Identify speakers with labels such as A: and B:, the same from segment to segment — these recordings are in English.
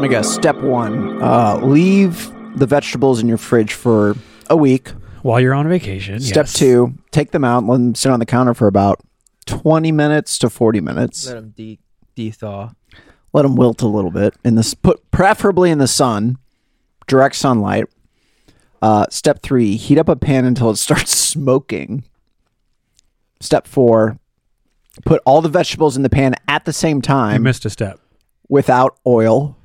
A: me guess. Step one: uh, leave the vegetables in your fridge for a week.
B: While you're on vacation.
A: Step
B: yes.
A: two: take them out, and let them sit on the counter for about twenty minutes to forty minutes.
C: Let them de de thaw.
A: let them wilt a little bit in this put preferably in the sun direct sunlight uh, step three heat up a pan until it starts smoking step four put all the vegetables in the pan at the same
B: You
A: time
B: missed a step.
A: without oil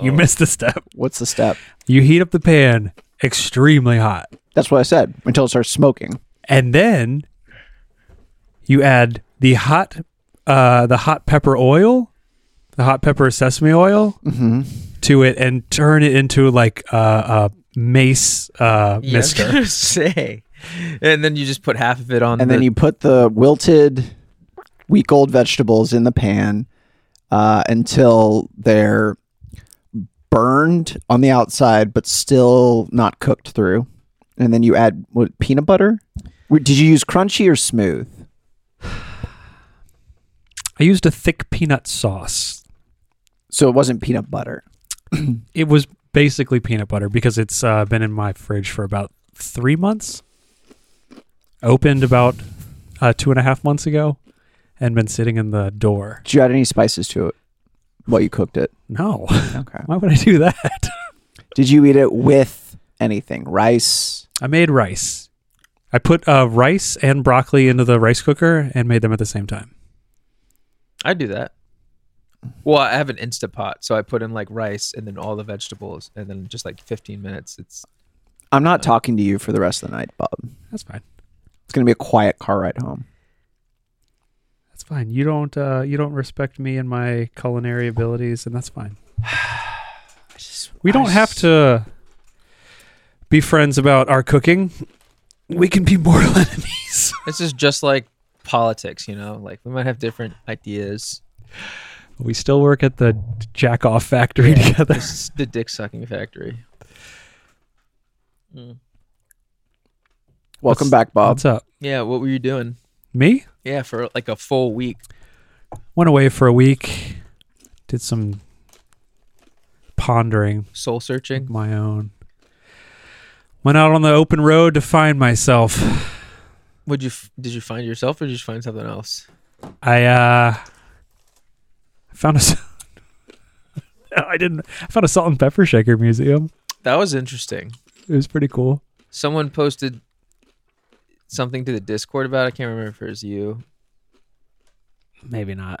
B: you missed a step.
A: what's the step
B: You heat up the pan extremely hot.
A: that's what i said until it starts smoking
B: and then you add the hot uh the hot pepper oil the hot pepper sesame oil
A: Mm-hmm.
B: to it and turn it into like uh, a mace uh
C: Yeah, I was
B: mister
C: gonna say. And then you just put half of it on.
A: and
C: the,
A: then you put the wilted week old vegetables in the pan uh, until they're burned on the outside but still not cooked through and then you add what peanut butter Wait, did you use crunchy or smooth
B: i used a thick peanut sauce
A: so it wasn't peanut butter
B: it was basically peanut butter because it's uh, been in my fridge for about three months opened about uh, two and a half months ago and been sitting in the door
A: did you add any spices to it while you cooked it
B: no
A: okay
B: why would i do that
A: did you eat it with anything rice
B: I made rice. I put uh, rice and broccoli into the rice cooker and made them at the same time.
C: I do that. Well, I have an Instapot, so I put in like rice and then all the vegetables, and then just like 15 minutes. It's
A: i'm not talking to you for the rest of the night bob
B: That's fine.
A: it's going to be a quiet car ride home
B: That's fine. You don't uh, you don't respect me and my culinary abilities, and that's fine. We don't have to be friends about our cooking. We can be mortal enemies.
C: this is just like politics, you know. Like we might have different ideas.
B: we still work at the jack off factory together.
C: This is the dick sucking factory.
A: welcome back bob
B: What's up?
C: Yeah, what were you doing?
B: Me?
C: Yeah, for like a full week.
B: Went away for a week. Did some pondering.
C: soul searching.
B: my own. Went out on the open road to find myself.
C: Would you f- did you find yourself or did you find something else?
B: I uh found a s- I didn't I found a salt and pepper shaker museum.
C: That was interesting.
B: It was pretty cool.
C: Someone posted something to the Discord about. it. I can't remember if it was you.
B: Maybe not.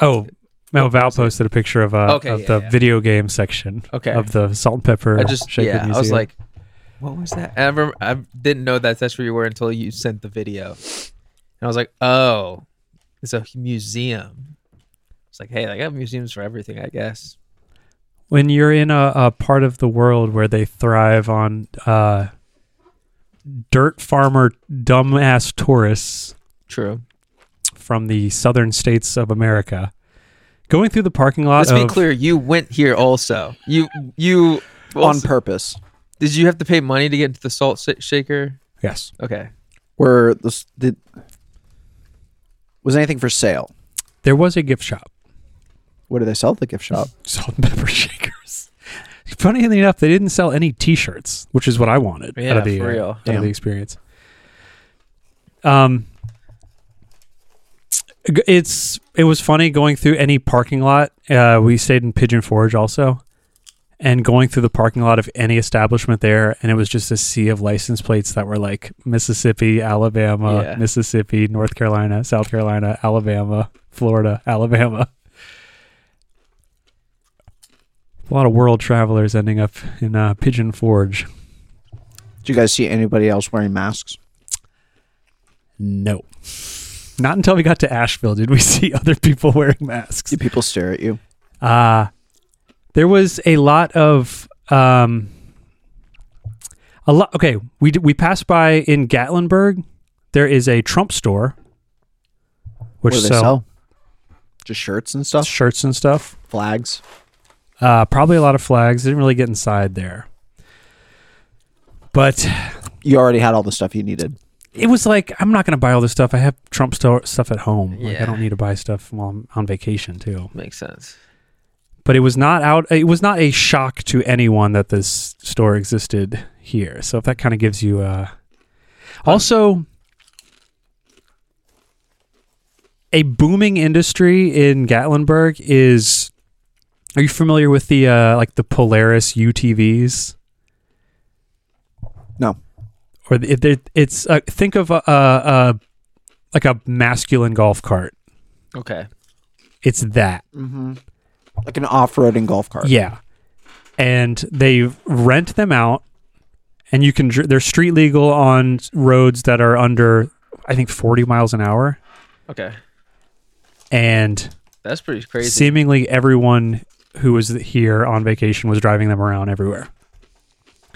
B: Oh, no, Val posted a picture of uh
C: Okay,
B: of
C: yeah,
B: the
C: yeah.
B: video game section
C: Okay.
B: of the salt and pepper
C: I just
B: shaker
C: yeah.
B: museum.
C: I was like, what was that? And I remember I didn't know that that's where you were until you sent the video, and I was like, oh, it's a museum. It's like, hey, I got museums for everything, I guess.
B: when you're in a, a part of the world where they thrive on uh dirt farmer dumbass tourists
C: True.
B: from the southern states of America. Going through the parking lot
C: Let's
B: of
C: be clear. You went here also. You you
A: on purpose
C: did you have to pay money to get into the salt sa- shaker?
B: yes,
C: Okay.
A: Were the s- did was anything for sale?
B: there was a gift shop,
A: What do they sell at the gift shop?
B: salt and pepper shakers. Funnily enough, they didn't sell any T-shirts, which is what I wanted out
C: Yeah,
B: of the
C: for
B: uh,
C: real.
B: out of
A: Damn.
B: the experience. Um, g- it's it was funny going through any parking lot. Uh, we stayed in Pigeon Forge also, and going through the parking lot of any establishment there, and it was just a sea of license plates that were like Mississippi, Alabama,
C: Yeah.
B: Mississippi, North Carolina, South Carolina, Alabama, Florida, Alabama. A lot of world travelers ending up in uh, Pigeon Forge.
A: Did you guys see anybody else wearing masks?
B: No. Not until we got to Asheville did we see other people wearing masks.
A: Do people stare at you?
B: Uh there was a lot of um a lot okay, we d- we passed by in Gatlinburg. There is a Trump store
A: What
B: which
A: do they
B: sell,
A: sell? Just shirts and stuff,
B: shirts and stuff.
A: flags.
B: Uh probably a lot of flags. Didn't really get inside there. But
A: You already had all the stuff you needed.
B: it was like I'm not going to buy all this stuff. I have Trump store stuff at home. Like I
C: Yeah.
B: don't need to buy stuff while I'm on vacation too.
C: Makes sense.
B: but it was not out. It was not a shock to anyone that this store existed here. So if that kind of gives you, uh, also. A booming industry in Gatlinburg is. Are you familiar with the uh, like the Polaris UTVs?
A: No.
B: or the, it, it- it's uh, think of a, a, a like a masculine golf cart.
C: Okay.
B: It's that,
A: Mm-hmm. Like an off-roading golf cart.
B: yeah. And they rent them out, and you can. dr- They're street legal on roads that are under, I think, forty miles an hour,
C: Okay.
B: and
C: That's pretty crazy.
B: seemingly everyone who was here on vacation was driving them around everywhere.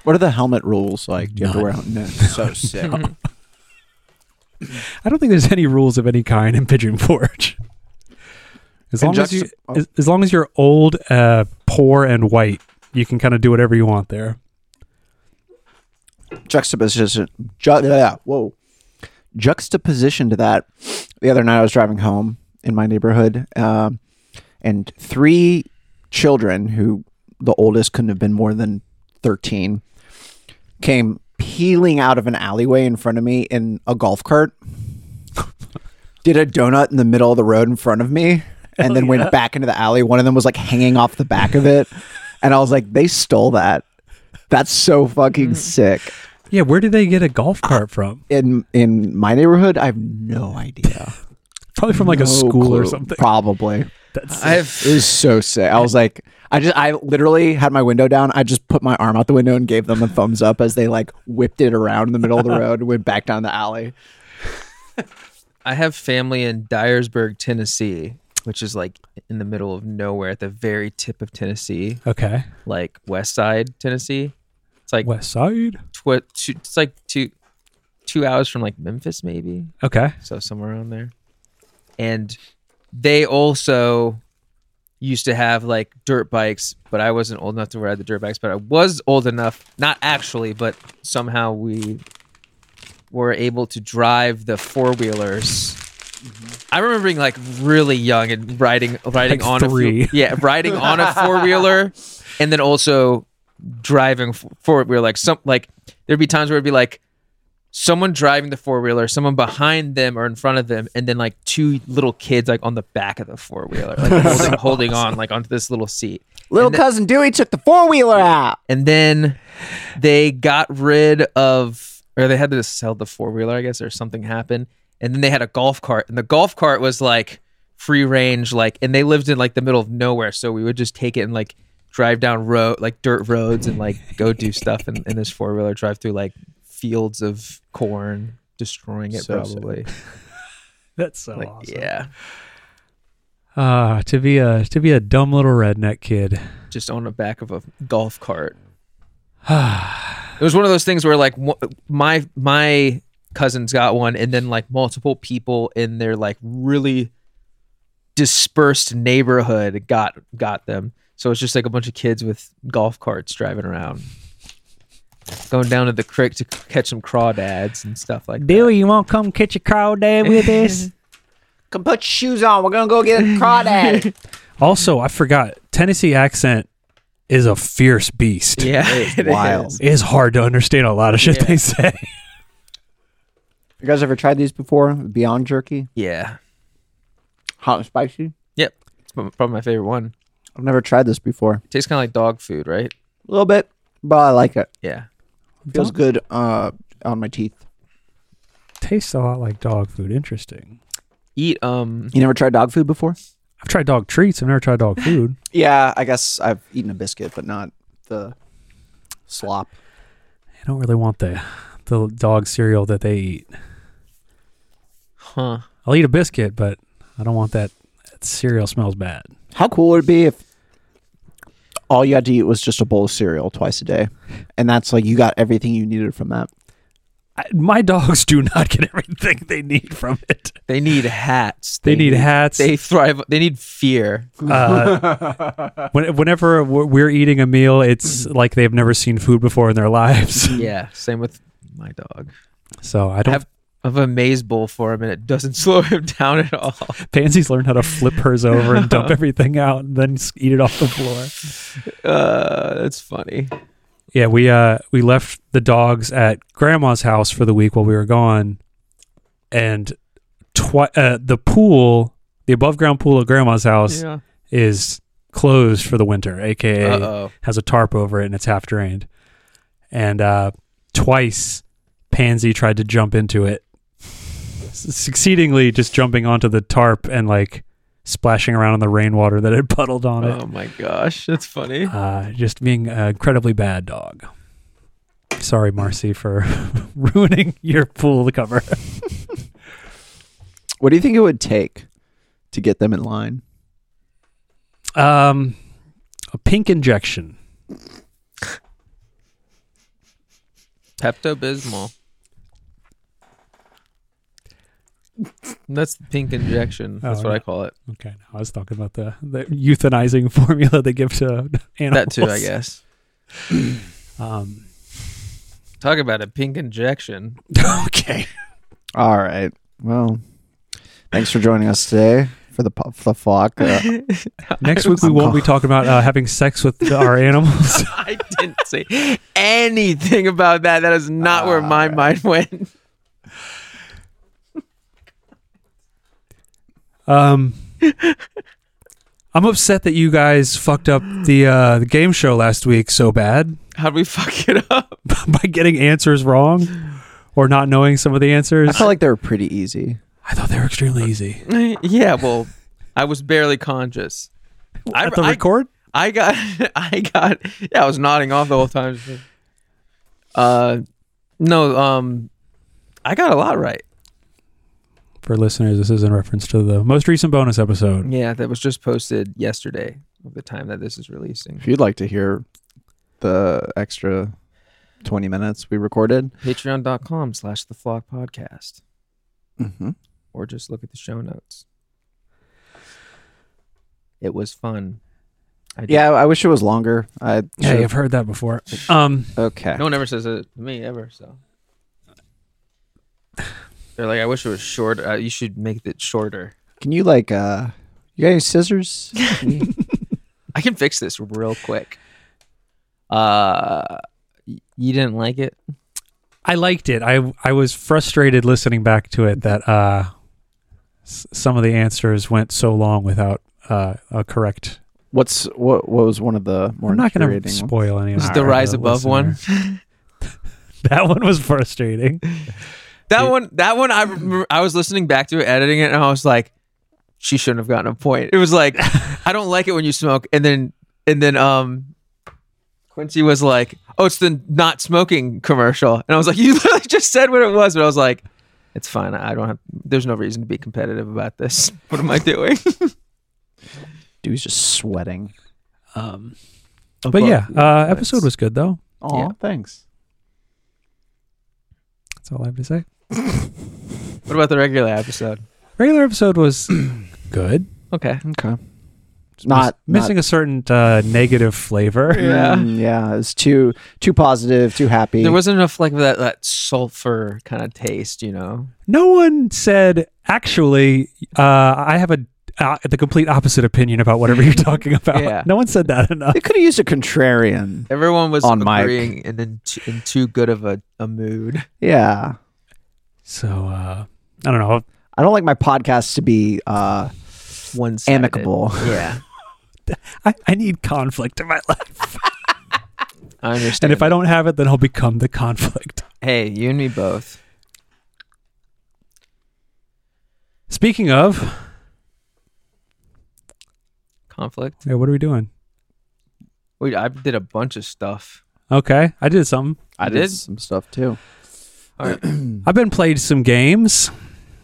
A: What are the helmet rules like? Do you have to wear a helmet? No, so sick.
B: I don't think there's any rules of any kind in Pigeon Forge. As
A: And
B: long as you,
A: juxta- oh.
B: as, as long as you're old, uh, poor, and white, you can kind of do whatever you want there.
A: Juxtaposition. Ju- yeah, whoa. Juxtaposition to that. The other night I was driving home in my neighborhood, um, and three children, who the oldest couldn't have been more than thirteen, came peeling out of an alleyway in front of me in a golf cart. Did a donut in the middle of the road in front of me, and then went back into the alley. One of them was like hanging off the back of it, and I was like, "They stole that. That's so fucking sick."
B: Yeah, where did they get a golf cart from?
A: in in my neighborhood, I have no idea.
B: Probably from like
A: No
B: a school or
A: clue.
B: something.
A: Probably.
B: That's
C: I've
A: It was so sick. I was like, I just, I literally had my window down. I just put my arm out the window and gave them a thumbs up as they like whipped it around in the middle of the road and went back down the alley.
C: I have family in Dyersburg, Tennessee, which is like in the middle of nowhere at the very tip of Tennessee,
B: okay.
C: like west side Tennessee. It's like
B: West Side.
C: tw- two, it's like two two hours from like Memphis maybe.
B: Okay.
C: So somewhere around there. And they also used to have like dirt bikes, but I wasn't old enough to ride the dirt bikes, but I was old enough, not actually, but somehow we were able to drive the four wheelers. I remember being like really young and riding riding
B: Mm-hmm. Like
C: on a
B: three.
C: four- yeah, riding on a four wheeler and then also driving forward. We were like some like there'd be times where it'd be like someone driving the four wheeler, someone behind them or in front of them, and then like two little kids like on the back of the four wheeler, like holding, holding on like onto this little seat.
A: Little
C: And the-
A: cousin Dewey took the four wheeler out.
C: And then they got rid of, or they had to sell the four wheeler, I guess, or something happened. And then they had a golf cart, and the golf cart was like free range, like, and they lived in like the middle of nowhere, so we would just take it and like drive down road, like dirt roads, and like go do stuff in, in this four wheeler, drive through like fields of corn, destroying it
A: So sick.
C: probably.
B: That's so
C: Like,
B: awesome.
C: yeah,
B: Ah, to be a to be a dumb little redneck kid.
C: just on the back of a golf cart. it was one of those things where like wh- my my cousins got one, and then like multiple people in their like really dispersed neighborhood got got them. So it's just like a bunch of kids with golf carts driving around, going down to the creek to catch some crawdads and stuff like that.
B: you won't come catch a crawdad with us?
A: Come put your shoes on. We're gonna go get a crawdad.
B: also, I forgot Tennessee accent is a fierce beast.
C: Yeah, it
A: wild.
C: is.
B: It is hard to understand a lot of shit
C: Yeah.
B: they say.
A: you guys ever tried these before? Beyond jerky,
C: Yeah,
A: hot and spicy.
C: yep. It's probably my favorite one.
A: I've never tried this before.
C: tastes kind of like dog food, right?
A: A little bit, but I like it.
C: Yeah.
A: Feels good uh, on my teeth.
B: Tastes a lot like dog food. Interesting.
C: Eat um
A: You never tried dog food before?
B: I've tried dog treats. I've never tried dog food.
A: Yeah, I guess I've eaten a biscuit, but not the slop.
B: I don't really want the the dog cereal that they eat.
C: huh.
B: I'll eat a biscuit, but I don't want that. That cereal smells bad.
A: How cool would it be if all you had to eat was just a bowl of cereal twice a day? And that's like you got everything you needed from that.
B: I, my dogs do not get everything they need from it.
C: They need hats.
B: They, need, hats.
C: They thrive. They need fear.
B: uh, when, whenever we're we're eating a meal, it's like they've never seen food before in their lives.
C: Yeah. Same with my dog.
B: So I don't.
C: Have of a maze bowl for him, and it doesn't slow him down at all.
B: Pansy's learned how to flip hers over and dump everything out and then s- eat it off the floor.
C: Uh, that's funny.
B: Yeah, we uh we left the dogs at grandma's house for the week while we were gone, and twi- uh, the pool, the above ground pool at grandma's house,
C: Yeah.
B: is closed for the winter, aka
C: Uh oh.
B: has a tarp over it and it's half drained. And uh, twice, Pansy tried to jump into it, s- succeedingly just jumping onto the tarp and like splashing around in the rainwater that had puddled on it.
C: Oh my gosh, that's funny.
B: Uh, just being an incredibly bad dog. Sorry, Marcy, for ruining your pool cover.
A: What do you think it would take to get them in line?
B: Um, a pink injection.
C: Pepto Bismol. That's the pink injection. That's
B: Oh,
C: what
B: yeah.
C: I call it.
B: Okay, no, I was talking about the, the euthanizing formula they give to animals.
C: That too, I guess.
B: Um,
C: Talk about a pink injection.
B: okay.
A: All right. Well, thanks for joining us today for the po- the flock. Uh,
B: Next week we
A: I'm
B: won't
A: call-
B: be talking about uh, having sex with the- our animals.
C: I didn't say anything about that. That is not
B: Ah,
C: where my mind went.
B: Um, I'm upset that you guys fucked up the uh, the game show last week so bad
C: How'd we fuck it up?
B: by getting answers wrong or not knowing some of the
A: I
B: answers.
A: felt like they were pretty easy.
B: I thought they were extremely easy.
C: yeah, well, I was barely conscious. I-
B: At the
C: I-
B: record,
C: I got, I got, yeah, I was nodding off the whole time. Uh, no, um, I got a lot right.
B: for listeners, this is in reference to the most recent bonus episode.
C: Yeah, that was just posted yesterday of the time that this is releasing.
A: If you'd like to hear the extra 20 minutes we recorded,
C: Patreon.com slash the flock podcast,
A: mm-hmm.
C: or just look at the show notes. It was fun. I did-
A: yeah, I I wish it was longer. I
B: Hey, I've heard that before. Um,
A: okay.
C: No one ever says it to me ever. So they're like, I wish it was shorter. Uh, you should make it shorter.
A: Can you like uh you got any scissors?
C: I can fix this real quick. Uh, y- you didn't like it?
B: I liked it. I I was frustrated listening back to it that uh, s- some of the answers went so long without uh, a correct
A: What's what what was one of the more
B: We're not going
A: infuriating
B: to
A: ones?
B: spoil any of
C: Is
B: that
C: the
B: for
C: rise above one?
B: listener. that one was frustrating.
C: That
B: It-
C: one, that one, I remember, I was listening back to it, editing it, and I was like, she shouldn't have gotten a point. It was like, I don't like it when you smoke, and then, and then, um, Quincy was like, oh, it's the not smoking commercial, and I was like, you literally just said what it was, but I was like, it's fine. I don't have. There's no reason to be competitive about this. What am I doing?
A: Dude, he's just sweating.
B: Um, but yeah, uh, episode was good though.
A: Oh,
C: Yeah.
A: thanks.
B: That's all I have to say.
C: What about the regular episode?
B: Regular episode was good.
C: Okay.
A: Okay.
B: Just
A: Not-
B: miss- missing a certain uh, negative flavor.
C: Yeah.
A: Mm, yeah, it's too too positive, too happy.
C: There wasn't enough like that that sulfur kind of taste, you know.
B: No one said actually. Uh, I have a uh, the complete opposite opinion about whatever you're talking about.
C: Yeah.
B: No one said that enough.
A: they could have used a contrarian.
C: Everyone was
A: On mic.
C: agreeing and in, t- in too good of a, a mood.
A: Yeah.
B: So uh, I don't know.
A: I don't like my podcast to be uh
C: One sided.
A: amicable.
C: Yeah,
B: I, I need conflict in my life,
C: I
B: and
C: understand.
B: if I don't have it, then I'll become the conflict.
C: hey, you and me both.
B: Speaking of,
C: Conflict.
B: yeah, what are we doing?
C: We I did a bunch of stuff.
B: Okay, I did something.
A: I
C: You
A: did
C: did?
A: some stuff too.
C: All right,
B: I've been played some games.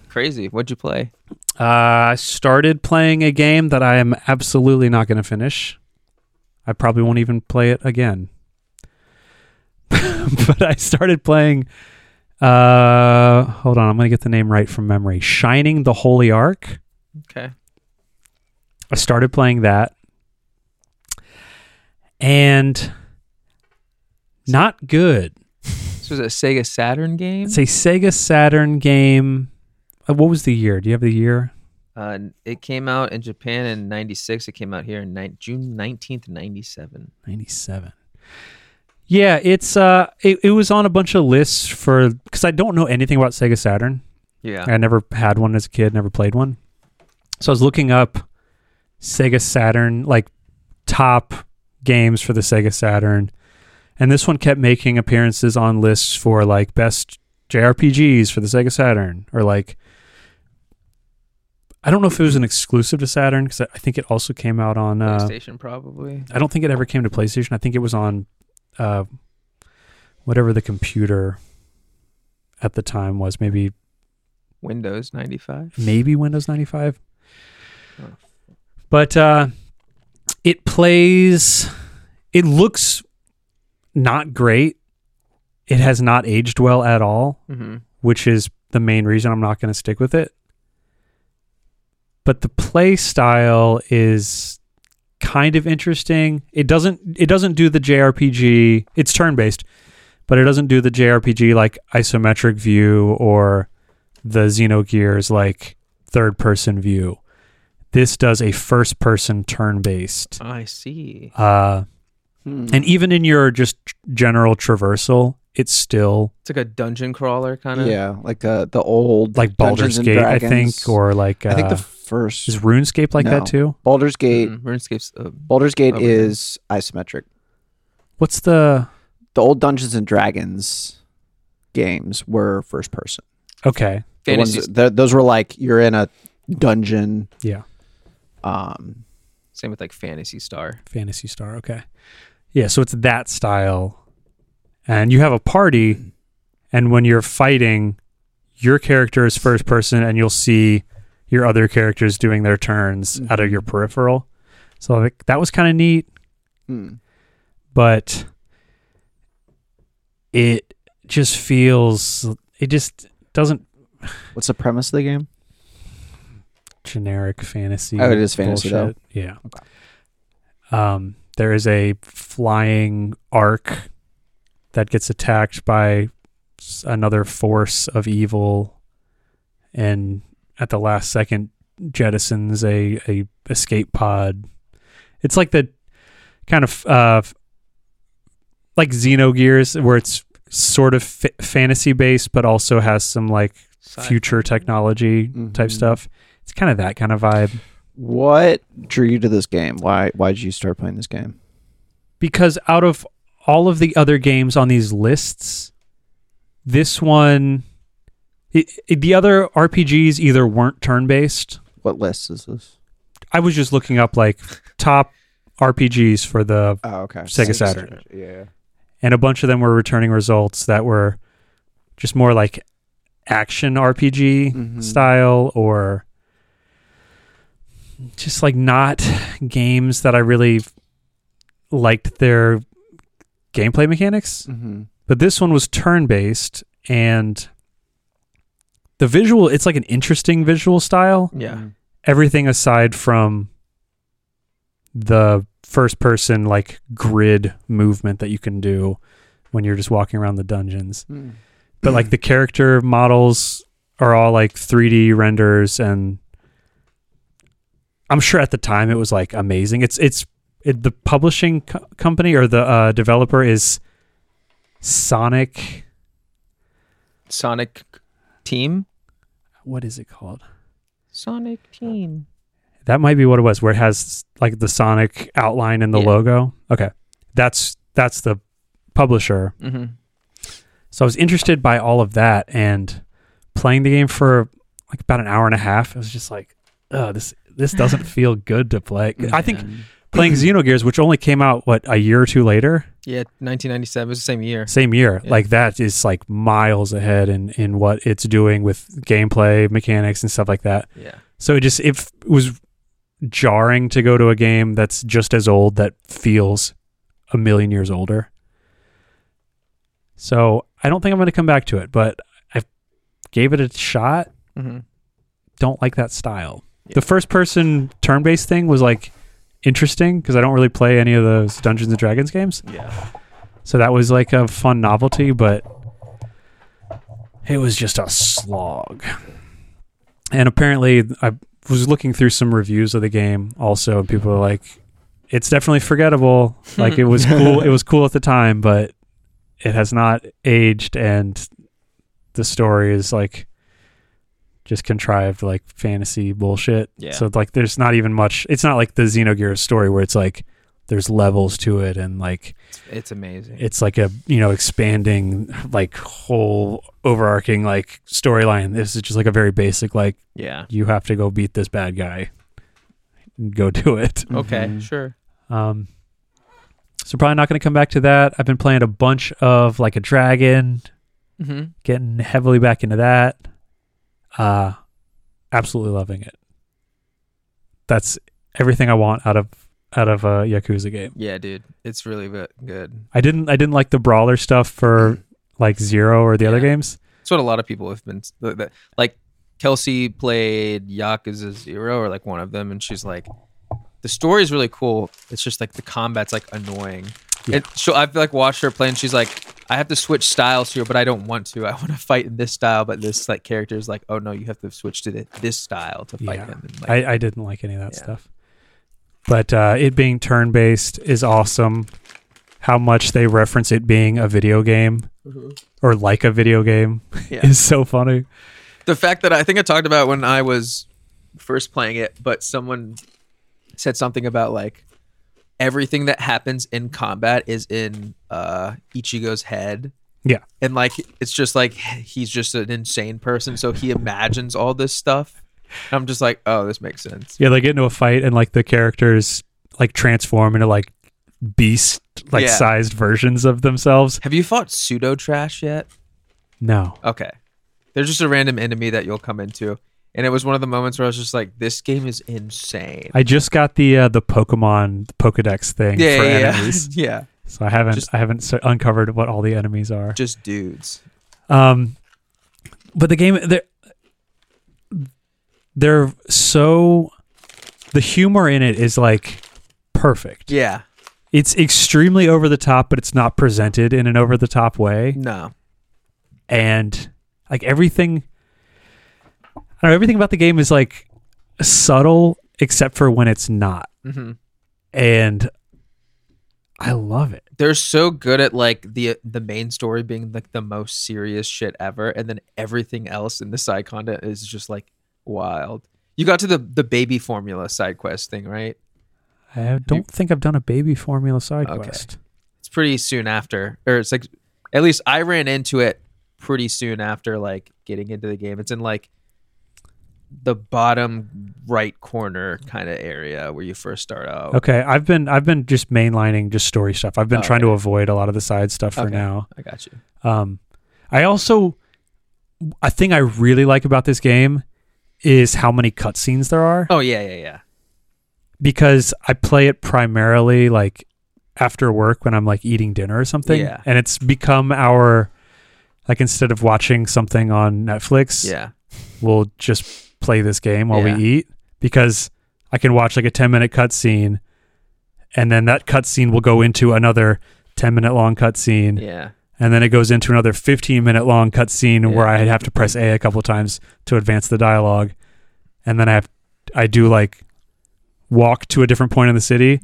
C: crazy. What'd you play?
B: Uh, I started playing a game that I am absolutely not going to finish. I probably won't even play it again. but I started playing. Uh, hold on, I'm going to get the name right from memory. Shining the Holy Ark.
C: Okay.
B: I started playing that. And not good.
C: This was a Sega Saturn game.
B: It's a Sega Saturn game. Uh, What was the year? Do you have the year?
C: Uh, it came out in Japan in '96. It came out here in nine June 19th, '97.
B: 97. Yeah, it's uh it, it was on a bunch of lists for cuz I don't know anything about Sega Saturn.
C: Yeah.
B: I never had one as a kid, never played one. So I was looking up Sega Saturn, like top games for the Sega Saturn. And this one kept making appearances on lists for like best JRPGs for the Sega Saturn or like I don't know if it was an exclusive to Saturn because I think it also came out on uh,
C: PlayStation probably.
B: I don't think it ever came to PlayStation. I think it was on uh, whatever the computer at the time was, maybe
C: Windows 95.
B: maybe Windows 95.
C: Oh.
B: But uh, it plays, it looks not great. It has not aged well at all,
C: Mm-hmm.
B: which is the main reason I'm not going to stick with it. But the play style is kind of interesting. It doesn't it doesn't do the JRPG. It's turn based, but it doesn't do the JRPG like isometric view or the Xenogears like third person view. This does a first person turn based.
C: Oh, I see.
B: Uh,
A: Hmm.
B: and e- even in your just general traversal, it's still
C: It's like a dungeon crawler kind of.
A: yeah, like uh, the old
B: like
A: Dungeons
B: Baldur's
A: and
B: Gate, I
A: Dragons.
B: think, or like uh,
A: I think the first
B: is RuneScape like
A: No.
B: that too?
A: Baldur's Gate.
C: Mm, RuneScape's. Uh,
A: Baldur's Gate
C: Oh, yeah.
A: is isometric.
B: What's the
A: The old Dungeons and Dragons games were first person.
B: okay?
A: The ones-
C: fantasy.
A: th- those were like you're in a dungeon.
B: Yeah,
A: Um,
C: Same with like Fantasy Star.
B: Fantasy Star. Okay, yeah. So it's that style, and you have a party, and when you're fighting, your character is first person, and you'll see your other characters doing their turns out of your peripheral. So like, that was kind of neat.
A: hmm.
B: but it just feels it just doesn't
A: What's the premise of the game?
B: generic fantasy.
A: Oh, it is fantasy, though.
B: bullshit. Yeah. Um, there is a flying arc that gets attacked by s- another force of evil, and at the last second jettisons a, a escape pod. It's like the kind of uh, f- like Xenogears, where it's sort of f- fantasy based, but also has some like
C: Sci-
B: future technology type
A: Mhm.
B: stuff. It's kind of that kind of vibe
A: What drew you to this game? Why why did you start playing this game?
B: because out of all of the other games on these lists, this one, it, it- the other RPGs either weren't turn based.
A: What list is this?
B: I was just looking up like top RPGs for the,
A: Oh, okay.
B: Sega Saturn.
A: Yeah.
B: and a bunch of them were returning results that were just more like action RPG
A: Mhm.
B: style or just like not games that I really liked their gameplay mechanics.
A: Mm-hmm.
B: But this one was turn based and the visual, it's like an interesting visual style.
C: Yeah.
B: Everything aside from the first person like grid movement that you can do when you're just walking around the dungeons
A: Mm-hmm.
B: but like the character models are all like 3D renders and I'm sure at the time it was like amazing. It's it's it, the publishing co- company or the uh, developer is Sonic
C: Sonic Team.
B: what is it called?
C: Sonic Team.
B: That might be what it was where it has like the Sonic outline in the
C: Yeah.
B: logo. Okay. That's that's the publisher.
C: Mm-hmm.
B: So I was interested by all of that and playing the game for like about an hour and a half. I was just like, oh, this this doesn't feel good to play. I think
A: Mm-hmm.
B: playing Xenogears, which only came out what a year or two later,
C: Yeah, 1997 was the same year.
B: same year,
C: Yeah.
B: like that is like miles ahead in in what it's doing with gameplay mechanics and stuff like that.
C: Yeah.
B: So it just it f- was jarring to go to a game that's just as old that feels a million years older. So I don't think I'm going to come back to it, but I gave it a shot.
C: Mm-hmm.
B: Don't like that style.
C: Yeah.
B: The first person turn based thing was like interesting because I don't really play any of those Dungeons and Dragons games.
C: Yeah.
B: So that was like a fun novelty, but It was just a slog. And apparently, I was looking through some reviews of the game also, and people are like, "It's definitely forgettable. Like it was cool. It was cool at the time, but it has not aged, and the story is like." Just contrived like fantasy bullshit.
C: Yeah.
B: So like, there's not even much. It's not like the Xenogears story where it's like there's levels to it and like
C: It's, it's amazing.
B: it's like a you know expanding like whole overarching like storyline this is just like a very basic like
C: yeah.
B: you have to go beat this bad guy go do it
C: Okay.
A: Mhm.
C: Sure.
B: um so probably not going to come back to that i've been playing a bunch of like a dragon
C: Mm-hmm.
B: getting heavily back into that uh absolutely loving it that's everything i want out of out of a yakuza game
C: Yeah, dude. It's really bu- good.
B: I didn't I didn't like the brawler stuff for like Zero or the other
C: Yeah.
B: games.
C: It's what a lot of people have been th- th- like. Kelsey played Yakuza Zero or like one of them, and she's like, "The story is really cool. It's just like the combat's like annoying."
B: Yeah.
C: And she I've like watched her play, and she's like, "I have to switch styles here, but I don't want to. I want to fight in this style, but this like character is like, oh no, you have to switch to the, this style to fight
B: Yeah.
C: them." And, like,
B: I, I didn't like any of that
C: Yeah.
B: stuff. But uh, it being turn based is awesome. How much they reference it being a video game or like a video game
C: Mm-hmm. Yeah.
B: is so funny.
C: the fact that I think I talked about when I was first playing it, but someone said something about like everything that happens in combat is in uh Ichigo's head.
B: Yeah.
C: And like it's just like he's just an insane person, so he imagines all this stuff. And I'm just like, oh, this makes sense.
B: Yeah, they get into a fight and like the characters like transform into like beast like
C: Yeah.
B: sized versions of themselves.
C: Have you fought pseudo trash yet?
B: No.
C: Okay. There's just a random enemy that you'll come into. And it was one of the moments where I was just like, this game is insane.
B: I just got the uh, the Pokemon Pokedex thing
C: yeah,
B: for
C: yeah, yeah.
B: enemies.
C: yeah.
B: So I haven't
C: Just-
B: I haven't s- uncovered what all the enemies are.
C: Just dudes.
B: Um, but the game they're they're so the humor in it is like perfect.
C: Yeah.
B: It's extremely over the top, but it's not presented in an over the top way,
C: No.
B: and like everything. I don't know, everything about the game is like subtle, except for when it's not,
C: hmm
B: and I love it.
C: they're so good at like the the main story being like the most serious shit ever, and then everything else in the side content is just like wild. You got to the the baby formula side quest thing, right?
B: I don't think I've done a baby formula side
C: Okay.
B: quest.
C: It's pretty soon after, or it's like at least I ran into it pretty soon after like getting into the game. It's in like the bottom right corner kind of area where you first start out.
B: Okay, I've been I've been just mainlining just story stuff. I've been
C: Oh,
B: trying to
C: okay.
B: avoid a lot of the side stuff for
C: Okay.
B: now.
C: I got you.
B: Um, I also a thing I really like about this game is how many cutscenes there are
C: Oh yeah, yeah, yeah.
B: because I play it primarily like after work when I'm like eating dinner or something,
C: Yeah.
B: and it's become our like instead of watching something on Netflix,
C: Yeah.
B: we'll just play this game while
C: Yeah.
B: we eat because I can watch like a 10 minute cutscene and then that cutscene will go into another 10 minute long cutscene
C: Yeah.
B: and then it goes into another 15 minute long cutscene where
C: Yeah.
B: I have to press A a couple times to advance the dialogue and then I have I do like walk to a different point in the city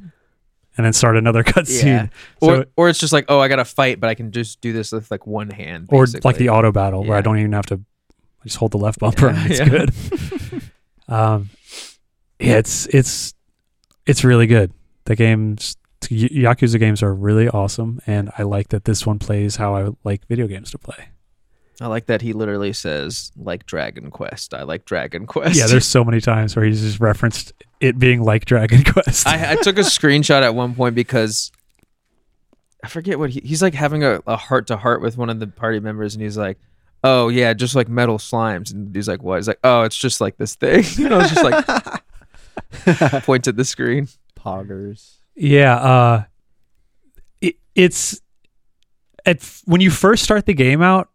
B: and then start another cutscene
C: Yeah.
B: So-
C: or, or it's just like, oh, I got to fight, but I can just do this with like one hand.
B: or
C: basically.
B: like the auto battle where I
C: Yeah.
B: don't even have to I just hold the left bumper
C: Yeah,
B: and it's
C: yeah.
B: good. um, yeah, it's it's it's really good. The games Y- Yakuza games are really awesome, and I like that this one plays how I like video games to play.
C: I like that he literally says like Dragon Quest. I like Dragon Quest.
B: Yeah, there's so many times where he's just referenced it being like Dragon Quest.
C: I, I took a screenshot at one point because I forget what he, he's like having a heart to heart with one of the party members, and he's like, "Oh yeah, just like metal slimes," and he's like, "What?" He's like, "Oh, it's just like this thing." and I was just like, point at the screen.
A: Poggers.
B: Yeah, uh it, it's at f- when you first start the game out,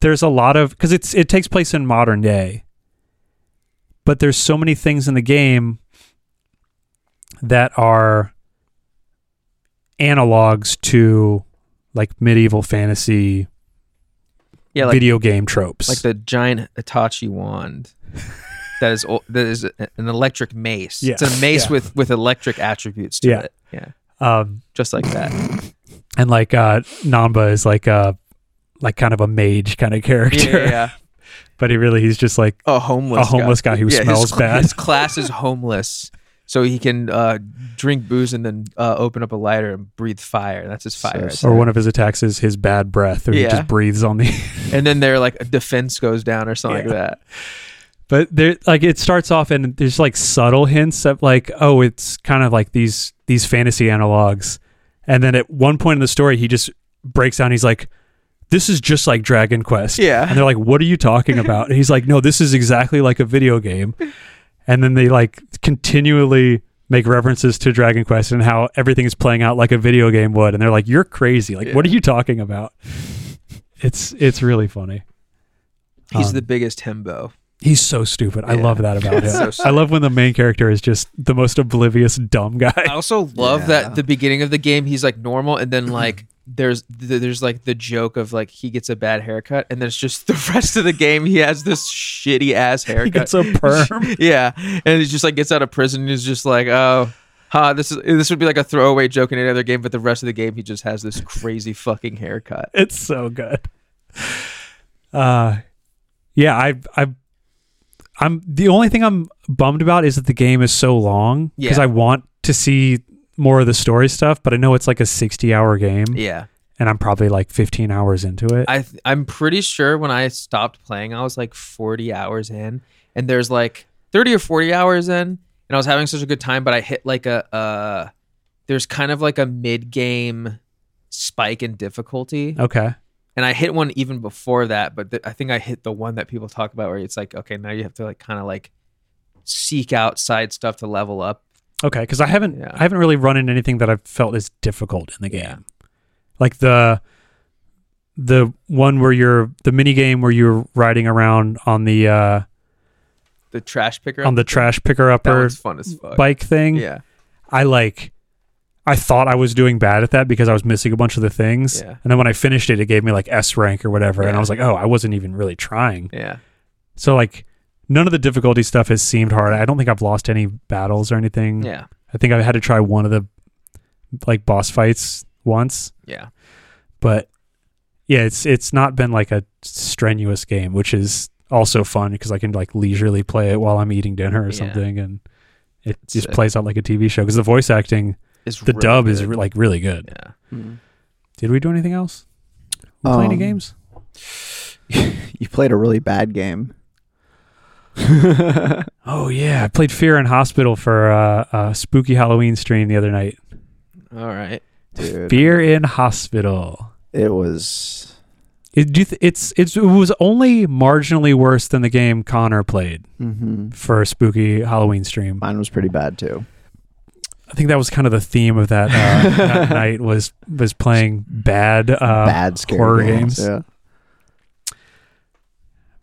B: there's a lot of cuz it's it takes place in modern day. But there's so many things in the game that are analogs to like medieval fantasy
C: Yeah, like
B: video game tropes.
C: like the giant Itachi wand. That is o- that is a- an electric mace.
B: Yeah.
C: It's a mace
B: Yeah.
C: with with electric attributes to
B: Yeah.
C: it. Yeah,
B: um,
C: just like that.
B: and like uh, Namba is like a like kind of a mage kind of
C: yeah,
B: character,
C: yeah, yeah.
B: but he really he's just like
C: A homeless
B: a homeless guy, who
C: Yeah, his
B: smells
C: cl-
B: bad.
C: His class is homeless, so he can uh, drink booze and then uh, open up a lighter and breathe fire. That's his fire.
A: sad.
B: Or one of his attacks is his bad breath, or he
C: Yeah.
B: just breathes on the.
C: and then their like defense goes down or something like that.
B: But there, like it starts off, and there's like subtle hints of like, oh, it's kind of like these these fantasy analogs, and then at one point in the story, he just breaks down. He's like, "This is just like Dragon Quest."
C: Yeah.
B: and they're like, "What are you talking about?" And he's like, "No, this is exactly like a video game." And then they like continually make references to Dragon Quest and how everything is playing out like a video game would, and they're like, "You're crazy! Like, what are you talking about?" It's it's really funny.
C: He's
B: Um,
C: the biggest himbo.
B: He's so stupid. I
C: Yeah.
B: love that about him.
C: So
B: I
C: stupid.
B: love when the main character is just the most oblivious dumb
C: I
B: guy.
C: also love
A: Yeah.
C: that the beginning of the game he's like normal, and then like there's th- there's like the joke of like he gets a bad haircut, and then it's just the rest of the game he has this shitty ass haircut.
B: He gets a perm.
C: yeah, and he just like gets out of prison and is just like, oh, ha, this is this would be like a throwaway joke in any other game, but the rest of the game he just has this crazy fucking haircut.
B: It's so good. Uh yeah, I I I'm the only thing I'm bummed about is that the game is so long because
C: Yeah.
B: I want to see more of the story stuff, but I know it's like a 60-hour game
C: Yeah,
B: and I'm probably like 15 hours into it.
C: I th- I'm pretty sure when I stopped playing, I was like 40 hours in, and there's like 30 or 40 hours in, and I was having such a good time, but I hit like a uh, there's kind of like a mid game spike in difficulty.
B: okay.
C: and I hit one even before that, but th- I think I hit the one that people talk about where it's like, okay, now you have to like kind of like seek out side stuff to level up.
B: Okay, cuz I haven't
C: Yeah.
B: I haven't really run into anything that I've felt is difficult in the game. Like the the one where you're the mini game where you're riding around on the uh
C: The trash picker
B: on the trash picker
C: that
B: upper
C: one's fun as fuck.
B: bike thing.
C: Yeah,
B: I like I thought I was doing bad at that because I was missing a bunch of the things.
C: Yeah.
B: And then when I finished it, it gave me like S rank or whatever. And I
C: Yeah.
B: was like, oh, I wasn't even really trying.
C: yeah.
B: So like none of the difficulty stuff has seemed hard. I don't think I've lost any battles or anything.
C: Yeah.
B: I think I had to try one of the like boss fights once.
C: Yeah.
B: But yeah, it's it's not been like a strenuous game, which is also fun because I can like leisurely play it while I'm eating dinner or
C: Yeah.
B: something and it
C: It's
B: just
C: sick.
B: plays out like a TV show because the voice acting
C: It's
B: the
C: really
B: dub is
C: good.
B: re- like really good.
C: yeah.
B: Did we do anything else? We play any
A: Um,
B: games?
A: You played a really bad game.
B: Oh yeah, I played Fear in Hospital for uh, a spooky Halloween stream the other night.
C: All right.
A: Dude,
B: Fear in Hospital.
A: it was.
B: It, do you th- it's it's it was only marginally worse than the game Connor played
A: hmm
B: for a spooky Halloween stream.
A: Mine was pretty bad too.
B: I think that was kind of the theme of that, uh, that night was was playing bad. Uh,
A: bad scary
B: horror
A: games.
B: games.
A: Yeah.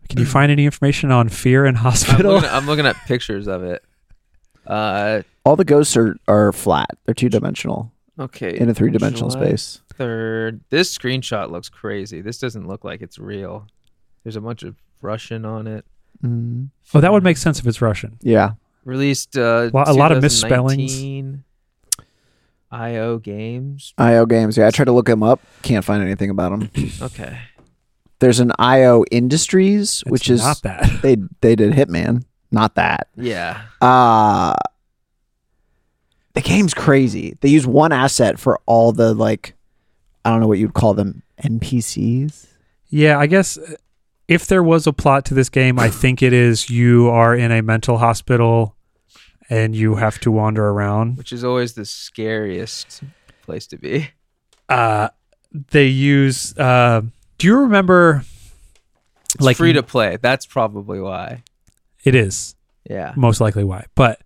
B: Can you find any information on Fear in
C: I'm
B: Hospital?
C: looking, at, I'm looking at pictures of it. Uh,
A: All the ghosts are, are flat. They're two dimensional
C: okay.
A: in a three dimensional
C: July
A: space.
C: Third, this screenshot looks crazy. This doesn't look like it's real. There's a bunch of Russian on it.
A: Mhm.
B: oh, that would make sense if it's Russian.
A: Yeah.
C: released uh,
B: Lo- a lot of misspellings.
C: 2019 IO Games.
A: IO games. Yeah, I tried to look them up. Can't find anything about them.
C: Okay.
A: There's an IO Industries,
B: It's
A: which is
B: not that.
A: they they did Hitman. Not that.
C: Yeah.
A: Uh the game's crazy. They use one asset for all the like I don't know what you'd call them NPCs.
B: Yeah, I guess uh, if there was a plot to this game, I think it is you are in a mental hospital and you have to wander around.
C: Which is always the scariest place to be.
B: Uh, they use. Uh, do you remember?
C: It's free to play. That's probably why.
B: It is
C: Yeah.
B: most likely why. But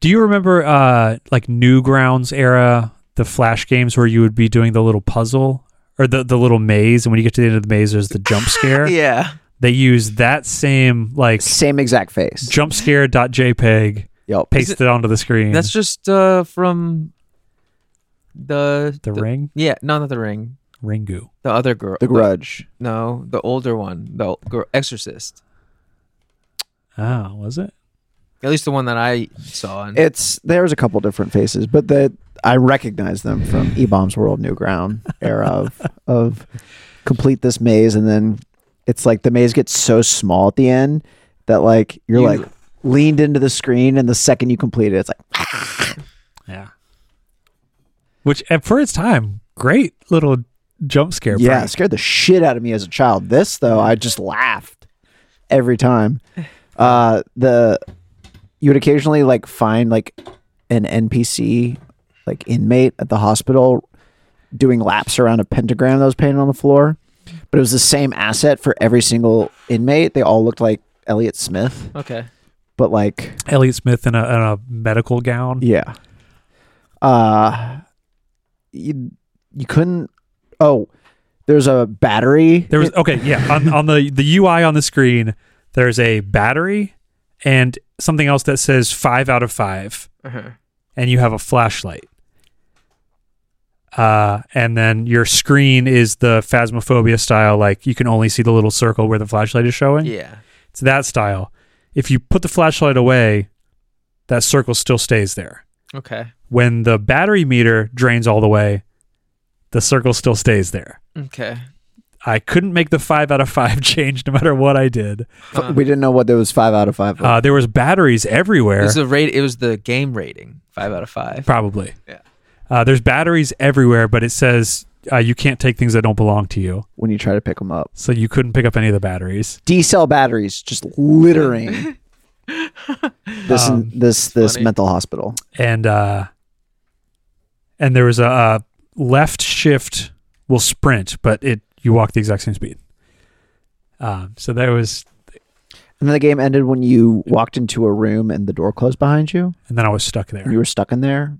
B: do you remember uh, like Newgrounds era, the Flash games where you would be doing the little puzzle or the the little maze, and when you get to the end of the maze, there's the jump scare.
C: Yeah.
B: They use that same like
A: Same exact face.
B: jump scare.jpg
A: Yep.
B: paste it, E onto the screen.
C: That's just uh, from the
B: the ring.
C: Yeah, no, not the ring.
B: Ringu.
C: The other girl.
A: The Grudge.
C: No, the older one. The girl, Exorcist.
B: Ah, was it?
C: At least the one that I saw. And
A: It's there's a couple different faces, but that I recognize them from E Bombs World New Ground era of of complete this maze, and then it's like the maze gets so small at the end that like you're
C: You-
A: like leaned into the screen, and the second you complete it, it's like
B: Yeah. Which, at, for its time, great little jump scare.
A: yeah, it
B: prank.
A: scared the shit out of me as a child. This though, I just laughed every time. Uh, the you would occasionally like find like an NPC like inmate at the hospital doing laps around a pentagram that was painted on the floor, but it was the same asset for every single inmate. They all looked like Elliot Smith,
C: okay.
A: but like
B: Elliot Smith in a, in a medical gown.
A: yeah. Uh you, you couldn't oh there's a battery
B: There was okay, yeah. On on the the UI on the screen, there's a battery and something else that says five out of five,
C: Uh-huh.
B: and you have a flashlight. Uh, and then your screen is the phasmophobia style, like you can only see the little circle where the flashlight is showing.
C: Yeah.
B: It's that style. If you put the flashlight away, that circle still stays there.
C: Okay.
B: When the battery meter drains all the way, the circle still stays there.
C: Okay.
B: I couldn't make the five out of five change no matter what I did.
C: Huh.
A: we didn't know what there was five out of five. of.
B: Uh, there was batteries
C: It
B: everywhere.
C: was the rate. It was the game rating. Five out of five.
B: probably.
C: Yeah.
B: Uh, there's batteries everywhere, but it says uh, you can't take things that don't belong to you.
A: when you try to pick them up,
B: So you couldn't pick up any of the batteries.
A: D cell batteries just littering this
B: Um,
A: this this
C: funny.
A: mental hospital.
B: And uh, and there was a, uh left shift will sprint, but it you walk the exact same speed. Um, so that was,
A: And then the game ended when you walked into a room and the door closed behind you.
B: and then I was stuck there.
A: And you were stuck in there,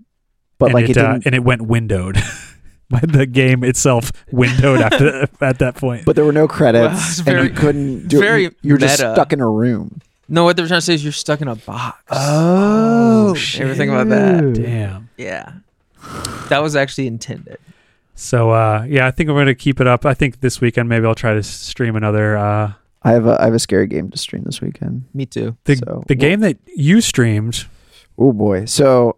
A: but
B: and
A: like it,
B: it, uh,
A: didn't.
B: and it went windowed. the game itself windowed after at that point.
A: but there were no credits,
C: Wow, it's
A: and
C: very-
A: you couldn't do
C: very
A: it. You- You were just
C: meta.
A: stuck in a room.
C: No, what they're trying to say is you're stuck in a box.
A: Oh,
C: shit. Everything about that.
B: Damn.
C: Yeah. That was actually intended.
B: So uh, yeah, I think I'm going to keep it up. I think this weekend maybe I'll try to s- stream another. Uh,
A: I have a I have a scary game to stream this weekend.
C: Me too.
B: the
A: So-
B: the game that you streamed.
A: Oh boy. So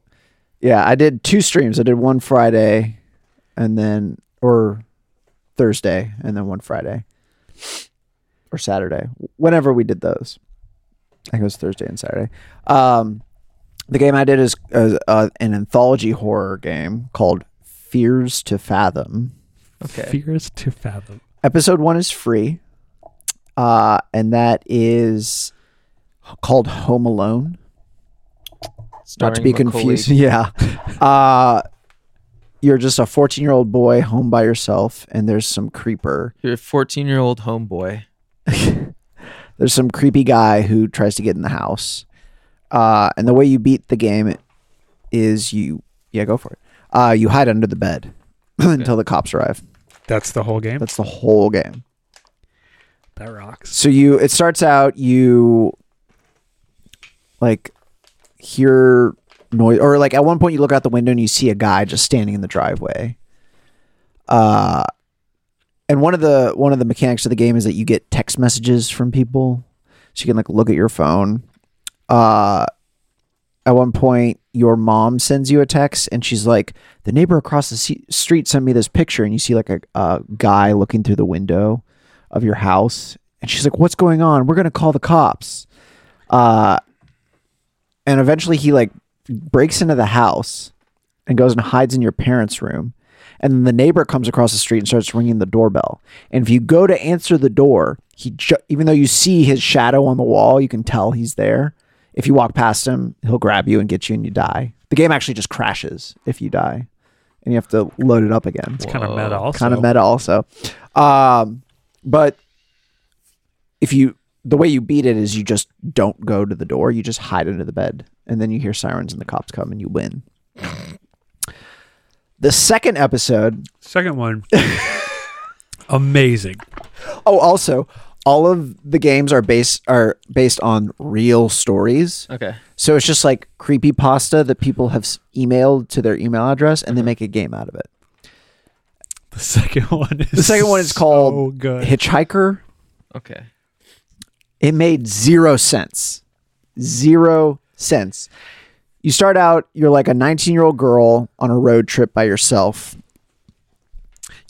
A: yeah, I did two streams. I did one Friday and then or Thursday and then one Friday or Saturday. Whenever we did those. I think it was Thursday and Saturday. Um the game I did is uh, uh, an anthology horror game called Fears to Fathom.
C: Okay.
B: Fears to fathom.
A: Episode 1 is free. Uh and that is called Home Alone not to
C: Starring
A: be
C: Macaulay-
A: confused. Yeah. Uh, you're just a 14 year old boy home by yourself, and there's some creeper.
C: You're a 14 year old homeboy.
A: There's some creepy guy who tries to get in the house. Uh, and the way you beat the game is you, yeah, go for it. Uh, you hide under the bed until the cops arrive.
B: That's the whole game.
A: That's the whole game.
B: That rocks.
A: So you it starts out you like hear noise or like at one point you look out the window and you see a guy just standing in the driveway. Uh and one of the one of the mechanics of the game is that you get text messages from people. So you can like look at your phone. Uh at one point your mom sends you a text and she's like the neighbor across the se- street sent me this picture and you see like a, a guy looking through the window of your house and she's like what's going on we're going to call the cops uh and eventually he like breaks into the house and goes and hides in your parents room and then the neighbor comes across the street and starts ringing the doorbell and if you go to answer the door he ju- even though you see his shadow on the wall you can tell he's there if you walk past him he'll grab you and get you and you die the game actually just crashes if you die and you have to load it up again
B: It's kind of
C: Whoa.
B: meta. Also,
A: kind of meta also um but if you the way you beat it is you just don't go to the door you just hide under the bed and then you hear sirens and the cops come and you win the second episode
B: Second one. amazing.
A: oh also all of the games are based are based on real stories
C: Okay.
A: so it's just like creepy pasta that people have s- emailed to their email address and they make a game out of it
B: The second one is
A: The second one is
B: so
A: called
B: good.
A: Hitchhiker.
C: Okay.
A: It made zero sense. Zero sense. You start out, you're like a 19 year old girl on a road trip by yourself.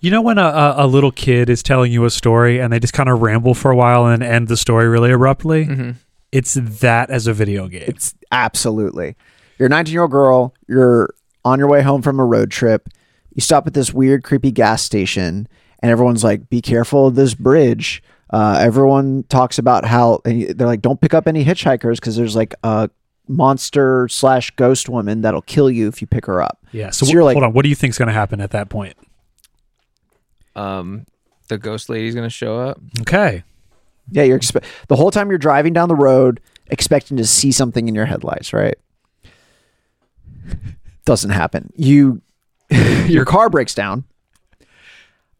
B: You know when a, a, a little kid is telling you a story and they just kind of ramble for a while and end the story really abruptly? It's that as a video game.
A: Mm-hmm. It's absolutely. You're a 19 year old girl. You're on your way home from a road trip. You stop at this weird, creepy gas station, and everyone's like, "Be careful of this bridge." Uh, everyone talks about how and they're like, "Don't pick up any hitchhikers because there's like a monster slash ghost woman that'll kill you if you pick her up."
B: yeah. So,
A: so
B: wh-
A: you're like-
B: hold on. What do you think's going to happen at that point?
C: Um, the ghost lady's gonna show up.
B: Okay.
A: Yeah, you're expe- the whole time you're driving down the road expecting to see something in your headlights, right? Doesn't happen. You your car breaks down.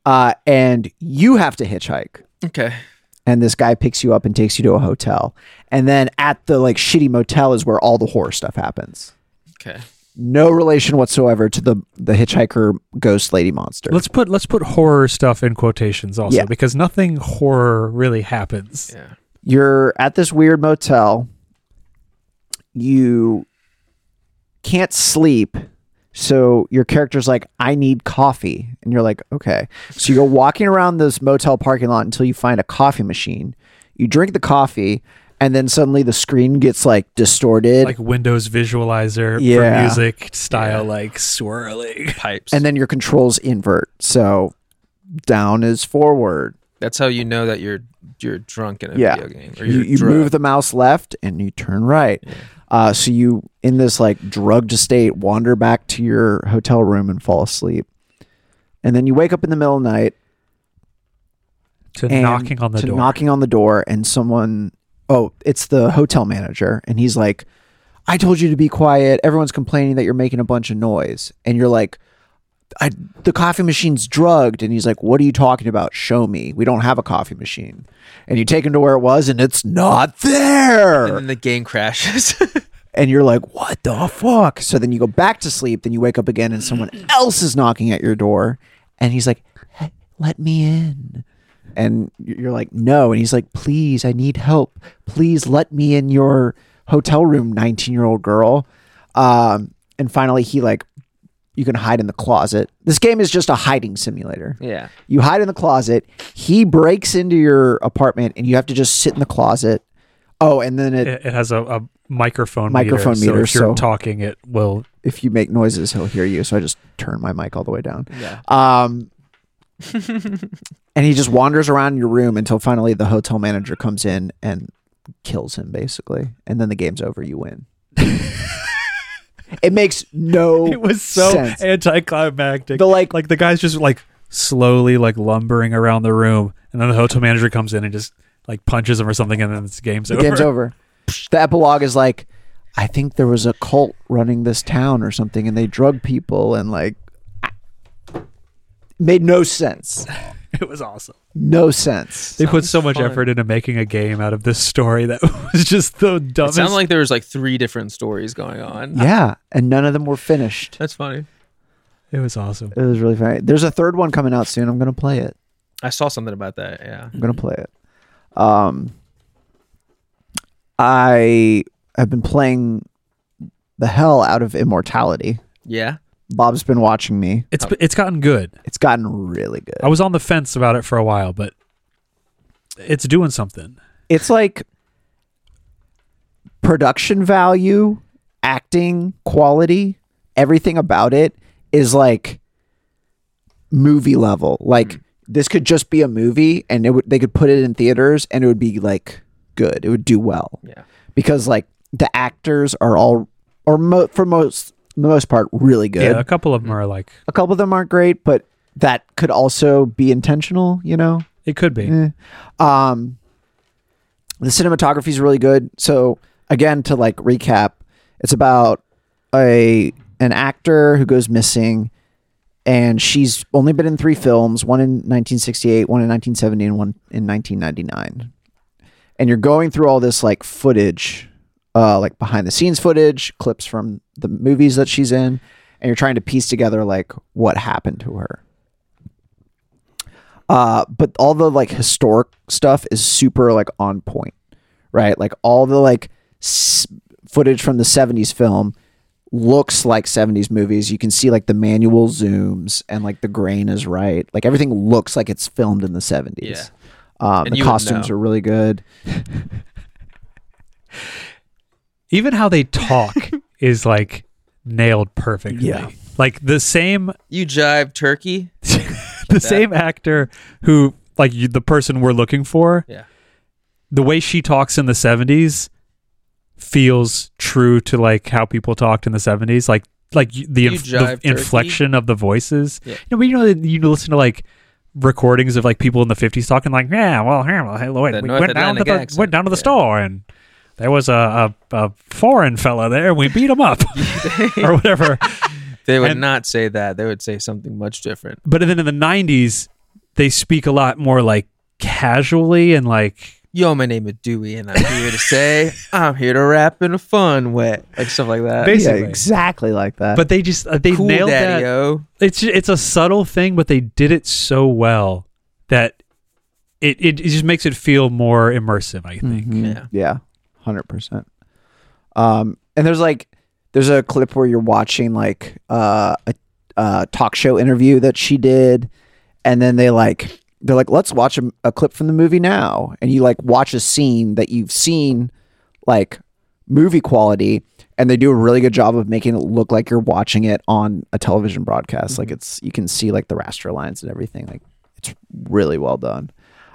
A: Uh, and you have to hitchhike
C: Okay.
A: and this guy picks you up and takes you to a hotel. And then at the like shitty motel is where all the horror stuff happens.
C: Okay.
A: No relation whatsoever to the the hitchhiker ghost lady monster.
B: Let's put let's put horror stuff in quotations also
A: Yeah.
B: because nothing horror really happens.
C: Yeah.
A: you're at this weird motel. You can't sleep. So your character's like, I need coffee. And you're like, okay. So you go walking around this motel parking lot until you find a coffee machine. You drink the coffee, and then suddenly the screen gets like distorted.
B: Like Windows visualizer for
A: Yeah.
B: music style like swirling.
C: Pipes.
A: and then your controls invert. So down is forward.
C: that's how you know that you're you're drunk in a
A: Yeah.
C: video game. Or
A: you,
C: you're
A: you
C: drugged.
A: move the mouse left and you turn right. Uh, so you, in this like drugged state, wander back to your hotel room and fall asleep. And then you wake up in the middle of the night
B: To
A: and
B: knocking on the
A: to
B: door.
A: knocking on the door, and someone, oh, it's the hotel manager, and he's like, "I told you to be quiet. Everyone's complaining that you're making a bunch of noise," and you're like. I, the coffee machine's drugged and he's like what are you talking about show me we don't have a coffee machine and you take him to where it was and it's not there
C: And then the game crashes.
A: and you're like, what the fuck? So then you go back to sleep, then you wake up again, and someone else is knocking at your door, and he's like, "Hey, let me in. And you're like, no. And he's like, please, I need help. Please let me in your hotel room, 19 year old girl. Um, and finally, he like, you can hide in the closet. This game is just a hiding simulator.
C: yeah.
A: You hide in the closet. He breaks into your apartment, and you have to just sit in the closet. Oh, and then it,
B: it, it has a, a microphone
A: Microphone
B: meter,
A: meter,
B: So if you're
A: so-
B: talking, it will.
A: if you make noises, he'll hear you. So I just turn my mic all the way down.
C: Yeah.
A: Um, and he just wanders around your room until finally the hotel manager comes in and kills him, basically. And then the game's over. You win. it makes no.
B: It was so
A: sense.
B: anticlimactic.
A: The like,
B: like the guy's just like slowly like lumbering around the room, and then the hotel manager comes in and just like punches him or something, and then this game's
A: the
B: over.
A: game's over. The epilogue is like, I think there was a cult running this town or something, and they drug people and like. Made no sense.
B: It was awesome.
A: No sense.
B: They put so much
C: fun.
B: effort into making a game out of this story that was just the
C: It
B: dumbest.
C: sounded like there was like three different stories going on.
A: yeah, and none of them were finished.
C: That's funny.
B: it was awesome.
A: It was really funny. There's a third one coming out soon. I'm gonna play it.
C: I saw something about that. Yeah.
A: I'm gonna play it. Um, I have been playing the hell out of Immortality.
C: Yeah.
A: Bob's been watching me.
B: It's it's gotten good.
A: It's gotten really good.
B: I was on the fence about it for a while, but it's doing something.
A: It's like production value, acting quality, everything about it is like movie level. Like this could just be a movie, and it would they could put it in theaters, and it would be like good. It would do well.
C: Yeah.
A: because like the actors are all or mo- for most the most part really good.
B: Yeah, a couple of them are like
A: A couple of them aren't great, but that could also be intentional, you know.
B: it could be.
A: Um the cinematography is really good. So again to like recap, it's about a an actor who goes missing and she's only been in three films, one in 1968, one in 1970 and one in 1999. And you're going through all this like footage uh like behind the scenes footage, clips from the movies that she's in and you're trying to piece together like what happened to her. Uh, but all the like historic stuff is super like on point, right? Like all the like s- footage from the 70s film looks like 70s movies. You can see like the manual zooms and like the grain is right. Like everything looks like it's filmed in the 70s.
C: Yeah.
A: Um,
C: And
A: the
C: you would
A: costumes
C: know.
A: are really good.
B: Even how they talk is like nailed perfectly.
A: Yeah.
B: Like the same
C: You jive turkey.
B: the same actor who like you, the person we're looking for
C: Yeah.
B: the way she talks in the 70s feels true to like how people talked in the 70s like like y- the,
C: You
B: inf-
C: jive
B: the
C: turkey.
B: inflection of the voices
C: Yeah.
B: you know but you know you listen to like recordings of like people in the 50s talking like yeah well here well, hello
C: That
B: we
C: North
B: went down, to
C: Atlantic
B: the,
C: accent,
B: went down to the
C: yeah.
B: store and there was a, a, a foreign fella there and we beat him up or whatever
C: They would
B: And-
C: not say that. They would say something much different.
B: but then in the 90s they speak a lot more like casually and like
C: Yo, my name is Dewey, and I'm here to say I'm here to rap in a fun way, like stuff like that.
B: Basi- Basically.
A: Yeah, exactly like that.
B: but they just uh, they
C: cool
B: nailed
C: daddy
B: that
C: o.
B: it's ju- it's a subtle thing but they did it so well that it, it, it just makes it feel more immersive i think
A: Mhm.
C: Yeah.
A: Yeah. Hundred percent. Um, and there's like there's a clip where you're watching like uh, a, a talk show interview that she did, and then they like they're like let's watch a, a clip from the movie now, and you like watch a scene that you've seen like movie quality, and they do a really good job of making it look like you're watching it on a television broadcast.
B: Mm-hmm.
A: Like it's you can see like the raster lines and everything. Like it's really well done.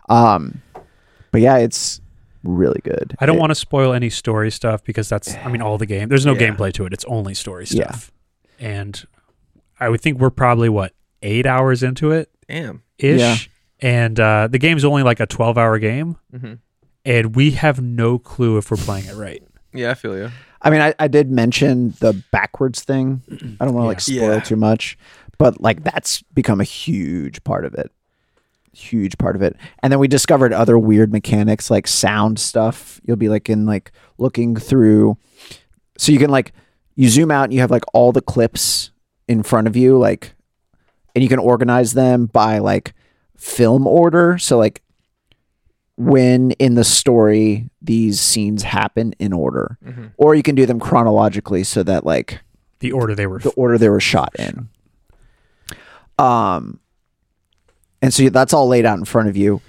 A: Um, but yeah, it's really good.
B: i don't
A: It-
B: want to spoil any story stuff because that's i mean all the game there's no
C: Yeah.
B: gameplay to it it's only story
A: Yeah.
B: stuff and i would think we're probably what eight hours into it
C: Damn.
B: ish
A: Yeah.
B: and uh, the game's only like a 12 hour game
A: Mm-hmm.
C: Mhm.
B: and we have no clue if we're playing it right
C: Yeah, I feel you.
A: I mean, I, I did mention the backwards thing. I don't want to like
C: Yeah.
A: spoil
C: Yeah.
A: too much, but like that's become a huge part of it. Huge part of it. And then we discovered other weird mechanics like sound stuff. You'll be like in like looking through. So you can like, you zoom out and you have like all the clips in front of you, like, and you can organize them by like film order. So like, when in the story these scenes happen in order
C: Mhm.
A: or you can do them chronologically so that like
B: the order they were
A: the order they were shot in um and so that's all laid out in front of you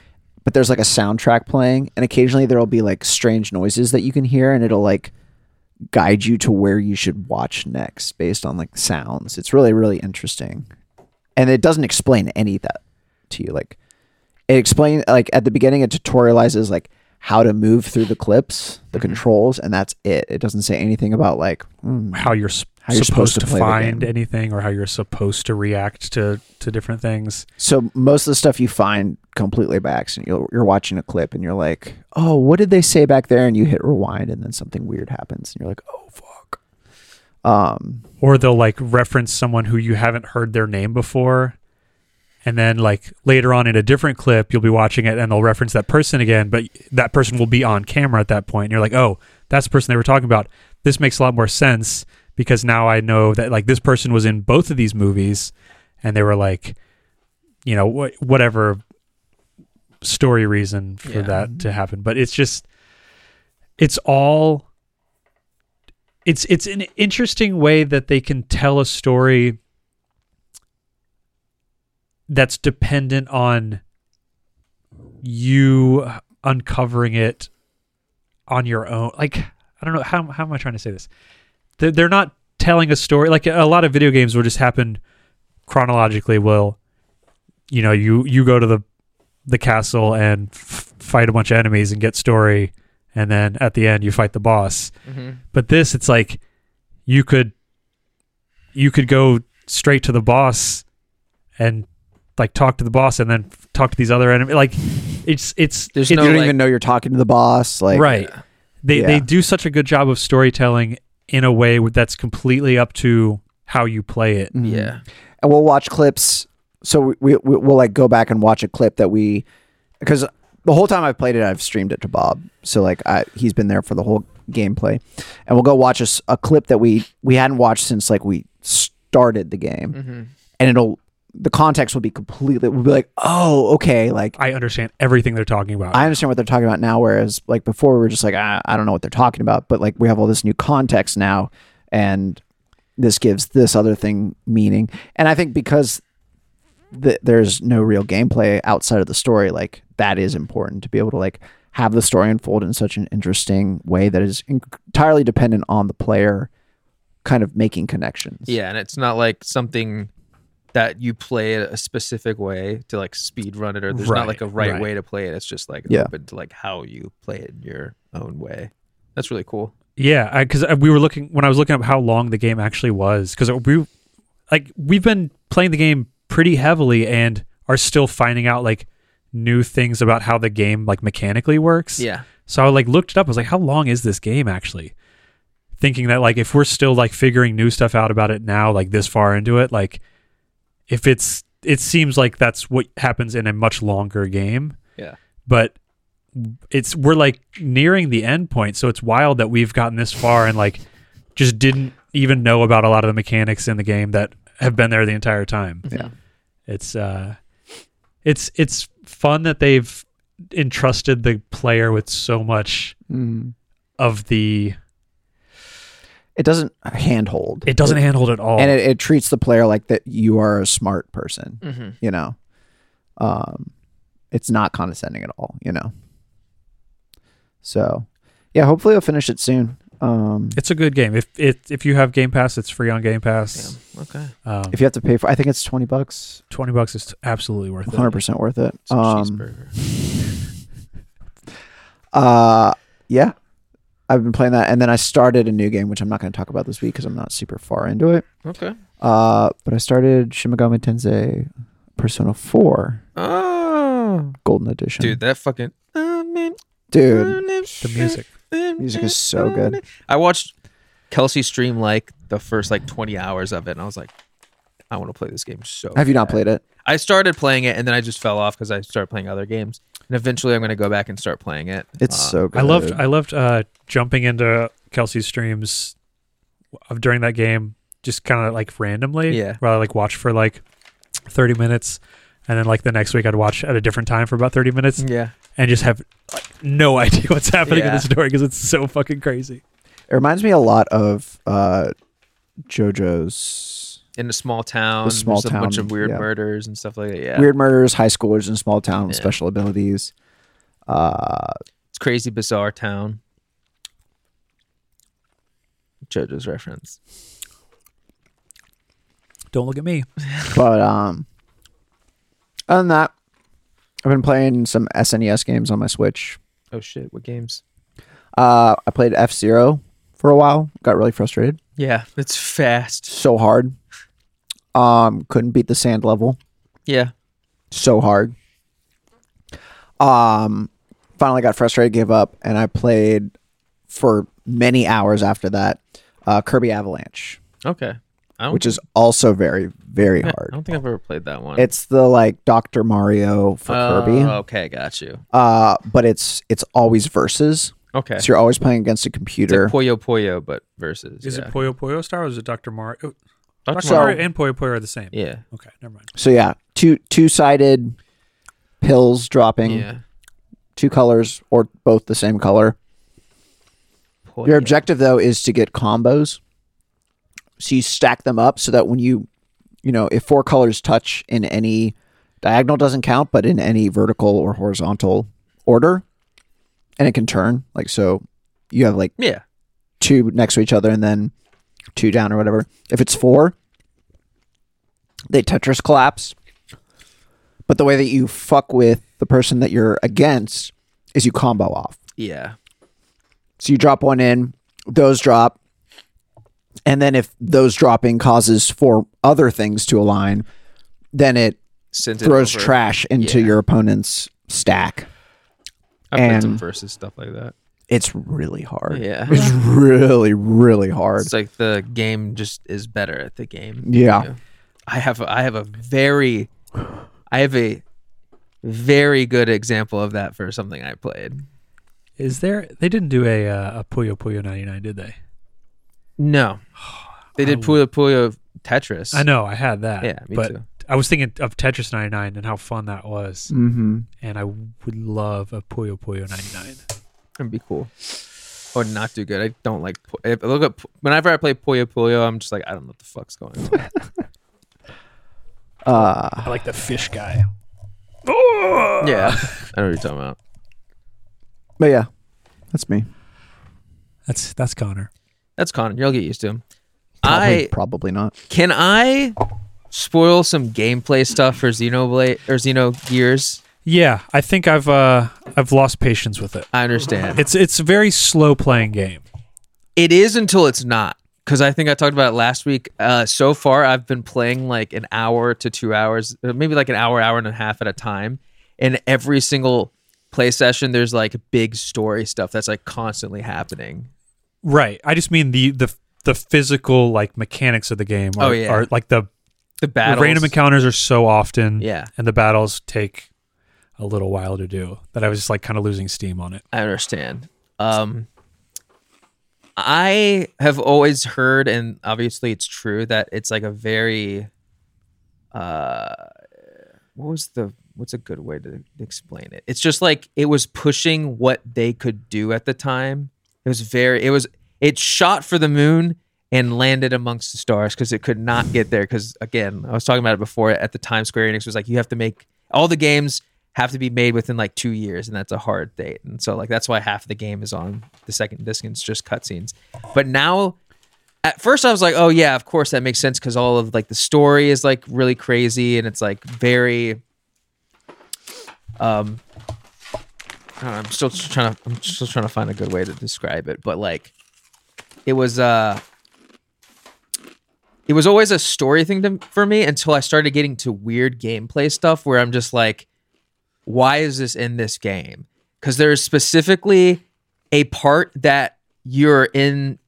A: but there's like a soundtrack playing and occasionally there'll be like strange noises that you can hear and it'll like guide you to where you should watch next based on like sounds it's really really interesting and it doesn't explain any of that to you like it explain like at the beginning it tutorializes like how to move through the clips the controls and that's it it doesn't say anything about like hmm,
B: how you're, s-
A: How you're
B: supposed,
A: supposed
B: to,
A: to play the
B: find
A: game.
B: anything or how you're supposed to react to to different things.
A: So most of the stuff you find completely by accident. You're, you're watching a clip and you're like, "Oh, what did they say back there?" And you hit rewind, and then something weird happens, and you're like, "Oh, fuck." Um,
B: Or they'll like reference someone who you haven't heard their name before. And then like later on in a different clip, you'll be watching it and they'll reference that person again, but that person will be on camera at that point. And you're like, oh, that's the person they were talking about. This makes a lot more sense because now I know that like this person was in both of these movies and they were like, you know, wh- whatever story reason for
C: Yeah.
B: that to happen. But it's just, it's all it's it's an interesting way that they can tell a story that's dependent on you uncovering it on your own like i don't know how, how am i trying to say this they're, they're not telling a story like a lot of video games will just happen chronologically well you know you you go to the the castle and f- fight a bunch of enemies and get story and then at the end you fight the boss
C: hmm
B: but this it's like you could you could go straight to the boss and like talk to the boss and then f- talk to these other enemies like it's it's
C: There's
A: you
C: no
A: don't
C: like,
A: even know you're talking to the boss, like
B: right they
A: Yeah.
B: they do such a good job of storytelling in a way with- that's completely up to how you play it
A: Mhm.
C: Yeah.
A: and we'll watch clips. So we, we we- we'll like go back and watch a clip that we because the whole time I've played it, I've streamed it to Bob. So like I, he's been there for the whole gameplay, and we'll go watch a, s- a clip that we we hadn't watched since like we started the game.
C: hmm
A: and it'll the context will be completely will be like, oh, okay, like
B: I understand everything they're talking about.
A: I understand what they're talking about now. Whereas like before, we were just like, I, I don't know what they're talking about, but like we have all this new context now, and this gives this other thing meaning. And I think because th- there's no real gameplay outside of the story, like that is important to be able to like have the story unfold in such an interesting way that is entirely dependent on the player kind of making connections.
C: Yeah, and it's not like something that you play it a specific way to like speed run it, or there's
B: Right,
C: not like a right,
B: right.
C: way to play it. It's just like
A: Yeah.
C: open to like how you play it in your own way. That's really cool.
B: Yeah, because we were looking when I was looking up how long the game actually was because we like we've been playing the game pretty heavily and are still finding out like new things about how the game like mechanically works.
C: Yeah,
B: So I like looked it up. I was like, how long is this game actually? Thinking that like if we're still like figuring new stuff out about it now, like this far into it, like if it's it seems like that's what happens in a much longer game.
C: Yeah.
B: But it's we're like nearing the end point, so it's wild that we've gotten this far and like just didn't even know about a lot of the mechanics in the game that have been there the entire time.
A: Yeah.
B: It's uh it's it's fun that they've entrusted the player with so much
A: Mm.
B: of the
A: It doesn't handhold.
B: it doesn't handhold at all.
A: and it, it treats the player like that you are a smart person
C: mm-hmm.
A: you know um it's not condescending at all you know so yeah hopefully i'll finish it soon um
B: it's a good game. If it if you have Game Pass, it's free on Game Pass.
C: Damn. Okay.
B: Um,
A: if you have to pay for i think it's 20 bucks
B: twenty bucks is absolutely worth it.
A: 100% worth it
C: It's a
A: um
C: cheeseburger.
A: uh yeah i've been playing that and then i started a new game which i'm not going to talk about this week because i'm not super far into it
C: Okay.
A: uh but i started shimigami tensei persona 4
C: Oh,
A: golden edition
C: dude, that fucking
A: dude
B: The music.
A: Music is so good.
C: I watched Kelsey stream like the first like 20 hours of it, and I was like, I want to play this game so.
A: have you not
C: bad.
A: played it
C: I started playing it, and then I just fell off because I started playing other games, and eventually I'm gonna go back and start playing it.
A: It's
C: Uh,
A: so good.
B: I loved I loved uh, jumping into Kelsey's streams of during that game, just kind of like randomly.
C: Yeah.
B: Where I like watch for like thirty minutes, and then like the next week I'd watch at a different time for about thirty minutes,
C: yeah.
B: and just have like no idea what's happening in
C: Yeah.
B: the story because it's so fucking crazy.
A: it reminds me a lot of uh, JoJo's
C: In a small town,
A: The small
C: there's a bunch
A: town,
C: of weird
A: yeah.
C: murders and stuff like that. Yeah,
A: Weird Murders, High Schoolers in Small Town with
C: Yeah.
A: Special Abilities. Uh,
C: it's crazy, bizarre town. JoJo's reference.
B: Don't look at me.
A: but um, other than that, I've been playing some SNES games on my Switch.
C: Oh shit! What games?
A: Uh, I played F Zero for a while. Got really frustrated.
C: Yeah, it's fast.
A: So hard. Um, couldn't beat the sand level.
C: Yeah,
A: so hard. Um, finally got frustrated, gave up, and I played for many hours after that. Uh, Kirby Avalanche,
C: Okay. I don't
A: which
C: think-
A: is also very, very
C: yeah, I
A: hard.
C: don't think I've ever played that one.
A: It's the like Doctor Mario for
C: Oh,
A: Kirby,
C: Okay, got you.
A: uh, but it's it's always versus,
C: Okay.
A: so you're always playing against a
C: It's like
A: computer.
C: Puyo Puyo, but versus.
B: Is
C: yeah.
B: it Puyo Puyo Star or is it Doctor Mario? Oh,
C: Dr.
B: Doctor
A: So-
C: Mario-
B: Mario and Puyo Puyo are the same.
C: Yeah.
B: Okay, never mind.
A: So yeah, two two sided pills dropping,
C: Yeah.
A: two colors or both the same color.
C: Puyo.
A: Your objective though is to get combos. So you stack them up so that when you you know, if four colors touch in any diagonal doesn't count, but in any vertical or horizontal order and it can turn, like so you have like
C: Yeah.
A: two next to each other and then two down or whatever. If it's four, they Tetris collapse. But the way that you fuck with the person that you're against is you combo off.
C: Yeah.
A: So you drop one in, those drop. And then if those dropping causes four other things to align, then it
C: Sends it
A: throws
C: over.
A: trash into
C: Yeah.
A: your opponent's stack.
C: I've played some
A: and-
C: versus stuff like that.
A: It's really hard.
C: Yeah.
A: It's really, really hard.
C: It's like the game just is better at the game.
A: Yeah.
C: I have I have a very I have a very good example of that for something I played.
B: Is there? They didn't do a uh, a Puyo Puyo ninety nine, did they?
C: No. They did Puyo Puyo Tetris.
B: I know I had that.
C: Yeah, me
B: but
C: too.
B: I was thinking of Tetris 99 and how fun that was,
A: Mm-hmm.
B: and I would love a Puyo Puyo 99.
C: It'd be cool. Or not do good. I don't like. Po- if I look up whenever I play Puyo Puyo, I'm just like I don't know what the fuck's going on.
A: Uh,
C: Ah.
D: I like the fish guy.
C: yeah, I know what you're talking about.
A: but yeah, that's me.
B: That's that's Connor.
C: That's Connor. You'll get used to him.
A: Probably,
C: I
A: probably not.
C: can I spoil some gameplay stuff for Xenoblade or Xeno Gears.
B: Yeah, I think I've uh I've lost patience with it.
C: I understand.
B: It's it's a very slow playing game.
C: It is until it's not. Because I think I talked about it last week. Uh, so far, I've been playing like an hour to two hours, uh, maybe like an hour, hour and a half at a time. And every single play session, there's like big story stuff that's like constantly happening.
B: Right. I just mean the the the physical like mechanics of the game are,
C: Oh, yeah.
B: are like the
C: The
B: the
C: battles.
B: random encounters are so often
C: Yeah.
B: and the battles take a little while to do that I was just like kind of losing steam on it.
C: I understand. Um, I have always heard, and obviously it's true, that it's like a very, uh, what was the what's a good way to explain it? It's just like it was pushing what they could do at the time. It was very, it was, it shot for the moon and landed amongst the stars because it could not get there. Because again, I was talking about it before. At the time, Square Enix was like, you have to make all the games have to be made within like two years, and that's a hard date. And so like that's why half the game is on the second disc and it's just cutscenes. But now at first I was like, oh yeah, of course that makes sense because all of like the story is like really crazy and it's like very. Um, I don't know, I'm still trying to I'm still trying to find a good way to describe it, but like, it was uh, it was always a story thing to, for me until I started getting to weird gameplay stuff where I'm just like, why is this in this game? Because there is specifically a part that you're in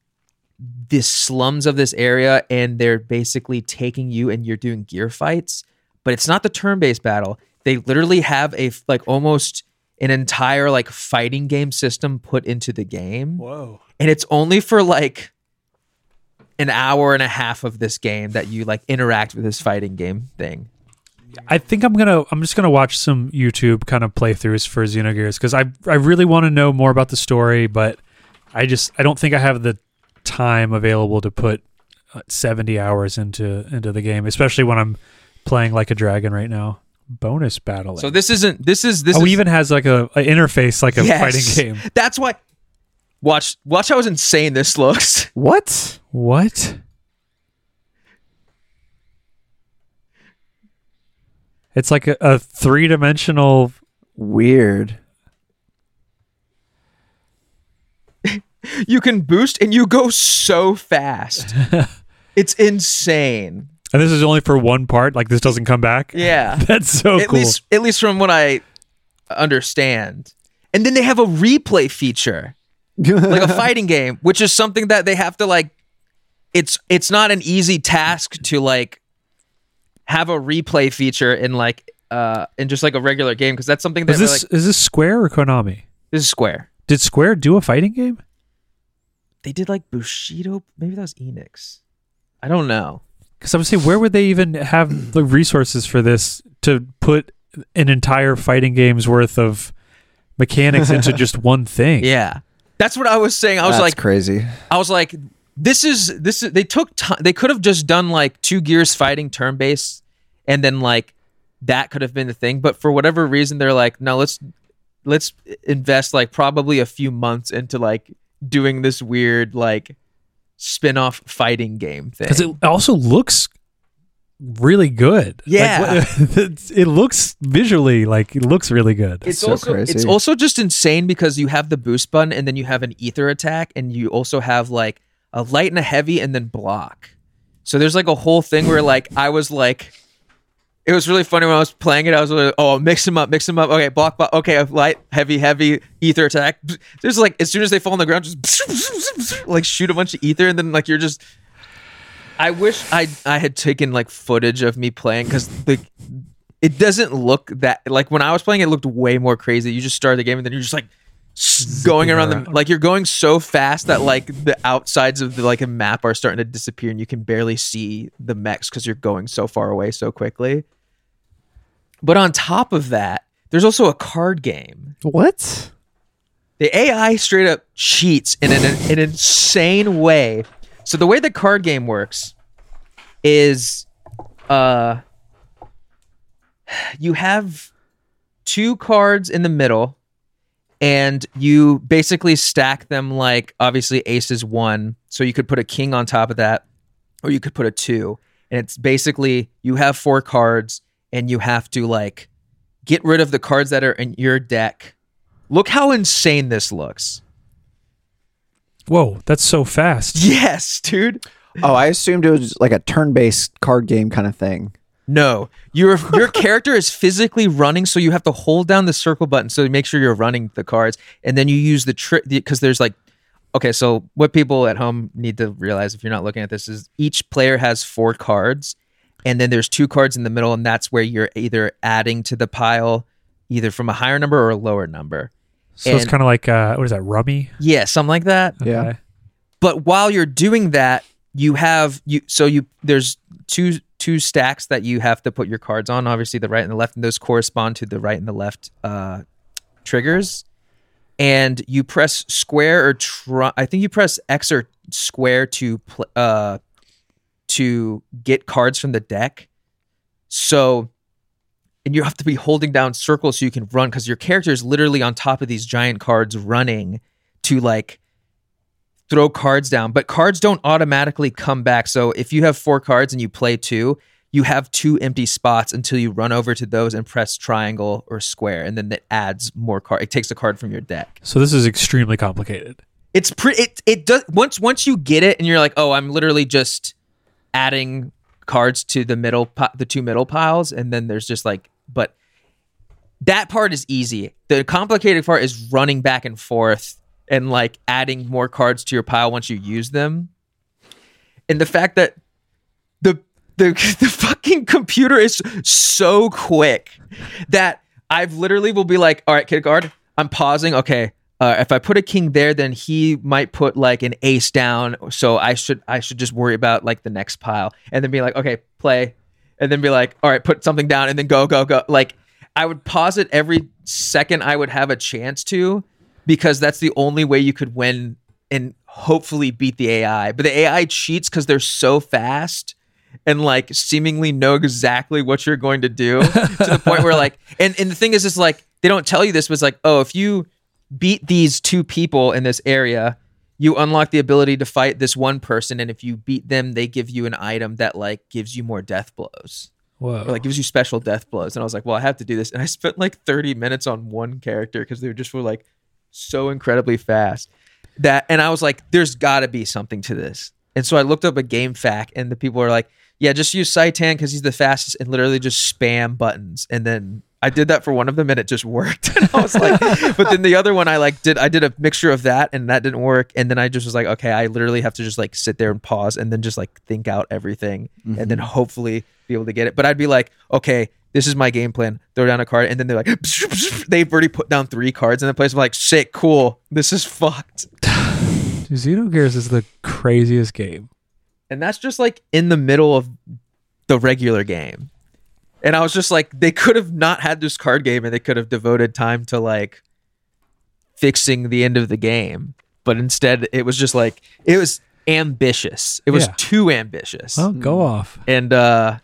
C: the slums of this area and they're basically taking you and you're doing gear fights but it's not the turn-based battle they literally have a f- like almost an entire like fighting game system put into the game
B: Whoa.
C: and it's only for like an hour and a half of this game that you like interact with this fighting game thing
B: I think I'm gonna. I'm just gonna watch some YouTube kind of playthroughs for Xenogears because I I really want to know more about the story, but I just I don't think I have the time available to put uh, 70 hours into into the game, especially when I'm playing like a dragon right now. Bonus battle.
C: so this isn't this is this
B: oh,
C: is,
B: even has like a, a interface like a fighting game.
C: that's why watch watch how insane this looks
A: What?
B: What? It's like a, a three dimensional
A: Weird.
C: you can boost and you go so fast. it's insane.
B: And this is only for one part. Like this doesn't come back.
C: Yeah.
B: That's so
C: at
B: cool.
C: least at least from what I understand. And then they have a replay feature, like a fighting game, which is something that they have to like it's it's not an easy task to like have a replay feature in like uh in just like a regular game because that's something that
B: is
C: we're
B: this
C: like
B: is this Square or Konami?
C: this is Square.
B: Did Square do a fighting game?
C: They did like Bushido, maybe that was Enix. I don't know.
B: Because I would say, where would they even have the resources for this to put an entire fighting game's worth of mechanics into just one thing?
C: Yeah. That's what I was saying. I was
A: That's
C: like
A: crazy.
C: I was like, this is this is they took time. They could have just done like two gears fighting turn based, and then like that could have been the thing. But for whatever reason, they're like, no, let's let's invest like probably a few months into like doing this weird like spin-off fighting game thing.
B: Because it also looks really good. Like,
C: Yeah.
B: what- it looks visually like it looks really good.
C: it's
A: so
C: also
A: crazy.
C: it's also just insane because you have the boost button and then you have an ether attack and you also have like a light and a heavy and then block. So there's like a whole thing where like I was like it was really funny when I was playing it. I was like, "Oh, mix them up, mix them up. Okay, block, block. Okay, light, heavy, heavy, ether attack." There's like as soon as they fall on the ground, just like shoot a bunch of ether, and then like you're just. I wish I I had taken like footage of me playing because the it doesn't look that like when I was playing, it looked way more crazy. You just start the game and then you're just like s- going around the like you're going so fast that like the outsides of the like a map are starting to disappear and you can barely see the mechs because you're going so far away so quickly. But on top of that, there's also a card game.
A: What?
C: The AI straight up cheats in an, an insane way. So the way the card game works is uh you have two cards in the middle and you basically stack them like obviously ace is one so you could put a king on top of that or you could put a two and it's basically you have four cards and you have to like get rid of the cards that are in your deck look how insane this looks
B: Whoa, that's so fast.
C: yes dude
A: Oh, I assumed it was like a turn-based card game kind of thing.
C: No, your your character is physically running, so you have to hold down the circle button so you make sure you're running the cards, and then you use the trick because there's like, okay, so what people at home need to realize if you're not looking at this is each player has four cards, and then there's two cards in the middle, and that's where you're either adding to the pile, either from a higher number or a lower number.
B: So it's
C: And-
B: kind of like uh, what is that? Rummy.
C: Yeah, something like that
A: Yeah.
B: Okay.
C: but while you're doing that you have you so you there's two two stacks that you have to put your cards on obviously the right and the left and those correspond to the right and the left uh triggers and you press square or tr- i think you press x or square to pl- uh to get cards from the deck so and you have to be holding down circle so you can run because your character is literally on top of these giant cards running to like throw cards down, but cards don't automatically come back. So if you have four cards and you play two, you have two empty spots until you run over to those and press triangle or square, and then it adds more card. It takes a card from your deck.
B: So this is extremely complicated.
C: It's pretty. It it does once once you get it, and you're like, oh, I'm literally just adding cards to the middle, pi- the two middle piles, and then there's just like, but that part is easy. The complicated part is running back and forth and like adding more cards to your pile once you use them. And the fact that the the the fucking computer is so quick that I've literally will be like, all right, kid guard, I'm pausing. Okay. Uh, if I put a king there, then he might put like an ace down. So I should I should just worry about like the next pile, and then be like, okay, play, and then be like, all right, put something down, and then go go go. Like I would pause it every second I would have a chance to, because that's the only way you could win and hopefully beat the AI. But the AI cheats because they're so fast and like seemingly know exactly what you're going to do to the point where like and and the thing is is like they don't tell you this but it's like oh if you beat these two people in this area you unlock the ability to fight this one person and if you beat them they give you an item that like gives you more death blows
B: Whoa.
C: or like gives you special death blows. And I was like, well, I have to do this. And I spent like 30 minutes on one character because they were just were like so incredibly fast that, and I was like, there's got to be something to this. And so I looked up a game fact, and the people are like, yeah, just use Saitan because he's the fastest, and literally just spam buttons. And then I did that for one of them, and it just worked. And I was like, but then the other one, I like did I did a mixture of that, and that didn't work. And then I just was like, okay, I literally have to just like sit there and pause, and then just like think out everything, and then hopefully be able to get it. But I'd be like, okay, this is my game plan. Throw down a card, and then they're like, they've already put down three cards in the place. I'm like, sick, cool. This is fucked.
B: Xenogears is the craziest game.
C: And that's just like in the middle of the regular game. And I was just like, they could have not had this card game and they could have devoted time to like fixing the end of the game. But instead, it was just like, it was ambitious. It was
B: Yeah.
C: too ambitious.
D: Oh,
B: Well, go off.
C: And, uh,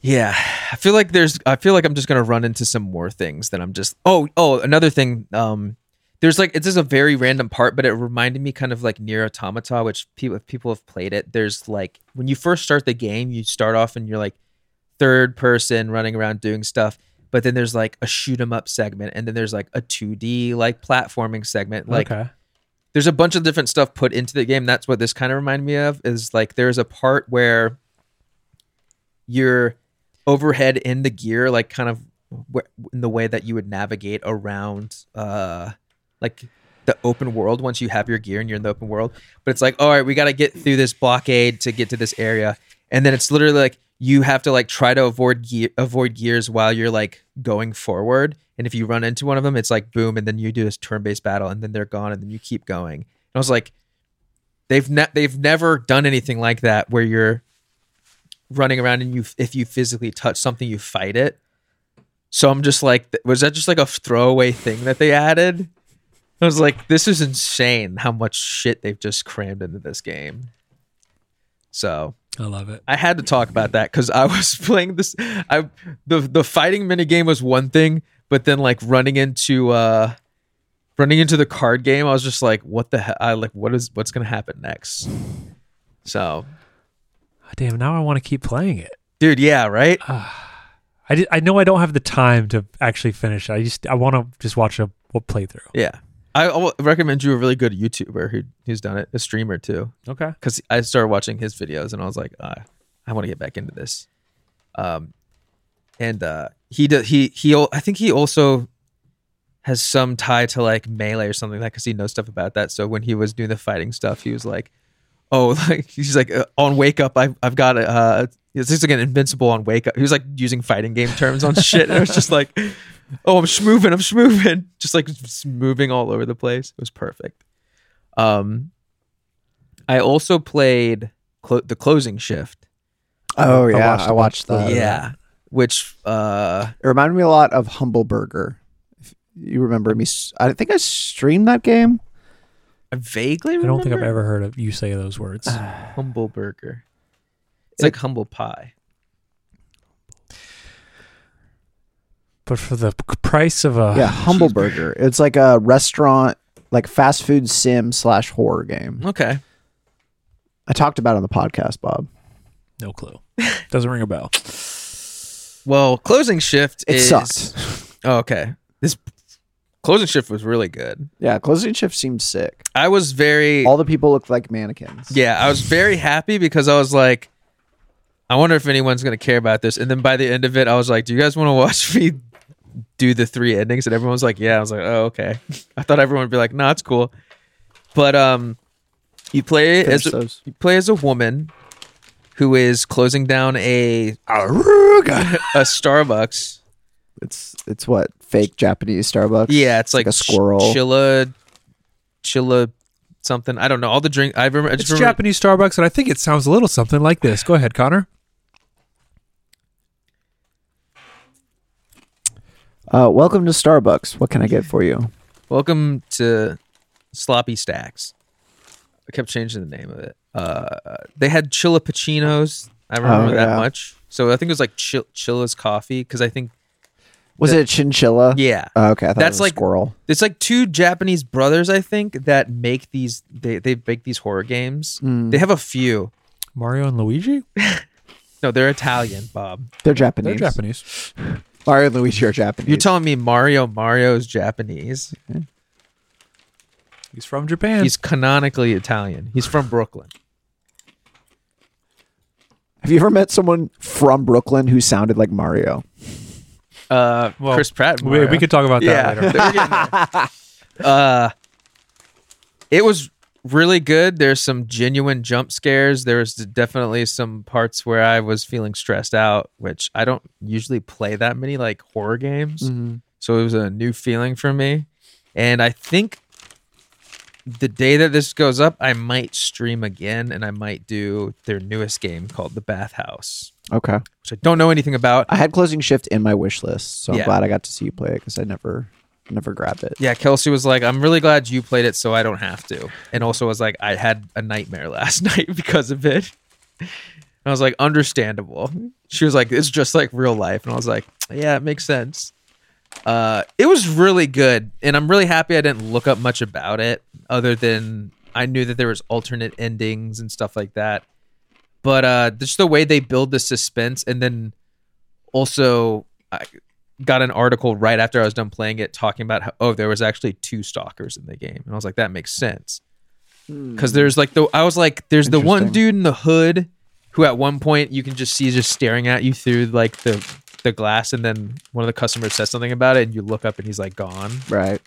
C: yeah, I feel like there's. I feel like I'm just gonna run into some more things that I'm just. Oh, oh, another thing. Um, there's like it's just a very random part, but it reminded me kind of like near Automata, which people if people have played it. There's like when you first start the game, you start off and you're like third person running around doing stuff, but then there's like a shoot 'em up segment, and then there's like a 2D like platforming segment. Like
B: okay.
C: there's a bunch of different stuff put into the game. That's what this kind of reminded me of is like there's a part where you're overhead in the gear, like kind of wh- in the way that you would navigate around, uh, like the open world once you have your gear and you're in the open world. But it's like, all right, we got to get through this blockade to get to this area. And then it's literally like you have to like try to avoid ge- avoid gears while you're like going forward. And if you run into one of them, it's like boom, and then you do this turn based battle, and then they're gone, and then you keep going. And I was like, they've ne- they've never done anything like that where you're running around and you if you physically touch something, you fight it. So I'm just like, th- was that just like a throwaway thing that they added? I was like, this is insane how much shit they've just crammed into this game. So
D: I love it.
C: I had to talk about that because I was playing this. I the the fighting minigame was one thing, but then like running into uh running into the card game, I was just like, what the hell? I like what is what's gonna happen next? So,
D: Ah, Damn, now I want to keep playing it.
C: dude, yeah, right.
D: I, di- I know I don't have the time to actually finish it. I just I want to just watch a, a playthrough.
C: Yeah, I, I will recommend you a really good YouTuber who who's done it, a streamer too,
D: Okay.
C: because I started watching his videos and I was like, ah, I want to get back into this. Um, and uh, he does he he al- I think he also has some tie to like melee or something like that because he knows stuff about that. So when he was doing the fighting stuff, he was like, oh, like he's like uh, on wake up, I've I've got a. Uh, it's just like an invincible on wake up. He was like using fighting game terms on shit. And I was just like, oh, I'm schmoving, I'm schmoving. Just like s- moving all over the place. It was perfect. Um, I also played clo- the closing shift.
A: Oh yeah, I watched,
D: watched a bunch of
A: that.
D: those.
C: yeah. Which uh
A: It reminded me a lot of Humble Burger. If you remember me? s- I think I streamed that game.
C: I vaguely
D: I
C: remember.
D: don't think I've ever heard of you say those words.
C: Ah. humble burger. It's
A: It-
C: like humble pie.
D: but for the p- price of a
C: Ah,
A: yeah, Humble Burger. It's like a restaurant, like fast food sim slash horror game.
C: Okay.
A: I talked about it on the podcast, Bob.
D: no clue. Doesn't ring a bell.
C: Well, closing shift
A: It
C: is
A: sucked.
C: Oh, okay. This closing shift was really good.
A: Yeah, Closing Shift seemed sick.
C: I was very
A: All the people looked like mannequins.
C: Yeah, I was very happy because I was like, I wonder if anyone's gonna care about this. And then by the end of it, I was like, Do you guys want to watch me do the three endings? And everyone was like, Yeah. I was like, Oh, okay. I thought everyone would be like, No, nah, it's cool. But um, you play it
A: Finish
C: as a,
A: those.
C: you play as a woman who is closing down a a Starbucks.
A: it's it's what fake Japanese Starbucks.
C: Yeah, it's like,
A: a squirrel.
C: Chilla, chilla, something. I don't know. All the drink. I remember. I just
D: It's
C: remember
D: Japanese Starbucks, and I think it sounds a little something like this. Go ahead, Connor.
A: Uh, welcome to Starbucks. What can I get for you?
C: Welcome to Sloppy Stacks. I kept changing the name of it. Uh, they had Chilla Pacinos. I remember
A: Oh,
C: that
A: yeah.
C: much. So I think it was like Chil- Chilla's Coffee because I think
A: Was it a chinchilla?
C: yeah,
A: Oh, okay, I thought
C: That's
A: it was
C: like-
A: a squirrel.
C: it's like two Japanese brothers I think that make these. They they make these horror games.
A: Hmm.
C: They have a few.
D: Mario and Luigi?
C: No, they're Italian, Bob.
A: They're Japanese.
D: They're Japanese.
A: Mario and Luigi are Japanese.
C: You're telling me Mario Mario's Japanese?
D: He's from Japan.
C: He's canonically Italian. He's from Brooklyn.
A: Have you ever met someone from Brooklyn who sounded like Mario?
C: Uh,
D: Well,
C: Chris Pratt. and
D: we,
C: Mario.
D: we could talk about that later.
C: they were getting there. uh, it was really good. There's some genuine jump scares. There was definitely some parts where I was feeling stressed out, which I don't usually play that many like horror games. So it was a new feeling for me. And I think the day that this goes up, I might stream again and I might do their newest game called The Bathhouse,
A: Okay,
C: which I don't know anything about.
A: I had Closing Shift in my wish list, so I'm
C: Yeah.
A: glad I got to see you play it because I never, never grabbed it.
C: Yeah, Kelsey was like, "I'm really glad you played it, so I don't have to." And also was like, "I had a nightmare last night because of it." And I was like, "Understandable." She was like, "It's just like real life," and I was like, "Yeah, it makes sense." Uh, it was really good, and I'm really happy I didn't look up much about it, other than I knew that there was alternate endings and stuff like that. But uh, just the way they build the suspense, and then also I got an article right after I was done playing it talking about how oh there was actually two stalkers in the game and I was like that makes sense because there's like the I was like there's the one
A: Interesting.
C: dude in the hood who at one point you can just see just staring at you through like the the glass and then one of the customers says something about it and you look up and he's like gone
A: Right.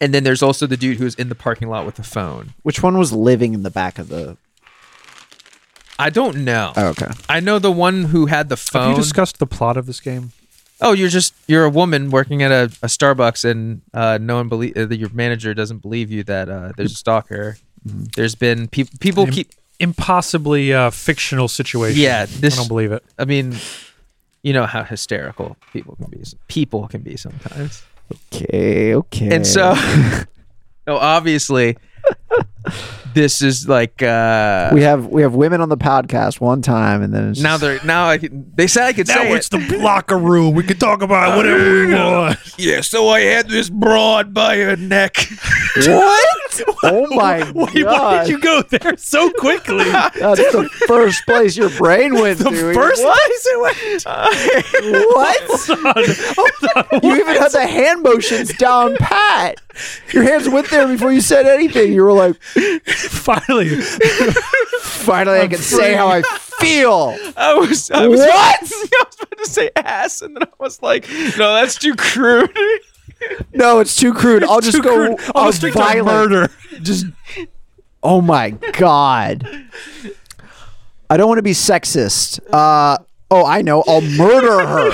C: and then there's also the dude who's in the parking lot with the phone
A: Which one was living in the back of the?
C: I don't know.
A: Oh, okay.
C: I know the one who had the
D: Have
C: phone.
D: you discussed the plot of this game?
C: oh, you're just you're a woman working at a, a Starbucks, and uh, no one believe uh, your manager doesn't believe you that uh, there's a stalker.
D: Mm-hmm.
C: There's been peop people
D: Im-
C: keep.
D: Impossibly uh, fictional situation.
C: Yeah, this-
D: I don't believe it.
C: I mean, you know how hysterical people can be. People can be sometimes.
A: Okay. Okay.
C: And so, no, obviously, this is like uh,
A: we have we have women on the podcast one time, and then it's
C: now
A: just-
C: they're now I can, they said I could say it.
D: the locker room. We can talk about whatever we want.
C: yeah, so I had this broad by her neck.
A: what? oh my
D: Wait, why
A: god!
D: did you go there so quickly?
A: That's the first place your brain went
D: the
A: to.
D: first
A: What?
D: place it went.
A: What? Oh, you even had the hand motions down pat. Your hands went there before you said anything. You were like,
D: Finally,
A: finally, i can say how I feel.
C: I was, I was
A: What?
C: I was about to say ass, and then I was like, no, that's too crude.
A: No, it's too crude. I'll just
D: too
A: go
D: crude. I'll
A: I'll
D: go straight to
A: violent.
D: murder.
A: Just oh my god. I don't want to be sexist. Uh, oh, I know. I'll murder her.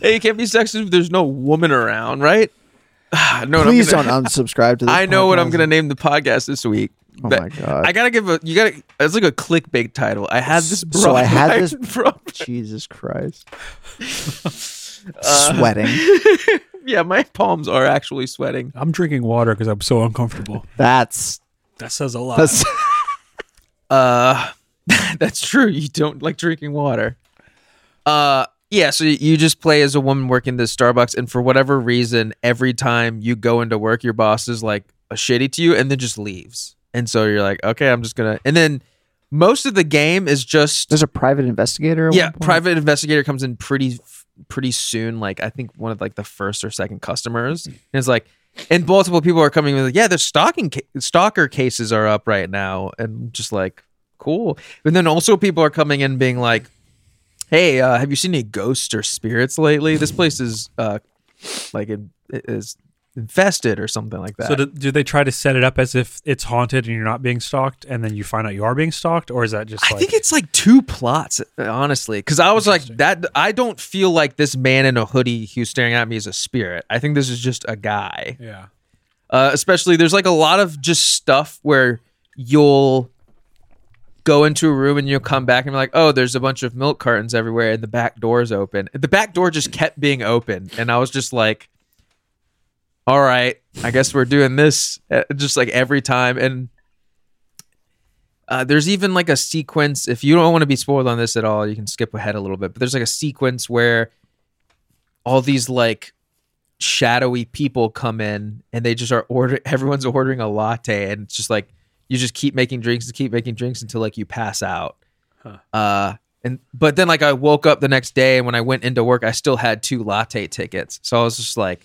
C: hey, you can't be sexist if there's no woman around, right? Ah, no,
A: Please
C: I'm
A: don't
C: gonna-
A: unsubscribe to this.
C: I know what I'm
A: podcast.
C: going to name the podcast this week.
A: Oh
C: but
A: my God.
C: I gotta give a you gotta. It's like a clickbait title. I had this.
A: So I had
C: broad-
A: this-
C: broad-
A: Jesus Christ. Sweating.
C: yeah, my palms are actually sweating.
D: I'm drinking water because I'm so uncomfortable.
A: That's
D: That says a lot.
A: that's
C: Uh, that's true. You don't like drinking water. Uh, yeah. So you just play as a woman working this Starbucks, and for whatever reason, every time you go into work, your boss is like a shitty to you, and then just leaves. And so you're like, okay, I'm just gonna. And then most of the game is just
A: there's a private investigator. at
C: yeah
A: one point?
C: private investigator comes in pretty pretty soon like i think one of like the first or second customers
A: Mm-hmm.
C: and it's like and multiple people are coming in like yeah the stalking ca- stalker cases are up right now and just like cool and then also people are coming in being like hey uh, have you seen any ghosts or spirits lately this place is uh like it it is infested or something like that
D: so do, do they try to set it up as if it's haunted and you're not being stalked, and then you find out you are being stalked, or is that just
C: I
D: like
C: think it's like two plots, honestly. Because I was like that. I don't feel like this man in a hoodie who's staring at me is a spirit. I think this is just a guy.
D: yeah?
C: Uh, especially there's like a lot of just stuff where you'll go into a room and you'll come back and be like, oh, there's a bunch of milk cartons everywhere and the back door's open. The back door just kept being open, and I was just like, all right, I guess we're doing this uh, just like every time and. Uh, there's even like a sequence. If you don't want to be spoiled on this at all, you can skip ahead a little bit. But there's like a sequence where all these like shadowy people come in and they just are order. Everyone's ordering a latte, and it's just like you just keep making drinks and keep making drinks until like you pass out. Uh, and but then like I woke up the next day, and when I went into work, I still had two latte tickets. So I was just like,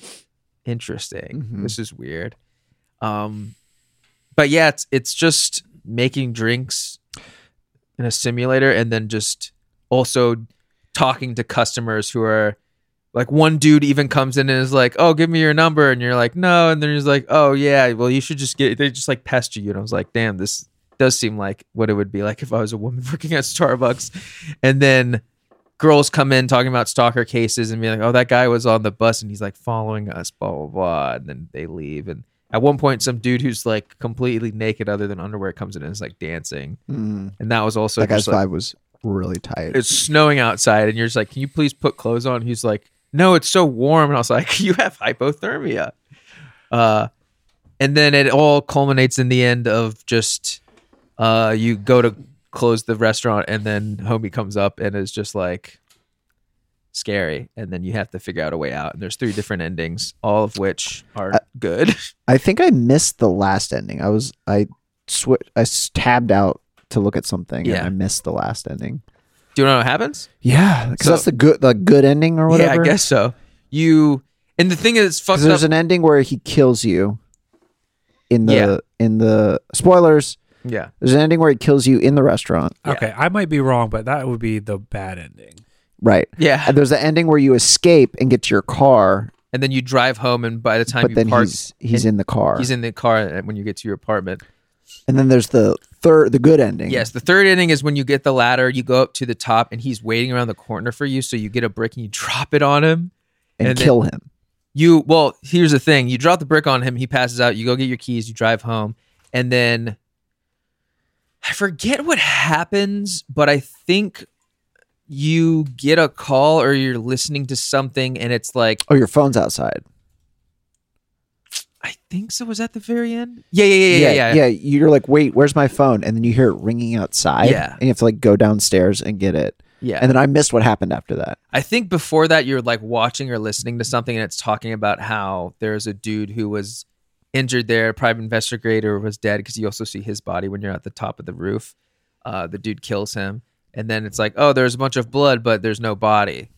C: interesting. This is weird. Um, but yeah, it's it's just making drinks in a simulator and then just also talking to customers who are like one dude even comes in and is like, "Oh, give me your number," and you're like, "No," and then he's like, "Oh yeah, well you should just get." They just like pester you, and I was like, "Damn, this does seem like what it would be like if I was a woman working at Starbucks," and then girls come in talking about stalker cases and be like, "Oh, that guy was on the bus and he's like following us," blah blah blah, and then they leave. And at one point, some dude who's like completely naked other than underwear comes in and is like dancing,
A: Mm,
C: and that was also
A: that guy's
C: just, like,
A: vibe was really tight.
C: it's snowing outside and you're just like can you please put clothes on he's like no it's so warm and i was like you have hypothermia uh and then it all culminates in the end of just uh you go to close the restaurant and then homie comes up and is just like scary and then you have to figure out a way out and there's three different endings all of which are
A: Uh,
C: good
A: I think I missed the last ending. I was I sw- I s- tabbed out to look at something
C: Yeah.
A: and I missed the last ending.
C: do you know what happens
A: Yeah, because
C: So-
A: that's the good the good ending or whatever.
C: yeah i guess so you and the thing is fucked
A: because
C: up
A: there's an ending where he kills you in the
C: Yeah.
A: in the spoilers.
C: yeah
A: There's an ending where he kills you in the restaurant,
D: Okay, I might be wrong, but that would be the bad ending.
A: right?
C: Yeah.
A: And there's the ending where you escape and get to your car,
C: and then you drive home and by the time
A: but
C: you
A: then
C: park
A: he's he's in the car.
C: uh, he's in the car when you get to your apartment
A: and then there's the third, the good ending.
C: Yes, the third inning is when you get the ladder, you go up to the top, and he's waiting around the corner for you. So you get a brick and you drop it on him.
A: and,
C: and then-
A: kill him.
C: You well, here's the thing: you drop the brick on him, he passes out. You go get your keys, you drive home, and then I forget what happens, but I think you get a call or you're listening to something, and it's like
A: Oh, your phone's outside.
C: I think so. Was at the very end? Yeah, yeah, yeah, yeah, yeah.
A: yeah. You're like, wait, where's my phone? And then you hear it ringing outside.
C: Yeah.
A: and you have to like go downstairs and get it.
C: yeah.
A: And then I missed what happened after that.
C: I think before that you're like watching or listening to something and it's talking about how there's a dude who was injured there, private investigator was dead because you also see his body when you're at the top of the roof. Uh, the dude kills him, and then it's like, oh, there's a bunch of blood, but there's no body.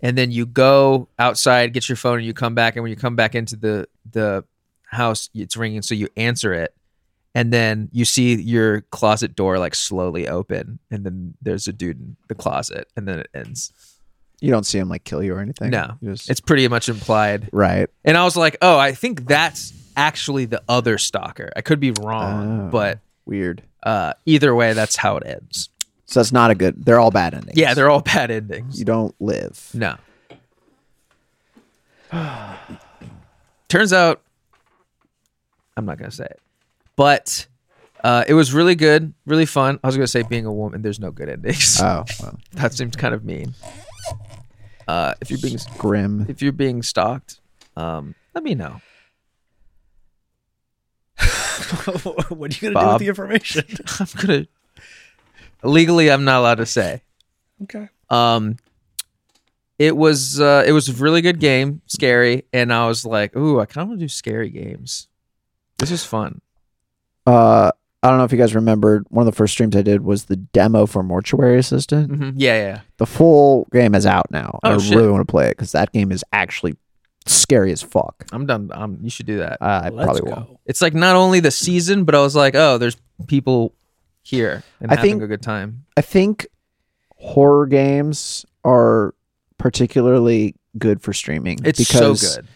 C: And then you go outside, get your phone, and you come back. And when you come back into the the house, it's ringing, so you answer it, and then you see your closet door like slowly open, and then there's a dude in the closet, and then it ends.
A: You don't see him like kill you or anything.
C: No.
A: You just-
C: It's pretty much implied.
A: right.
C: And I was like, oh, I think that's actually the other stalker. I could be wrong,
A: Oh.
C: but
A: Weird.
C: uh, either way, that's how it ends.
A: So that's not a good. They're all bad endings.
C: Yeah, they're all bad endings.
A: You don't live.
C: No. Turns out, I'm not going to say it, but uh, it was really good, really fun. I was going to say, being a woman, there's no good endings.
A: Oh, well,
C: that seems kind of mean. Uh, if you're being
A: grim.
C: if you're being stalked, um, let me know.
D: what are you gonna do
C: Bob.
D: with the information?
C: I'm gonna legally I'm not allowed to say.
D: okay.
C: Um it was uh it was a really good game, scary, and I was like, ooh, I kinda wanna do scary games. This is fun.
A: Uh, I don't know if you guys remembered. One of the first streams I did was the demo for Mortuary Assistant.
C: Mhm. Yeah, yeah. yeah.
A: The full game is out now.
C: Oh,
A: I
C: shit.
A: really want to play it because that game is actually scary as fuck.
C: I'm done. Um, you should do that.
A: Uh, I
D: Let's
A: probably will.
D: go.
C: It's like not only the season, but I was like, oh, there's people here and
A: I
C: having
A: think-
C: a good time.
A: I think horror games are particularly good for streaming.
C: It's
A: because,
C: so good.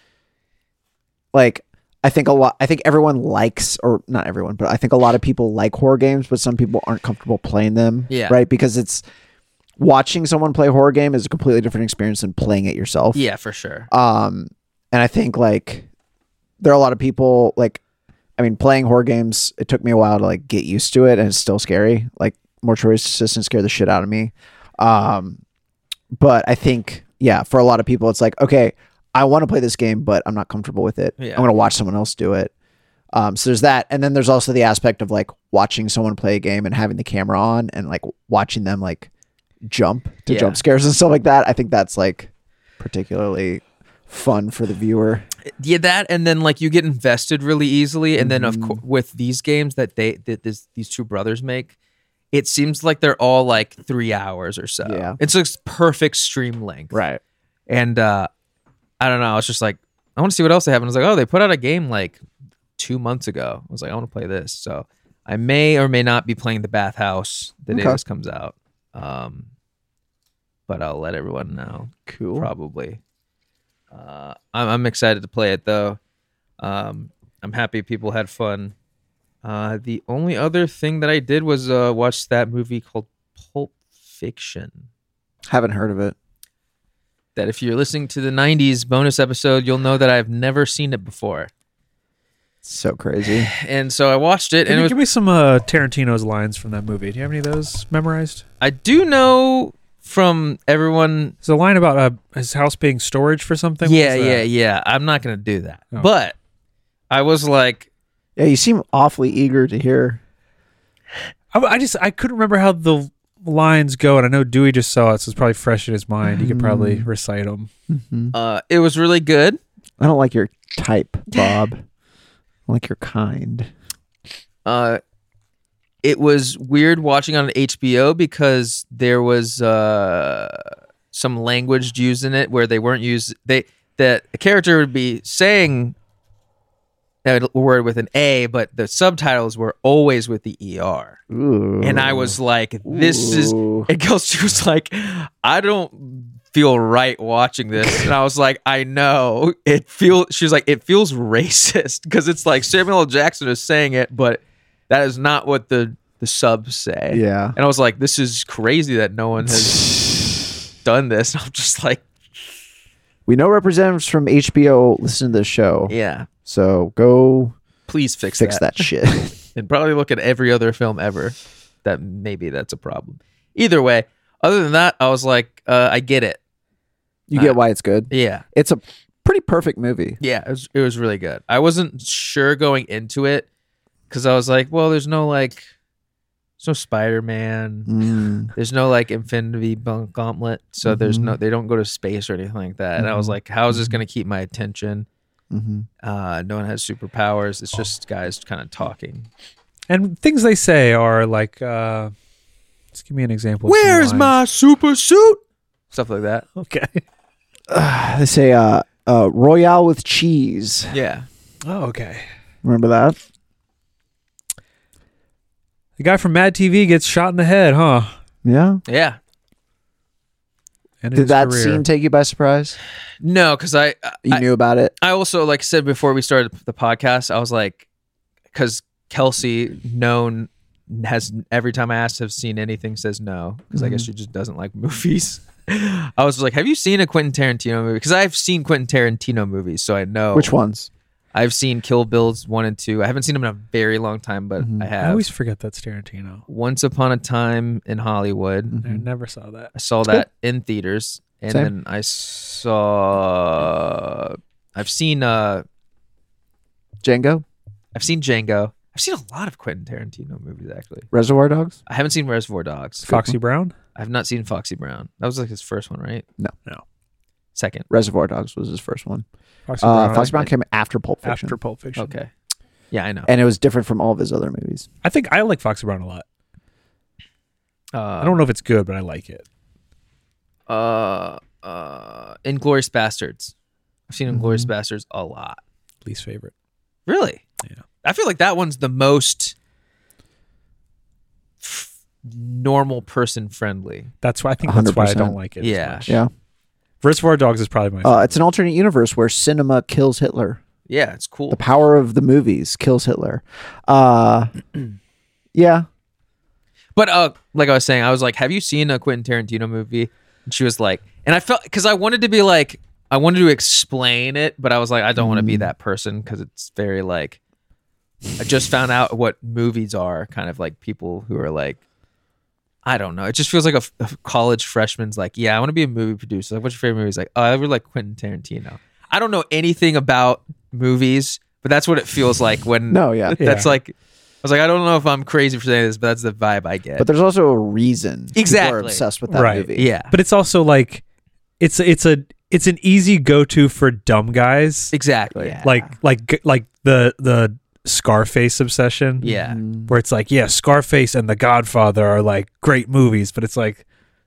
A: Like I think a lot I think everyone likes or not everyone, but I think a lot of people like horror games, but some people aren't comfortable playing them.
C: Yeah.
A: Right? Because it's watching someone play a horror game is a completely different experience than playing it yourself.
C: Yeah, for sure.
A: Um, and I think like there are a lot of people like, I mean, playing horror games. It took me a while to like get used to it, and it's still scary. Like Mortuary Assistant scared the shit out of me. Um, but I think yeah, for a lot of people, it's like okay, I want to play this game, but I'm not comfortable with it.
C: Yeah.
A: I want to watch someone else do it. Um, so there's that, and then there's also the aspect of like watching someone play a game and having the camera on and like watching them like jump to
C: Yeah.
A: jump scares and stuff like that. I think that's like particularly fun for the viewer.
C: yeah that and then like you get invested really easily and then of
A: Mm-hmm.
C: course with these games that they that this, these two brothers make it seems like they're all like three hours or so
A: Yeah.
C: it's like perfect stream length
A: Right.
C: and uh i don't know i was just like i want to see what else they have and i was like oh they put out a game like two months ago i was like i want to play this so i may or may not be playing the bathhouse the day
A: Okay.
C: this comes out um but i'll let everyone know
A: Cool.
C: probably. Uh, I'm, I'm excited to play it though. Um, I'm happy people had fun. Uh, the only other thing that I did was uh, watch that movie called Pulp Fiction.
A: Haven't heard of it.
C: That if you're listening to the '90s bonus episode, you'll know that I've never seen it before.
A: So crazy.
C: And so I watched it,
D: Can
C: and
D: you
C: it was,
D: give me some uh, Tarantino's lines from that movie? Do you have any of those memorized?
C: I do know from everyone.
D: There's a line about uh, his house being storage for something. What
C: yeah,
D: was
C: yeah,
D: that?
C: yeah. I'm not gonna do that,
D: Oh.
C: but I was like,
A: Yeah, you seem awfully eager to hear.
D: I, I just I couldn't remember how the lines go, and I know Dewey just saw it, so it's probably fresh in his mind. He could probably
C: Mm.
D: recite them. Mm-hmm.
C: uh, it was really good.
A: I don't like your type, Bob. I like your kind.
C: uh, it was weird watching on HBO because there was uh, some language used in it where they weren't used. They that a character would be saying a word with an A, but the subtitles were always with the ER,
A: Ooh.
C: and I was like, "This is."
A: Ooh.
C: And Kelsey was like, "I don't." feel right watching this and i was like i know it feels she was like it feels racist because it's like samuel L. jackson is saying it but that is not what the the the subs say.
A: Yeah.
C: And I was like, this is crazy that no one has done this. I'm just like,
A: We know representatives from HBO listen to this show.
C: yeah,
A: So go
C: please fix,
A: fix that, shit.
C: And probably look at every other film ever that maybe that's a problem. Either way, other than that, I was like, uh, I get it.
A: you
C: Uh,
A: get why it's good.
C: Yeah.
A: It's a pretty perfect movie.
C: Yeah, it was, it was really good. I wasn't sure going into it because I was like, well, there's no like, there's no Spider Man.
A: Mm.
C: There's no like Infinity Bun- Gauntlet, so there's no they don't go to space or anything like that. And I was like, how is this going to keep my attention?
A: hmm
C: Uh, no one has superpowers. It's just guys kind of talking.
B: And things they say are like, uh, just give me an example. of some lines.
C: super suit? Stuff like that.
B: Okay.
A: They say uh, uh, Royale with cheese.
C: Yeah.
B: Oh, okay.
A: Remember that?
B: The guy from Mad TV gets shot in the head, huh?
A: Yeah.
C: Yeah.
B: And
A: Did that scene take you by surprise?
C: No, because I,
A: You
C: I
A: knew about it.
C: I also like said before we started the podcast, I was like, because Kelsey known has every time I asked have seen anything says no because I guess she just doesn't like movies. I was like, have you seen a Quentin Tarantino movie? Because I've seen Quentin Tarantino movies, so I
B: Oh.
C: know
A: Which ones?
C: I've seen Kill Bills one and two. I haven't seen them in a very long time, but I
B: I
C: have.
B: always forget that's Tarantino.
C: Once upon a time in Hollywood.
B: I never saw that.
C: I saw that in theaters, and
A: Same.
C: then I saw. I've seen. uh
A: Django,
C: I've seen Django. I've seen a lot of Quentin Tarantino movies actually.
A: Reservoir Dogs.
C: I haven't seen Reservoir Dogs.
B: Foxy Brown?
C: I've not seen Foxy Brown. That was like his first one, right?
A: No.
B: No.
C: Second.
A: Reservoir Dogs was his first one.
B: Foxy
A: Uh,
B: Brown
A: Fox Brown came after Pulp Fiction,
B: after Pulp Fiction.
C: Okay. Yeah, I
B: Eh,
C: know.
A: and it was different from all of his other movies.
B: I think I like Foxy Brown a lot.
C: Uh,
B: I don't know if it's good, but I like it.
C: Uh, uh, Inglorious Bastards. I've seen Inglorious
B: Mm-hmm.
C: Bastards a lot.
B: Least favorite.
C: Really?
B: Yeah.
C: I feel like that one's the most f- normal person friendly.
B: That's why I think that's why I
A: 100%.
B: don't like it. as
C: Yeah.
B: much.
A: Yeah,
B: Reservoir Dogs is probably my favorite.
A: uh, it's an alternate universe where cinema kills Hitler.
C: Yeah, it's cool.
A: The power of the movies kills Hitler. Uh, yeah,
C: But uh, like I was saying, I was like, "Have you seen a Quentin Tarantino movie?" And she was like, and I felt because I wanted to be like, I wanted to explain it, but I was like, I don't want to
A: Mm.
C: be that person because it's very like, I just found out what movies are, kind of like people who are like, I don't know. It just feels like a, f- a college freshman's like, yeah, I want to be a movie producer. Like, what's your favorite movie? He's like, oh, I really like Quentin Tarantino. I don't know anything about movies, but that's what it feels like when.
A: no, yeah.
C: That's like, I was like, I don't know if I'm crazy for saying this, but that's the vibe I get.
A: But there's also a reason people
C: Exactly.
A: are obsessed with that
B: Right.
A: movie.
C: yeah,
B: but it's also like it's it's a it's an easy go-to for dumb guys.
C: exactly.
B: Like like like the the Scarface obsession.
C: Yeah.
A: Mm-hmm. Mm.
B: Where it's like, yeah, Scarface and The Godfather are like great movies, but it's like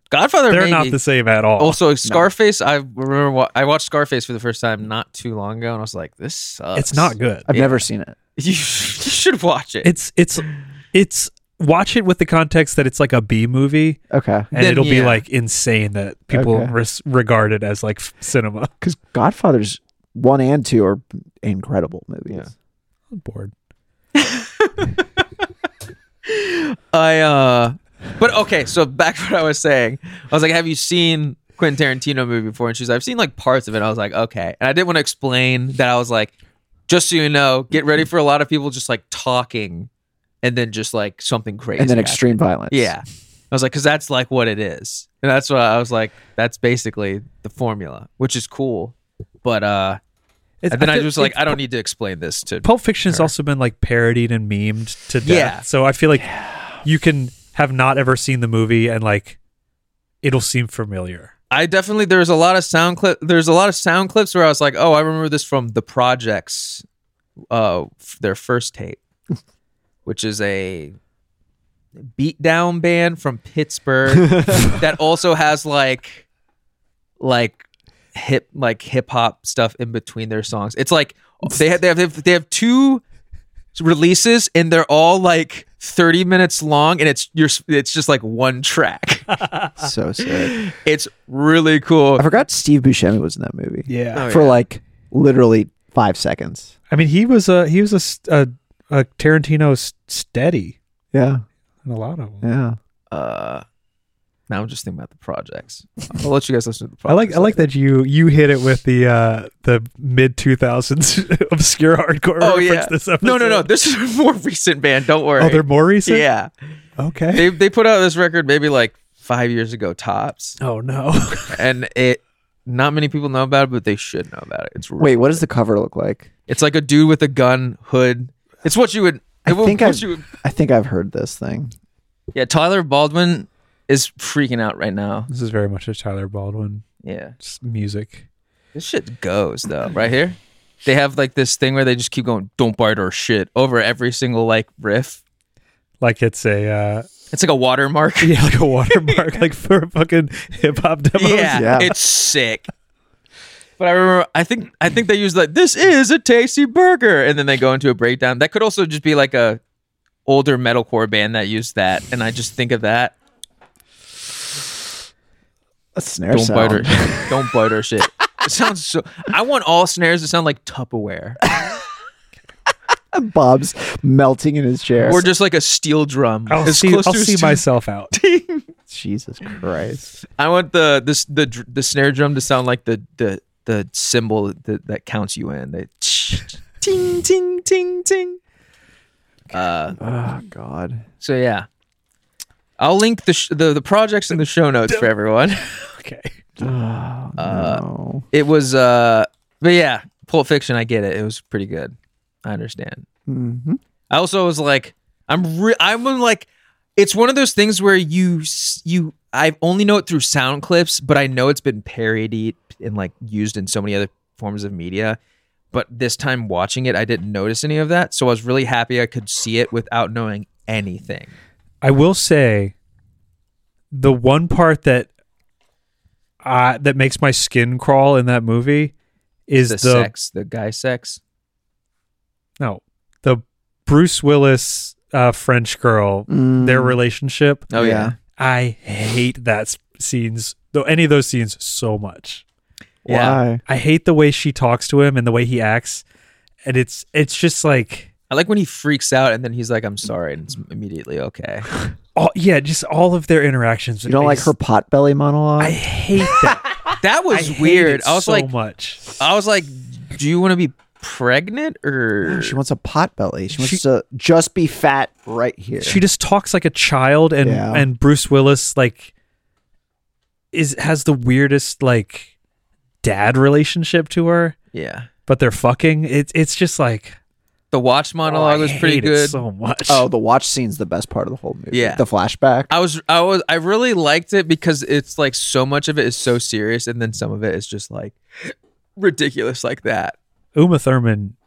C: Godfather.
B: they're
C: maybe.
B: not the same at all.
C: Also, Scarface. I remember wa- I watched Scarface for the first time not too long ago, and I was like, "This sucks."
B: it's not good.
A: I've
C: Yeah.
A: never seen it.
C: You, you should watch it.
B: It's it's it's watch it with the context that it's like a B movie
A: Okay,
B: and
C: Then,
B: it'll be
C: yeah.
B: like insane that people
A: Okay.
B: res- regard it as like f- cinema.
A: because Godfathers one and two are incredible movies.
B: I'm bored.
C: I. uh But okay, so back to what I was saying. I was like, "Have you seen?" Quentin Tarantino movie before, and she's. I've seen like parts of it. I was like, okay, and I didn't want to explain that. I was like, just so you know, get ready for a lot of people just like talking, and then just like something crazy,
A: and then
C: happens.
A: extreme violence.
C: Yeah. I was like, because that's like what it is. And that's why I was like, that's basically the formula, which is cool. But uh
B: It's,
C: and then I,
B: feel-
C: was like,
B: it's-
C: I don't need to explain this to
B: Pulp Fiction has also been like parodied and memed to death.
C: Yeah.
B: So I feel like you can have not ever seen the movie and like it'll seem familiar.
C: I definitely there's a lot of sound clip there's a lot of sound clips where I was like, oh, I remember this from the projects uh f- their first tape, which is a beatdown band from Pittsburgh that also has like like hip like hip hop stuff in between their songs. It's like they have they have they have two releases and they're all like 30 minutes long and it's you're it's just like one track.
A: so sick.
C: It's really cool.
A: I forgot Steve Buscemi was in that movie.
B: Yeah.
C: Oh,
A: for
C: yeah.
A: like literally five seconds.
B: I mean, he was a he was a st- a, a Tarantino s- steady.
A: Yeah,
B: and a lot of them.
A: Yeah.
C: Uh, now I'm just thinking about the projects. I'll let you guys listen to the
B: I
C: projects.
B: like I like that you you hit it with the uh the mid two thousands obscure hardcore.
C: Oh,
B: reference
C: yeah.
B: This episode.
C: No, no, no. This is a more recent band. Don't worry.
B: Oh, they're more recent.
C: yeah.
B: Okay.
C: They they put out this record maybe like five years ago tops,
B: Oh no.
C: and it not many people know about it, but they should know about it. It's re-
A: Wait, what does the cover look like?
C: It's like a dude with a gun hood. It's what you would.
A: I
C: it would-
A: think
C: what
A: I've-
C: you would-
A: I think I've heard this thing.
C: Yeah, Tyler Baldwin is freaking out right now.
B: this is very much a Tyler Baldwin
C: Yeah,
B: just music.
C: this shit goes though. Right here, they have like this thing where they just keep going "Don't bite our shit" over every single like riff.
B: Like it's a uh
C: It's like a watermark.
B: yeah like a watermark like for fucking hip hop demos.
C: yeah,
A: Yeah.
C: it's sick. But I remember, I think, I think they use like this is a tasty burger, and then they go into a breakdown. That could also just be like a older metalcore band that used that, and I just think of that.
A: A snare
C: Don't
A: sound.
C: bite her. Don't bite her shit. It sounds so. I want all snares to sound like Tupperware,
A: Bob's melting in his chair.
C: or just like a steel drum.
B: I'll
C: As
B: see
C: close
B: I'll
C: to a
B: see
C: steel-
B: myself out.
A: Jesus Christ.
C: I want the this the dr- the snare drum to sound like the the the symbol that, that counts you in. The ting ting ting ting. Uh,
A: Oh God.
C: So yeah, I'll link the sh- the the projects in the show notes for everyone.
B: Okay.
A: Oh,
C: Uh,
A: no.
C: It was uh, but yeah, Pulp Fiction. I get it. It was pretty good. I understand.
A: hmm
C: I also was like, I'm re- I'm like, it's one of those things where you s- you I only know it through sound clips, but I know it's been parodied and like used in so many other forms of media. But this time watching it, I didn't notice any of that, so I was really happy I could see it without knowing anything.
B: I will say the one part that uh, that makes my skin crawl in that movie is
C: The,
B: the,
C: sex, the guy sex.
B: no the Bruce Willis uh, French girl
A: Mm-hmm.
B: their relationship.
C: Oh
A: Yeah.
C: yeah.
B: I hate that s- scenes though any of those scenes so much.
A: Why?
B: I hate the way she talks to him and the way he acts, and it's it's just like
C: I like when he freaks out and then he's like, "I'm sorry," and it's immediately okay.
B: all yeah, just all of their interactions.
A: You don't like
B: It's-
A: her potbelly monologue?
B: I hate that.
C: That
B: I
C: was
B: hate
C: weird.
B: it
C: I was
B: so
C: like,
B: much.
C: I was like, "Do you want to be pregnant or?"
A: she wants a potbelly. She wants
B: She-
A: to just be fat right here.
B: she just talks like a child and
A: Yeah.
B: and Bruce Willis like is has the weirdest like dad relationship to her
C: yeah,
B: but they're fucking it's it's just like
C: the watch monologue
B: oh, I
C: was pretty
B: hate it
C: good.
B: so much
A: oh, the watch scene's the best part of the whole movie.
C: Yeah.
A: The flashback.
C: I was, I was, I really liked it because it's like so much of it is so serious, and then some of it is just like ridiculous, like that.
B: Uma Thurman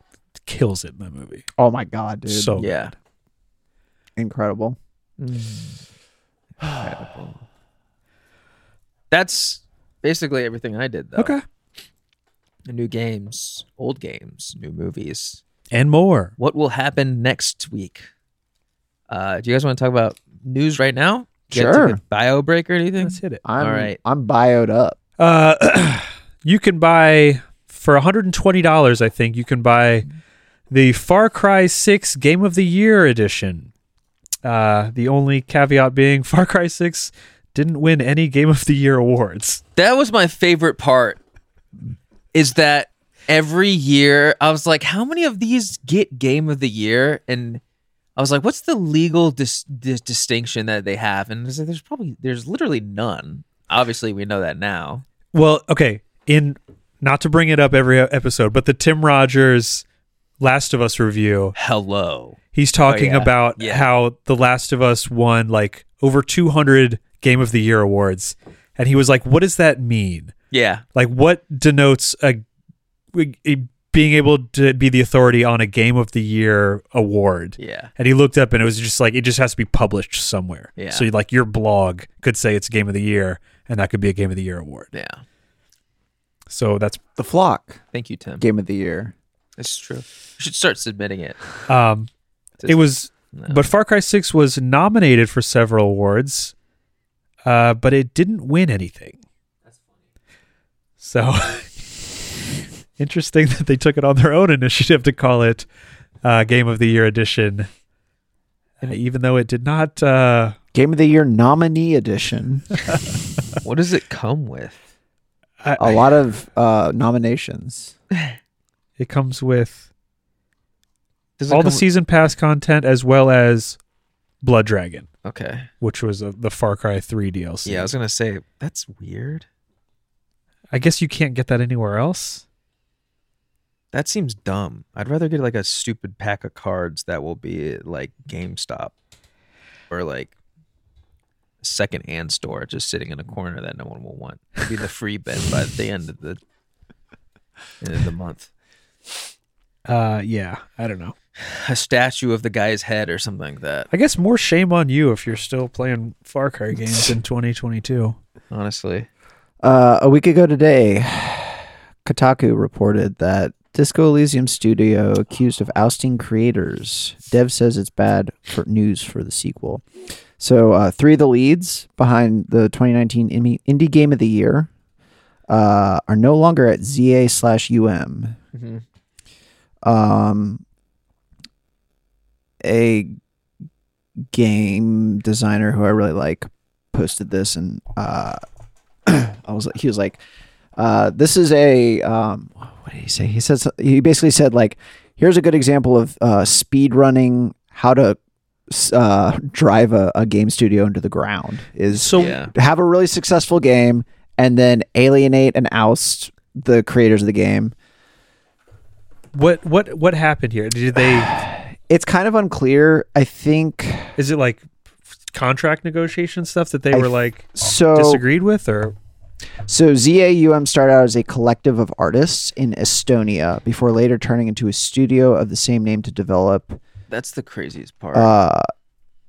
B: kills it in that movie
A: Oh my God, dude.
B: so
C: yeah,
A: incredible.
C: that's basically everything I did. Though.
B: good. okay
C: new games, old games, new movies.
B: and more
C: what will happen next week? Uh, do you guys want to talk about news right now? You guys
A: Sure.
C: took a Bio break or anything?
B: let's hit it
A: I'm,
C: All right.
A: I'm bioed up.
B: uh you can buy for $120 I think you can buy the Far Cry 6 Game of the Year edition. Uh, the only caveat being Far Cry 6 didn't win any Game of the Year awards.
C: That was my favorite part. Is that every year I was like, how many of these get Game of the Year? And I was like, what's the legal dis- dis- distinction that they have? And I was like, there's probably there's literally none. Obviously, we know that now.
B: Well, okay, in not to bring it up every episode, but the Tim Rogers Last of Us review,
C: Hello.
B: he's talking
C: Oh, yeah.
B: about
C: Yeah.
B: how The Last of Us won like over 200 Game of the Year awards. And he was like, what does that mean?
C: Yeah.
B: like what denotes a, a being able to be the authority on a game of the year award
C: Yeah.
B: and he looked up and it was just like it just has to be published somewhere
C: Yeah.
B: so like your blog could say it's game of the year and that could be a game of the year award
C: Yeah.
B: so that's
A: The Flock
C: Thank you, Tim.
A: Game of the Year.
C: This is true. You should start submitting it.
B: um it was
C: No.
B: but far cry 6 was nominated for several awards uh but it didn't win anything so interesting that they took it on their own initiative to call it uh, Game of the Year edition,
D: and even though it did not, uh,
A: Game of the Year nominee edition.
C: What does it come with?
D: I,
A: A lot of uh, nominations.
D: it comes with
C: Does it
D: all
C: come
D: the season pass content as well as Blood Dragon,
C: with- okay.
D: which was uh the Far Cry 3 DLC.
C: Yeah, I was gonna say that's weird.
D: I guess you can't get that anywhere else.
C: That seems dumb. I'd rather get like a stupid pack of cards that will be at, like GameStop or like a second-hand store just sitting in a corner that no one will want. It'll be the free bin by the end of the end of the month.
D: Uh, yeah, I don't know.
C: A statue of the guy's head or something like that.
D: I guess more shame on you if you're still playing Far Cry games in 2022.
C: Honestly,
A: Uh, a week ago today, Kotaku reported that Disco Elysium Studio accused of ousting creators. Dev says it's bad for news for the sequel. So, uh, three of the leads behind the 2019 Imi- Indie Game of the Year uh, are no longer at ZA slash UM.
C: Mhm.
A: Um, a game designer who I really like posted this, and uh, I was he was like, uh, "This is a um, what did he say? He says he basically said like, here's a good example of uh, speed running how to." s- Uh, drive a, a game studio into the ground is
D: So
C: yeah.
A: have a really successful game and then alienate and oust the creators of the game.
D: what what what happened here? Did they?
A: It's kind of unclear. I think
D: is it like contract negotiation stuff that they
A: I
D: were like
C: oh.
A: so.
D: disagreed with, or
A: So ZAUM started out as a collective of artists in Estonia before later turning into a studio of the same name to develop
C: that's the craziest part.
A: uh,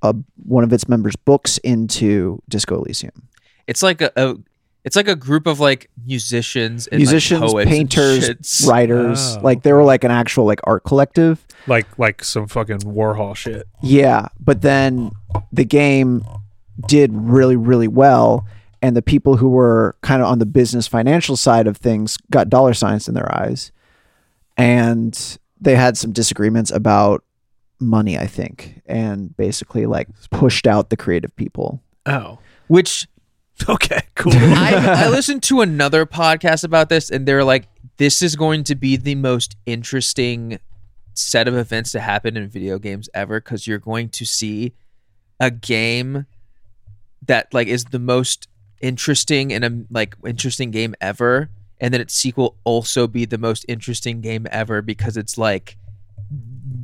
A: a, one of its members' books into Disco Elysium.
C: it's like a, a it's like a group of like musicians and like,
A: Musicians,
C: poets and
A: painters,
C: shits.
A: writers,
D: Oh,
A: like they were like an actual like art collective.
D: like like some fucking Warhol shit?
A: Yeah, but then the game did really, really well, and the people who were kind of on the business financial side of things got dollar signs in their eyes, and they had some disagreements about money, I think, and basically like pushed out the creative people.
D: Oh,
C: which
D: okay, cool.
C: I, I listened to another podcast about this, and they're like, "This is going to be the most interesting set of events to happen in video games ever, because you're going to see a game that like is the most interesting and a like interesting game ever, and then its sequel also be the most interesting game ever because it's like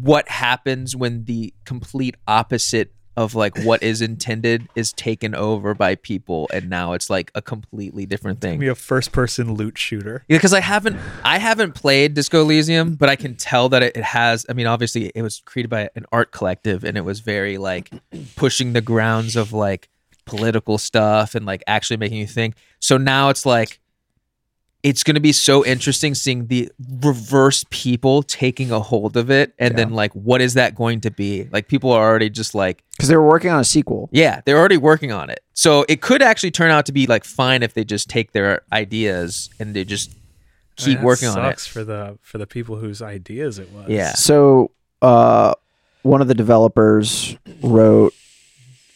C: what happens when the complete opposite of like what is intended is taken over by people and now it's like a completely different thing
D: Be a first person loot shooter.
C: because I haven't I haven't played Disco Elysium, but I can tell that it, it has. I mean, obviously, it was created by an art collective, and it was very like pushing the grounds of like political stuff and like actually making you think. So now it's like it's going to be so interesting seeing the reverse people taking a hold of it, and then like what is that going to be? Like people are already just like
A: Because they were working on a sequel.
C: yeah, they're already working on it. So it could actually turn out to be like fine if they just take their ideas and they just keep
D: Man, that
C: working on it.
D: sucks for the for the people whose ideas it was.
C: Yeah.
A: So, uh, one of the developers wrote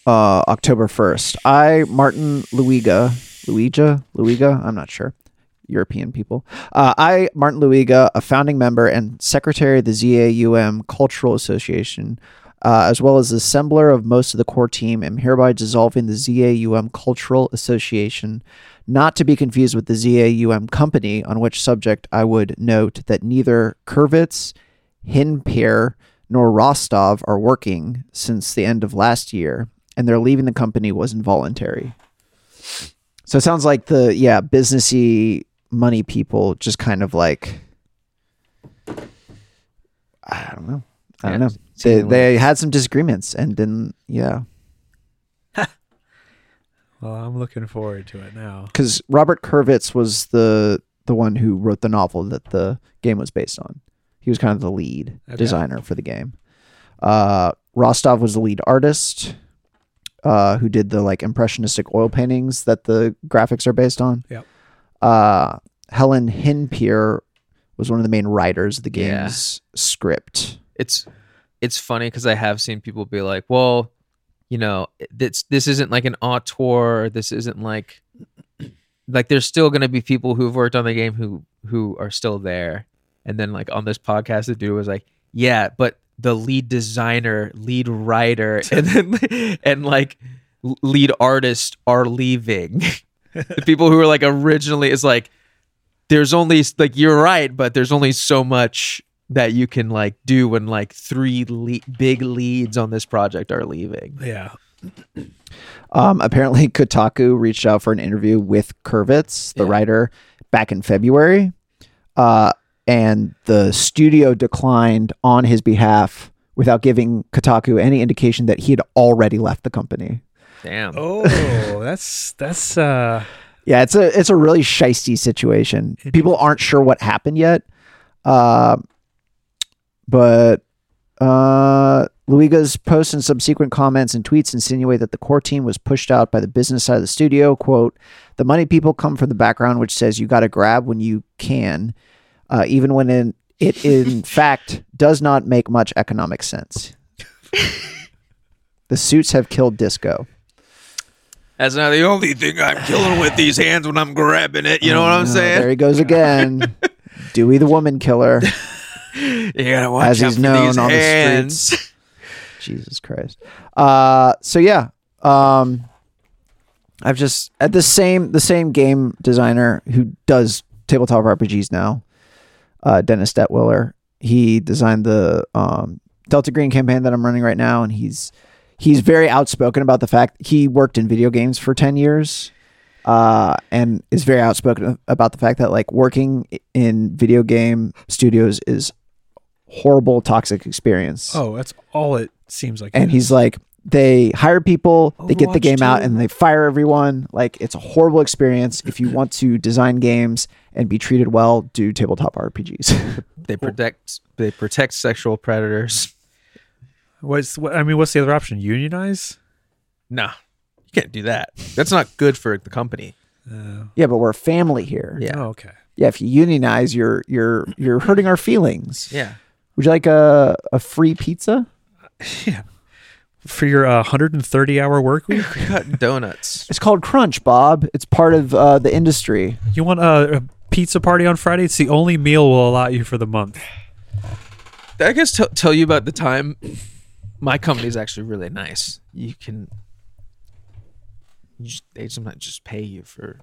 A: uh, October 1st. I, Martin Luiga, Luiga, Luiga, I'm not sure. European people. Uh, I, Martin Luiga, a founding member and secretary of the ZAUM Cultural Association, uh, as well as the assembler of most of the core team, am hereby dissolving the ZAUM Cultural Association, not to be confused with the ZAUM company, on which subject I would note that neither Kurvitz, Hinpier, nor Rostov are working since the end of last year, and their leaving the company was involuntary. So it sounds like the yeah businessy money people just kind of like I don't know. I don't
C: Yeah,
A: know. They, they had some disagreements and then yeah
D: Well, I'm looking forward to it now.
A: because Robert Kurvitz was the the one who wrote the novel that the game was based on. He was kind of the lead
D: Okay.
A: designer for the game. Uh, Rostov was the lead artist, uh, who did the like impressionistic oil paintings that the graphics are based on.
D: Yep.
A: Uh, Helen Hinpier was one of the main writers of the
C: Yeah.
A: game's script.
C: It's it's funny because I have seen people be like, well, you know, this this isn't like an auteur. This isn't like like there's still gonna be people who've worked on the game who who are still there. And then like on this podcast, the dude was like, yeah, but the lead designer, lead writer, and then and like l- lead artist are leaving. the people who were like originally is like there's only like you're right, but there's only so much that you can like do when like three le- big leads on this project are leaving.
D: Yeah.
A: Um, apparently, Kotaku reached out for an interview with Kurvitz, the
C: Yeah.
A: writer, back in February, uh, and the studio declined on his behalf without giving Kotaku any indication that he had already left the company.
C: Damn.
D: Oh, that's that's uh
A: Yeah, it's a it's a really shisty situation. People aren't sure what happened yet, uh, but uh, Luiga's posts and subsequent comments and tweets insinuate that the core team was pushed out by the business side of the studio. "Quote: The money people come from the background, which says you got to grab when you can, uh, even when in, it in fact does not make much economic sense." the suits have killed disco.
C: That's not the only thing I'm killing with these hands when I'm grabbing it. You know what I'm
A: Oh,
C: saying?
A: There he goes again. Dewey the woman killer,
C: You gotta watch
A: as
C: out
A: he's
C: for
A: known
C: these
A: on
C: hands.
A: the streets. Jesus Christ. Uh, so yeah, um, I've just at the same the same game designer who does tabletop RPGs now, uh, Dennis Detwiller. He designed the um, Delta Green campaign that I'm running right now, and he's he's very outspoken about the fact he worked in video games for ten years uh, and is very outspoken about the fact that like working in video game studios is horrible, toxic experience.
D: oh, that's all it seems like.
A: And
D: it
A: he's like, they hire people, they get the
C: Overwatch
A: game out,
C: 2?
A: and they fire everyone. Like it's a horrible experience. If you want to design games and be treated well, do tabletop RPGs.
C: They protect they protect sexual predators.
D: is. what's what, I mean, what's the other option? Unionize?
C: Nah. You can't do that. That's not good for the company.
D: Uh,
A: yeah, but we're a family here.
C: Yeah.
D: Oh, okay.
A: Yeah, if you unionize, you're you're you're hurting our feelings.
C: Yeah.
A: Would you like a a free pizza?
D: For your uh, 130 hour work week,
C: Cut donuts.
A: It's called Crunch, Bob. It's part of uh, the industry.
D: you want a, a pizza party on Friday? It's the only meal we'll allow you for the month.
C: Did I guess t- tell you about the time my company's actually really nice. You can you just, they sometimes just pay you for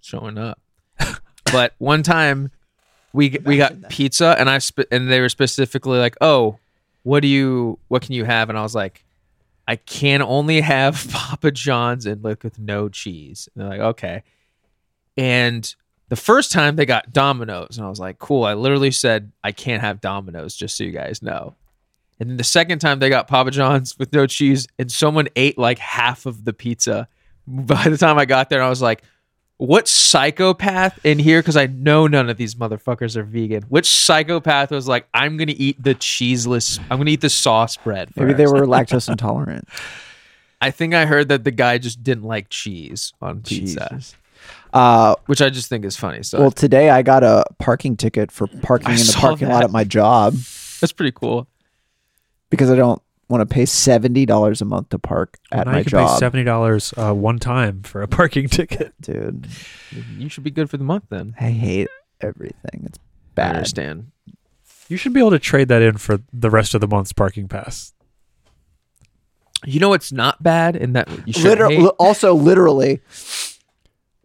C: showing up. but one time we g- we got pizza and I sp- and they were specifically like, "Oh, what do you what can you have?" And I was like, "I can only have Papa John's and like with no cheese." And they're like, "Okay." And the first time they got Domino's, and I was like, cool. I literally said, I can't have Domino's, just so you guys know. And then the second time they got Papa John's with no cheese, and someone ate like half of the pizza. By the time I got there, I was like, what psychopath in here? Because I know none of these motherfuckers are vegan. Which psychopath was like, I'm going to eat the cheeseless, I'm going to eat the sauce bread?
A: Maybe they
C: first."
A: were lactose intolerant.
C: I think I heard that the guy just didn't like cheese on pizza,
A: Uh,
C: which I just think is funny. So
A: well, today I got a parking ticket for parking
C: I
A: in the
C: saw
A: parking lot
C: that.
A: at my job
C: that's pretty cool.
A: because I don't want to pay seventy dollars a month to park at
D: now
A: my
D: you can pay
A: job,
D: seventy dollars uh, one time for a parking ticket.
A: dude.
C: You should be good for the month then.
A: I hate everything. It's
C: I
A: bad.
C: understand.
D: You should be able to trade that in for the rest of the month's parking pass.
C: You know it's not bad, and that you should
A: Liter-
C: hate?
A: li- also, literally,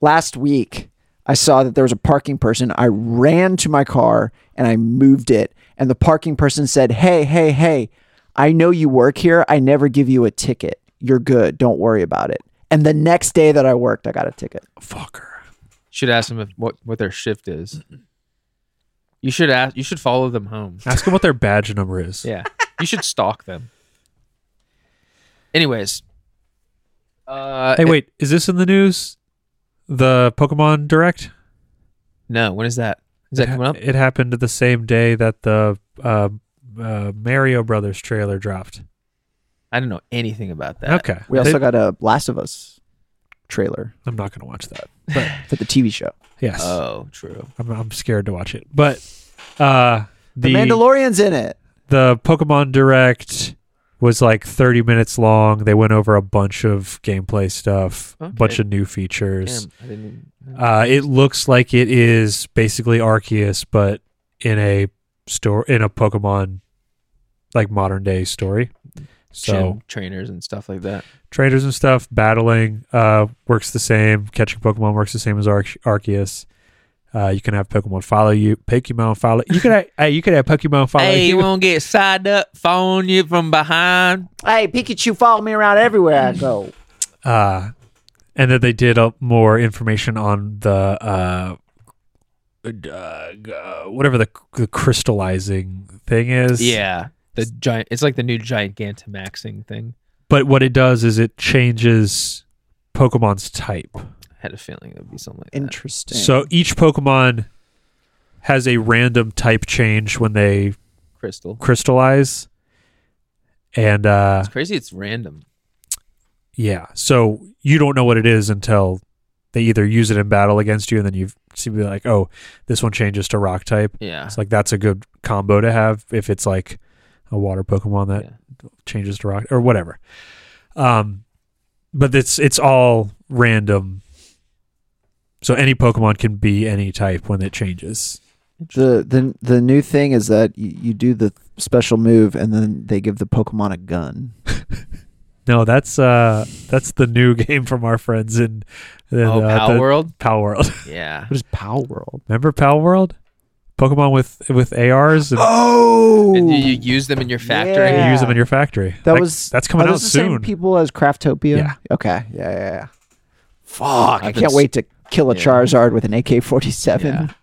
A: last week I saw that there was a parking person. I ran to my car and I moved it, and the parking person said, "Hey, hey, hey! I know you work here. I never give you a ticket. You're good. Don't worry about it." And the next day that I worked, I got a ticket.
D: Fucker.
C: should ask them if, what what their shift is. You should ask. You should follow them home.
D: Ask them what their badge number is.
C: Yeah, you should stalk them. Anyways, uh,
D: Hey, wait, is this in the news? The Pokemon Direct?
C: no. When is that? Is that
D: it, ha-
C: coming up?
D: It happened the same day that the uh, uh, Mario Brothers trailer dropped.
C: I don't know anything about that.
D: okay.
A: We also
D: They-
A: got a Last of Us trailer
D: I'm not going to watch that. But
A: for the TV show.
D: yes,
C: Oh, true.
D: I'm, I'm scared to watch it. But uh, the,
A: The, Mandalorian's in it.
B: the Pokemon Direct was like 30 minutes long. They went over a bunch of gameplay stuff, a bunch
C: Okay.
B: of new features.
C: Damn, I didn't. Even,
B: Uh, it looks like it is basically Arceus, but in a store in a Pokemon like modern day story. So
C: gym trainers and stuff like that.
B: trainers and stuff battling uh, works the same. Catching Pokemon works the same as Arce- Arceus. Uh, you can have Pokemon follow you. Pokemon follow you. Could have, hey, you could have Pokemon follow
C: Hey,
B: you.
C: you won't get side up, phone you from behind.
A: Hey, Pikachu, follow me around everywhere I go.
B: uh, and that they did uh, more information on the uh, uh, g- uh, whatever the, the crystallizing thing is.
C: Yeah, the giant. It's like the new Gigantamaxing thing.
B: But what it does is it changes Pokemon's type.
C: I had a feeling it would be something like that.
A: Interesting.
B: So each Pokemon has a random type change when they
C: Crystal.
B: crystallize. And uh,
C: It's crazy. It's random.
B: yeah, so you don't know what it is until they either use it in battle against you, and then you see be like, oh, this one changes to rock type.
C: Yeah.
B: It's like that's a good combo to have if it's like a water Pokemon that changes to rock or whatever. Um, but it's it's all random. So any Pokemon can be any type when it changes.
A: the the the new thing is that you, you do the special move and then they give the Pokemon a gun.
B: No, that's uh that's the new game from our friends in, in
C: oh,
B: uh,
C: Power
B: the-
C: World.
B: Pal World.
C: Yeah.
A: What is Pow World?
B: Remember Pal World? Pokemon with with ARs and
A: Oh,
C: And you, you use them in your factory.
A: Yeah.
B: you use them in your factory.
A: that
B: Like,
A: was
B: that's coming
A: are
B: out
A: those Oh, the same
B: soon.
A: people as Craftopia.
B: Yeah.
A: Okay. Yeah. Yeah. yeah. Fuck!
C: I've
A: I
C: been
A: can't
C: s-
A: wait to kill a
C: Yeah.
A: Charizard with an AK forty seven.
C: Yeah.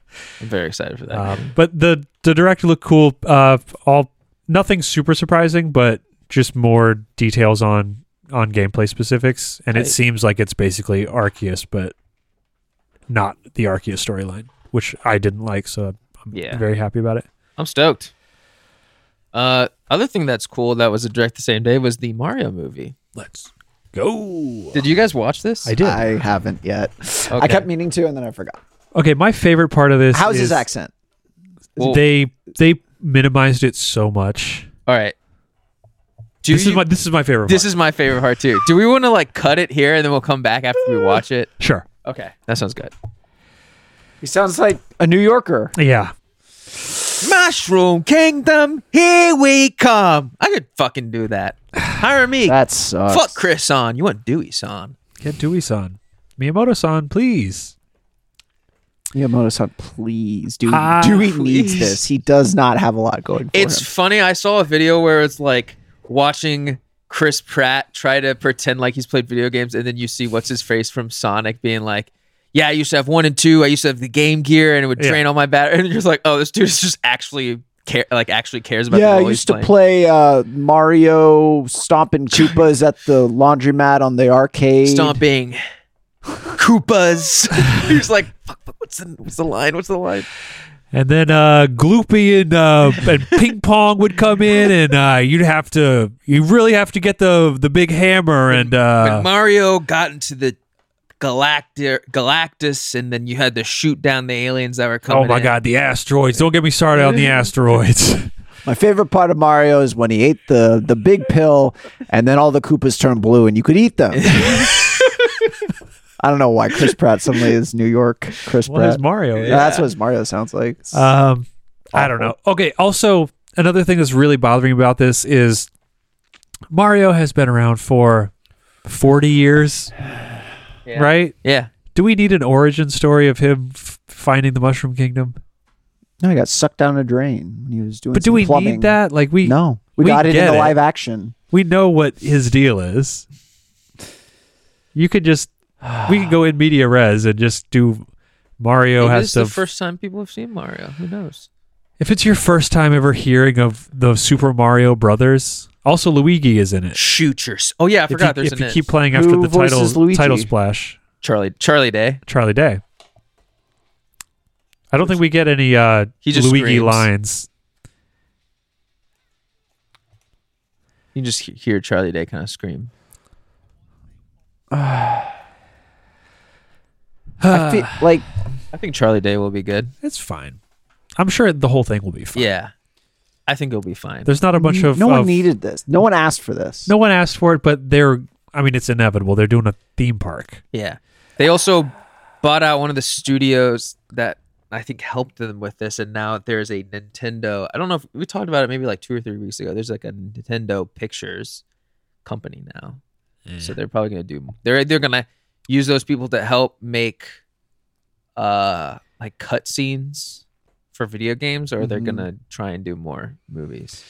C: I'm very excited for that.
B: Um, but the the direct looked cool. Uh, all nothing super surprising, but just more details on on gameplay specifics. And
C: Right.
B: it seems like it's basically Arceus, but not the Arceus storyline, which I didn't like. So I'm
C: Yeah.
B: very happy about it.
C: I'm stoked. Uh, other thing that's cool that was a direct the same day was the Mario movie.
B: Let's go.
C: Did you guys watch this?
B: I did.
A: I haven't yet. I
C: Okay.
A: kept meaning to, and then I forgot.
B: okay, my favorite part of this.
A: How's
B: is
A: his accent?
C: Well,
B: They they minimized it so much.
C: all right. Do
B: this
C: you-
B: is my this is my favorite.
C: this
B: part.
C: is my favorite part too. Do we want to like cut it here and then we'll come back after we watch it?
B: sure.
C: Okay, that sounds good.
A: He sounds like a New Yorker.
B: Yeah.
C: Mushroom Kingdom, here we come. I could fucking do that. Hire me.
A: That sucks.
C: Fuck Chris San. You want Dewey San?
B: Get Dewey san. Miyamoto san, please.
A: Miyamoto-san, please. Dewey,
B: Ah,
A: Dewey needs
C: please.
A: this. He does not have a lot going for
C: It's
A: him.
C: funny. I saw a video where it's like watching Chris Pratt try to pretend like he's played video games, and then you see what's his face from Sonic being like, "Yeah, I used to have one and two. I used to have the Game Gear, and it would
B: Yeah.
C: drain all my battery." And you're just like, "Oh, this dude is just actually care, like actually cares about."
A: Yeah,
C: the
A: I
C: role he's
A: used to
C: playing.
A: play uh, Mario stomping Koopas at the laundromat on the arcade.
C: stomping Koopas. he's like, "Fuck, fuck, what's the what's the line? What's the line?"
B: And then uh, Gloopy and uh, and Ping Pong would come in, and uh, you'd have to, you really have to get the the big hammer, and
C: when
B: uh,
C: Mario got into the Galacti- Galactus, and then you had to shoot down the aliens that were coming.
B: oh my
C: in.
B: god, the asteroids! Don't get me started on the asteroids.
A: My favorite part of Mario is when he ate the, the big pill and then all the Koopas turned blue and you could eat them. I don't know why Chris Pratt suddenly is New York Chris
B: What
A: Pratt.
B: is Mario?
A: Yeah, That's what his Mario sounds like.
B: Um, I don't know. Okay. Also, another thing that's really bothering about this is Mario has been around for forty years,
C: Yeah.
B: right?
C: Yeah,
B: Do we need an origin story of him f- finding the Mushroom Kingdom?
A: no, he got sucked down a drain when he was doing
B: But do
A: some
B: we
A: plumbing.
B: need that? Like we
A: No. We, got it in
B: get
A: the live action.
B: we know what his deal is. You could just we could go in media res and just do Mario
C: Maybe
B: has
C: this is
B: to.
C: the first time people have seen Mario. Who knows?
B: if it's your first time ever hearing of the Super Mario Brothers, also Luigi is in it.
C: Shoot your. s- Oh yeah, I
B: If
C: forgot.
B: you,
C: there's
B: if
C: an
B: you
C: it.
B: keep playing after
A: Who
B: the title
A: voices Luigi?
B: title splash,
C: Charlie Charlie Day.
B: Charlie Day. I don't think we get any uh,
C: He just
B: Luigi
C: screams.
B: lines.
C: You can just he- hear Charlie Day kind of scream.
A: I feel, like
C: I think Charlie Day will be good.
B: It's fine. I'm sure the whole thing will be fine.
C: Yeah. I think it'll be fine.
B: There's not a bunch of
A: no one
B: of-
A: needed this. No one asked for this.
B: no one asked for it, but they're. I mean, it's inevitable. They're doing a theme park.
C: Yeah. They also bought out one of the studios that I think helped them with this, and now there's a Nintendo. I don't know if we talked about it maybe like two or three weeks ago. There's like a Nintendo Pictures company now, so they're probably gonna do. They're they're gonna use those people to help make, uh, like cutscenes for video games, or they're
A: Mhm.
C: gonna try and do more movies.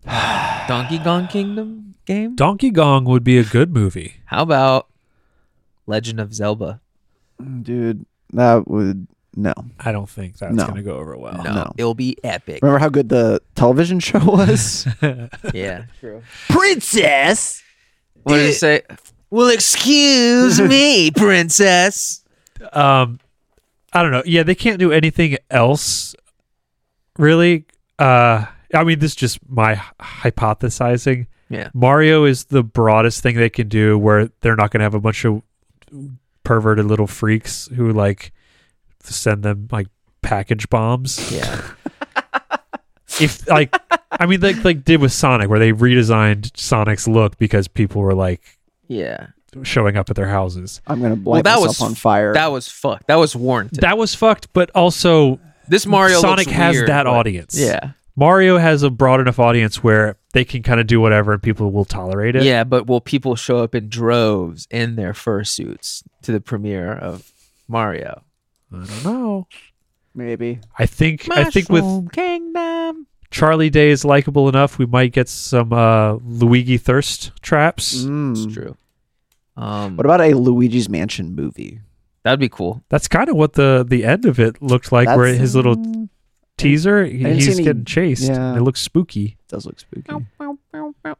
C: Donkey Kong Kingdom game.
B: Donkey Kong would be a good movie.
C: How about Legend of Zelda?
A: dude, that would no.
B: I don't think that's
A: No.
B: going to go over well.
C: No,
A: No.
C: it'll be epic.
A: Remember how good the television show was?
C: yeah, true.
A: Princess.
C: What did he say? Well, excuse me, princess.
B: Um, I don't know. Yeah, they can't do anything else, really. Uh, I mean, this is just my h- hypothesizing.
C: Yeah.
B: Mario is the broadest thing they can do, where they're not going to have a bunch of perverted little freaks who like send them like package bombs.
C: Yeah,
B: if like I mean like like did with Sonic where they redesigned Sonic's look because people were like
C: yeah.
B: showing up at their houses.
A: I'm gonna light
C: that
A: myself
C: was-
A: on fire.
C: That was fucked. That was warranted.
B: That was fucked, but also
C: this Mario
B: Sonic
C: looks
B: has
C: weird,
B: that
C: but-
B: audience.
C: Yeah,
B: Mario has a broad enough audience where they can kind of do whatever and people will tolerate it.
C: yeah. But will people show up in droves in their fursuits to the premiere of Mario?
B: I don't know.
A: Maybe.
B: I think I think with
C: Mushroom Kingdom.
B: Charlie Day is likable enough, we might get some uh Luigi thirst traps.
A: Mm.
C: It's true. Um,
A: What about a Luigi's Mansion movie?
C: that'd be cool.
B: That's kind of what the the end of it looked like where
A: That's-
B: his little
A: Mm,
B: teaser
A: didn't see
B: he's
A: any-
B: getting chased.
A: yeah.
B: It looks spooky.
A: does look spooky.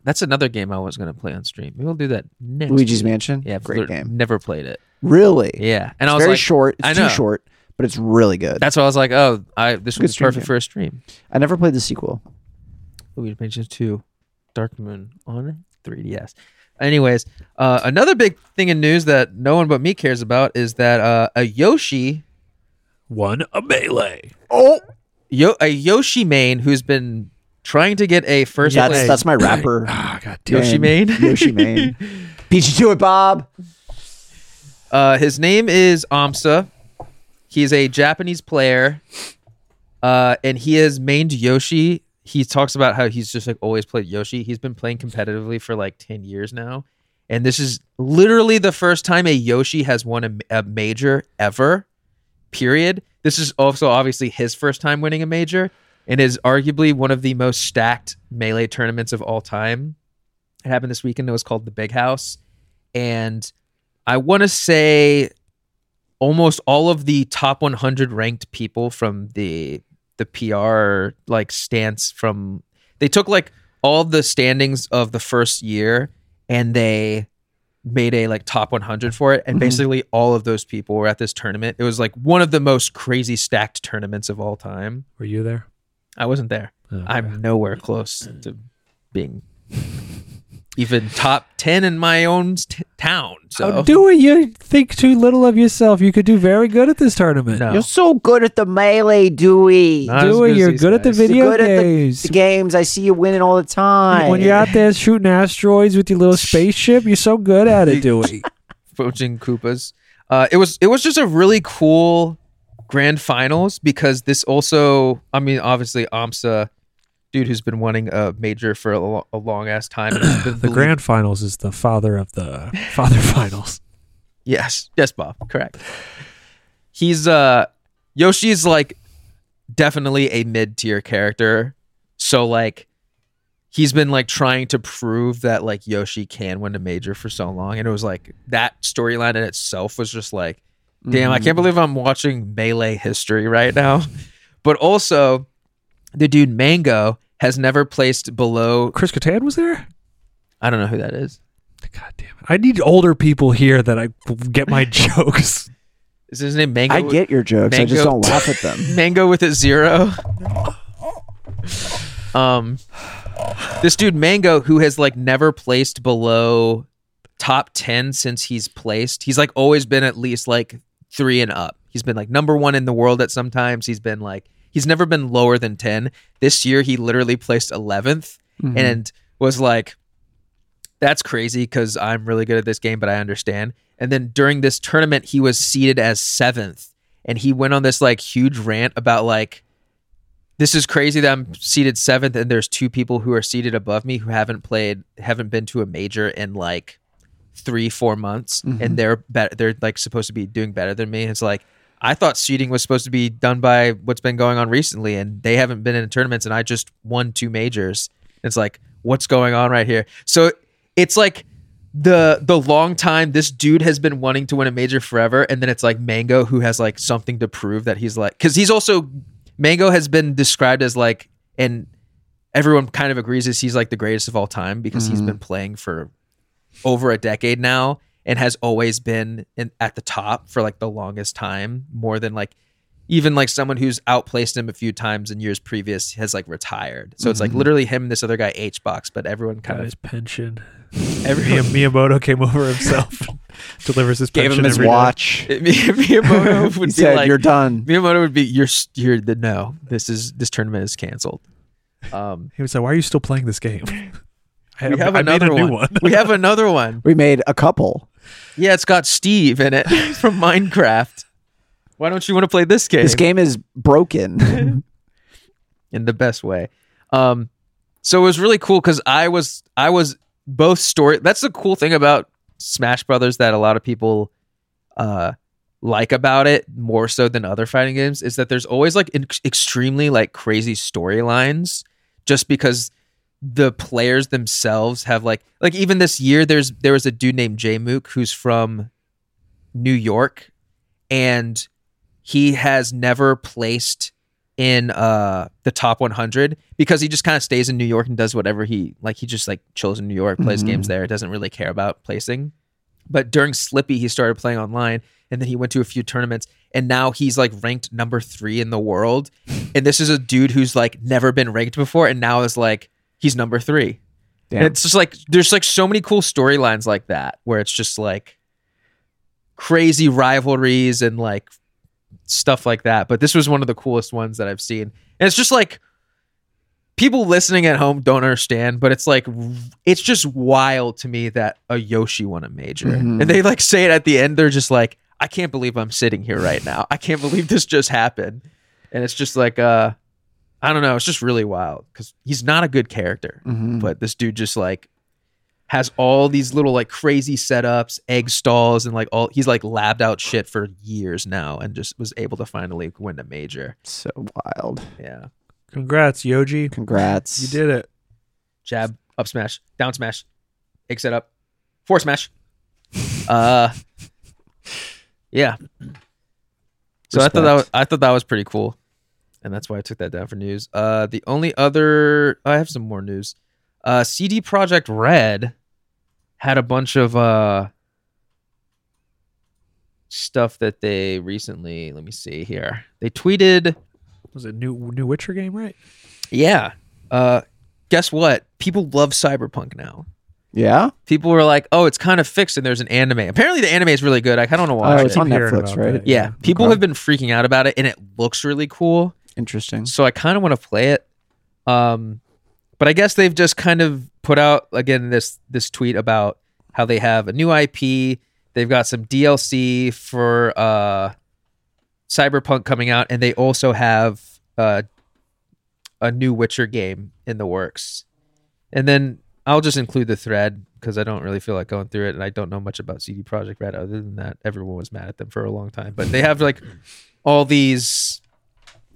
C: That's another game I was gonna play on stream. We'll do that next.
A: Luigi's Mansion.
C: Yeah,
A: great
C: I've
A: game.
C: Never played it.
A: Really.
C: Yeah, and I
A: it's
C: was
A: very
C: like,
A: short. It's
C: I
A: too
C: know.
A: short, but it's really good.
C: that's why I was like, oh, I this
A: Good
C: would be
A: stream
C: perfect
A: game.
C: for a stream.
A: I never played the sequel.
C: Luigi's Mansion 2, Dark Moon on 3DS. Anyways, uh, another big thing in news that no one but me cares about is that uh, a Yoshi,
B: One a melee.
A: Oh,
C: Yo- a Yoshi main who's been trying to get a first
A: that's
C: place
A: that's my rapper.
B: Ah, god damn.
C: Yoshi
A: name.
C: main.
A: Yoshi main. Beat you to it, Bob.
C: Uh, his name is Amsa. He's a Japanese player, uh, and he has mained Yoshi. He talks about how he's just like always played Yoshi. He's been playing competitively for like ten years now, and this is literally the first time a Yoshi has won a, a major ever. Period. This is also obviously his first time winning a major, and is arguably one of the most stacked melee tournaments of all time. It happened this weekend. It was called the Big House, and I want to say almost all of the top 100 ranked people from the the PR like stance from they took like all the standings of the first year and they made a like top 100 for it and
A: Mhm.
C: basically all of those people were at this tournament. It was like one of the most crazy stacked tournaments of all time.
B: Were you there?
C: I wasn't there.
B: Oh, okay.
C: I'm nowhere close to being even top 10 in my own t- town. So
B: Oh, do it. You think too little of yourself. You could do very good at this tournament.
C: No.
A: You're so good at the melee, Dewey.
C: Not as
B: Do
C: good
B: it.
C: as
B: You're
C: these
B: good at the
C: guys.
B: video
A: You're good at
B: games.
A: The games, I see you winning all the time.
B: when you're out there shooting asteroids with your little spaceship, you're so good at it, Dewey.
C: poaching Koopas. Uh, it was it was just a really cool grand finals because this also I mean obviously Amsa dude who's been wanting a major for a, lo- a long ass time and has been
B: the
C: belie-
B: grand finals is the father of the father finals.
C: yes yes Bob correct he's uh Yoshi's like definitely a mid tier character so like he's been like trying to prove that like Yoshi can win a major for so long and it was like that storyline in itself was just like Damn, I can't believe I'm watching Melee history right now. But also, the dude Mango has never placed below.
B: Chris Kattan was there.
C: I don't know who that is.
B: God damn it! I need older people here that I get my jokes.
C: Is his name Mango?
A: I get your jokes. I just
C: Mango.
A: don't laugh at them.
C: Mango with a zero. Um, this dude Mango, who has like never placed below top ten since he's placed. He's like always been at least like three and up. He's been like number one in the world at sometimes. He's been like He's never been lower than 10. This year, he literally placed 11th and was like, that's crazy because I'm really good at this game, but I understand. And then during this tournament, he was seated as seventh. And he went on this like huge rant about like, this is crazy that I'm seated seventh and there's two people who are seated above me who haven't played, haven't been to a major in like three, four months, and they're better. They're like supposed to be doing better than me. It's like I thought seeding was supposed to be done by what's been going on recently, and they haven't been in tournaments, and I just won two majors. It's like what's going on right here. So it's like the the long time this dude has been wanting to win a major forever, and then it's like Mango who has like something to prove that he's like because he's also Mango has been described as like and everyone kind of agrees is he's like the greatest of all time because he's
D: Mm-hmm.
C: been playing for over a decade now and has always been in, at the top for like the longest time more than like even like someone who's outplaced him a few times in years previous has like retired so it's like
D: Mm-hmm.
C: literally him and this other guy h box but everyone
D: Got
C: kind of
D: his pension.
C: everyone
D: Miya- Miyamoto came over himself, delivers his
C: Gave
D: pension
A: Him his
D: every day.
A: watch.
C: miyamoto
A: He
C: would be
A: said,
C: like
A: "You're done."
C: miyamoto would be you're s- you're the no this is this tournament is canceled um
D: He was like, "Why are you still playing this game?" I,
C: we have
D: I made
C: another
D: a new
C: one.
D: one.
C: we have another one
A: We made a couple.
C: yeah it's got steve in it from minecraft why don't you want to play this game
A: This game is broken.
C: in the best way. Um, so it was really cool because I was I was both story. That's the cool thing about Smash Brothers that a lot of people uh, like about it more so than other fighting games is that there's always like ex- extremely like crazy storylines just because the players themselves have like like even this year there's there was a dude named Jay Mook who's from New York and he has never placed in uh the top 100 because he just kind of stays in New York and does whatever he like he just like chills in New York plays games there doesn't really care about placing but during Slippy he started playing online and then he went to a few tournaments and now he's like ranked number 3 in the world and this is a dude who's like never been ranked before and now is like he's number 3
A: Damn.
C: and it's just like there's like so many cool storylines like that where it's just like crazy rivalries and like stuff like that. But this was one of the coolest ones that I've seen. And it's just like people listening at home don't understand, but it's like it's just wild to me that a Yoshi won a major.
A: Mhm.
C: And they like say it at the end, they're just like, I can't believe I'm sitting here right now. I can't believe this just happened. And it's just like uh I don't know, it's just really wild because he's not a good character
A: Mhm.
C: but this dude just like has all these little like crazy setups, egg stalls, and like all he's like labbed out shit for years now, and just was able to finally win a major.
A: so wild.
C: Yeah,
D: Congrats, Yoji.
A: Congrats.
D: You did it.
C: jab, up smash, down smash, egg setup, four smash. Uh, yeah. So I thought that was,
A: Respect.
C: I thought that was pretty cool, and that's why I took that down for news. Uh, the only other I have some more news. Uh, CD Project Red had a bunch of uh stuff that they recently. Let me see here. They tweeted.
D: Was it new new Witcher game, right?
C: Yeah. Uh, guess what? People love Cyberpunk now.
A: Yeah.
C: People were like, "Oh, it's kind of fixed," and there's an anime. Apparently, the anime is really good. I kind of don't know
A: Oh,
C: why.
A: it's on
D: keep hearing
A: Netflix,
D: about
A: right?
D: that.
C: yeah, people
A: Okay.
C: have been freaking out about it, and it looks really cool.
A: Interesting.
C: So I kind of want to play it. Um, but I guess they've just kind of put out again this this tweet about how they have a new IP. They've got some DLC for uh, Cyberpunk coming out, and they also have uh, a new Witcher game in the works. And then I'll just include the thread because I don't really feel like going through it, and I don't know much about CD Projekt Red other than that everyone was mad at them for a long time. But they have like all these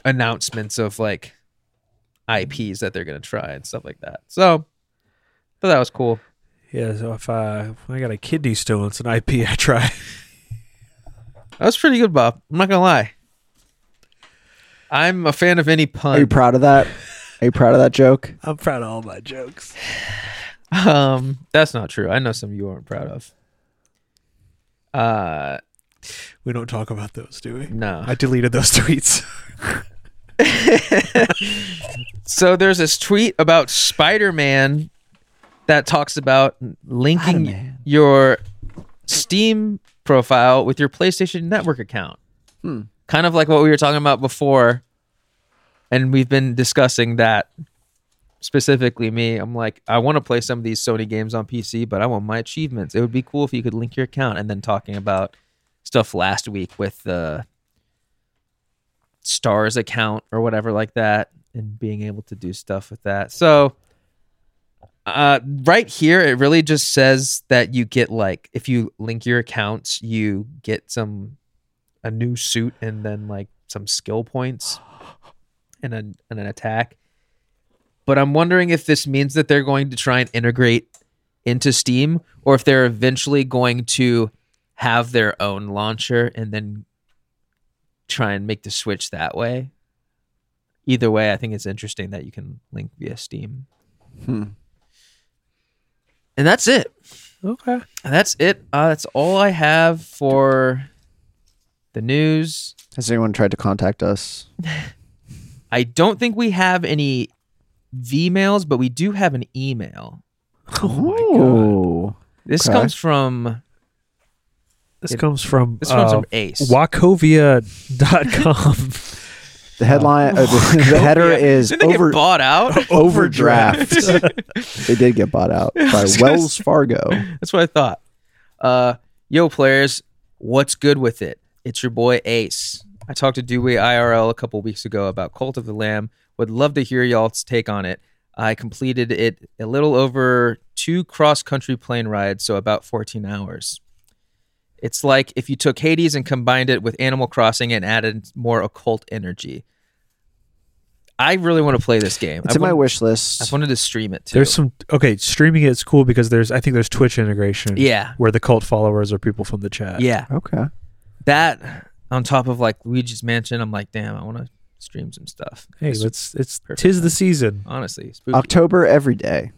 C: announcements of like IPs that they're gonna try and stuff like that. So, thought that was cool.
D: Yeah. So if I when I got a kidney stone, it's an IP I try.
C: That was pretty good, Bob. I'm not gonna lie. I'm a fan of any
A: Are you
C: pun.
A: proud of that? Are you proud of that joke?
D: I'm proud of all my jokes.
C: um, that's not true. I know some you aren't proud of. Uh,
D: We don't talk about those, do we?
C: no.
D: I deleted those tweets.
C: so there's this tweet about Spider-Man that talks about linking
A: Spider-Man.
C: your Steam profile with your PlayStation Network account. Kind of like what we were talking about before and we've been discussing that specifically me i'm like i want to play some of these sony games on pc but i want my achievements it would be cool if you could link your account and then talking about stuff last week with the stars account or whatever like that and being able to do stuff with that so uh, right here it really just says that you get like if you link your accounts you get some a new suit and then like some skill points and, a, and an attack but i'm wondering if this means that they're going to try and integrate into steam or if they're eventually going to have their own launcher and then try and make the switch that way either way i think it's interesting that you can link via steam
A: Hmm.
C: and that's it
E: Okay.
C: And that's it. Uh, that's all I have for the news.
A: Has anyone tried to contact us?
C: I don't think we have any V-mails, but we do have an email.
A: Oh,
C: This
A: Okay.
C: comes from
E: This
C: It-
E: comes from
C: this comes
E: uh,
C: from Ace.
E: Wachovia.com.
A: the headline, uh, the, the header is
C: Didn't they
A: over,
C: get bought out?
A: overdraft. they did get bought out by Wells Fargo.
C: That's what I thought. Uh, yo, players, what's good with it? It's your boy Ace. I talked to Dewey IRL a couple weeks ago about Cult of the Lamb. Would love to hear y'all's take on it. I completed it a little over two cross country plane rides, so about 14 hours. It's like if you took Hades and combined it with Animal Crossing and added more occult energy. I really want to play this game.
A: It's
C: I
A: in my
C: want-
A: wish
C: I
A: list.
C: wanted to stream it too.
B: There's some okay streaming. It's cool because there's I think there's Twitch integration.
C: yeah,
B: where the cult followers are people from the chat.
C: yeah.
A: Okay.
C: that on top of like Luigi's Mansion, I'm like, damn, I want to stream some stuff.
B: Hey,
C: It's-
B: it's it's
C: perfect
B: tis the season.
C: honestly spooky.
A: October every day,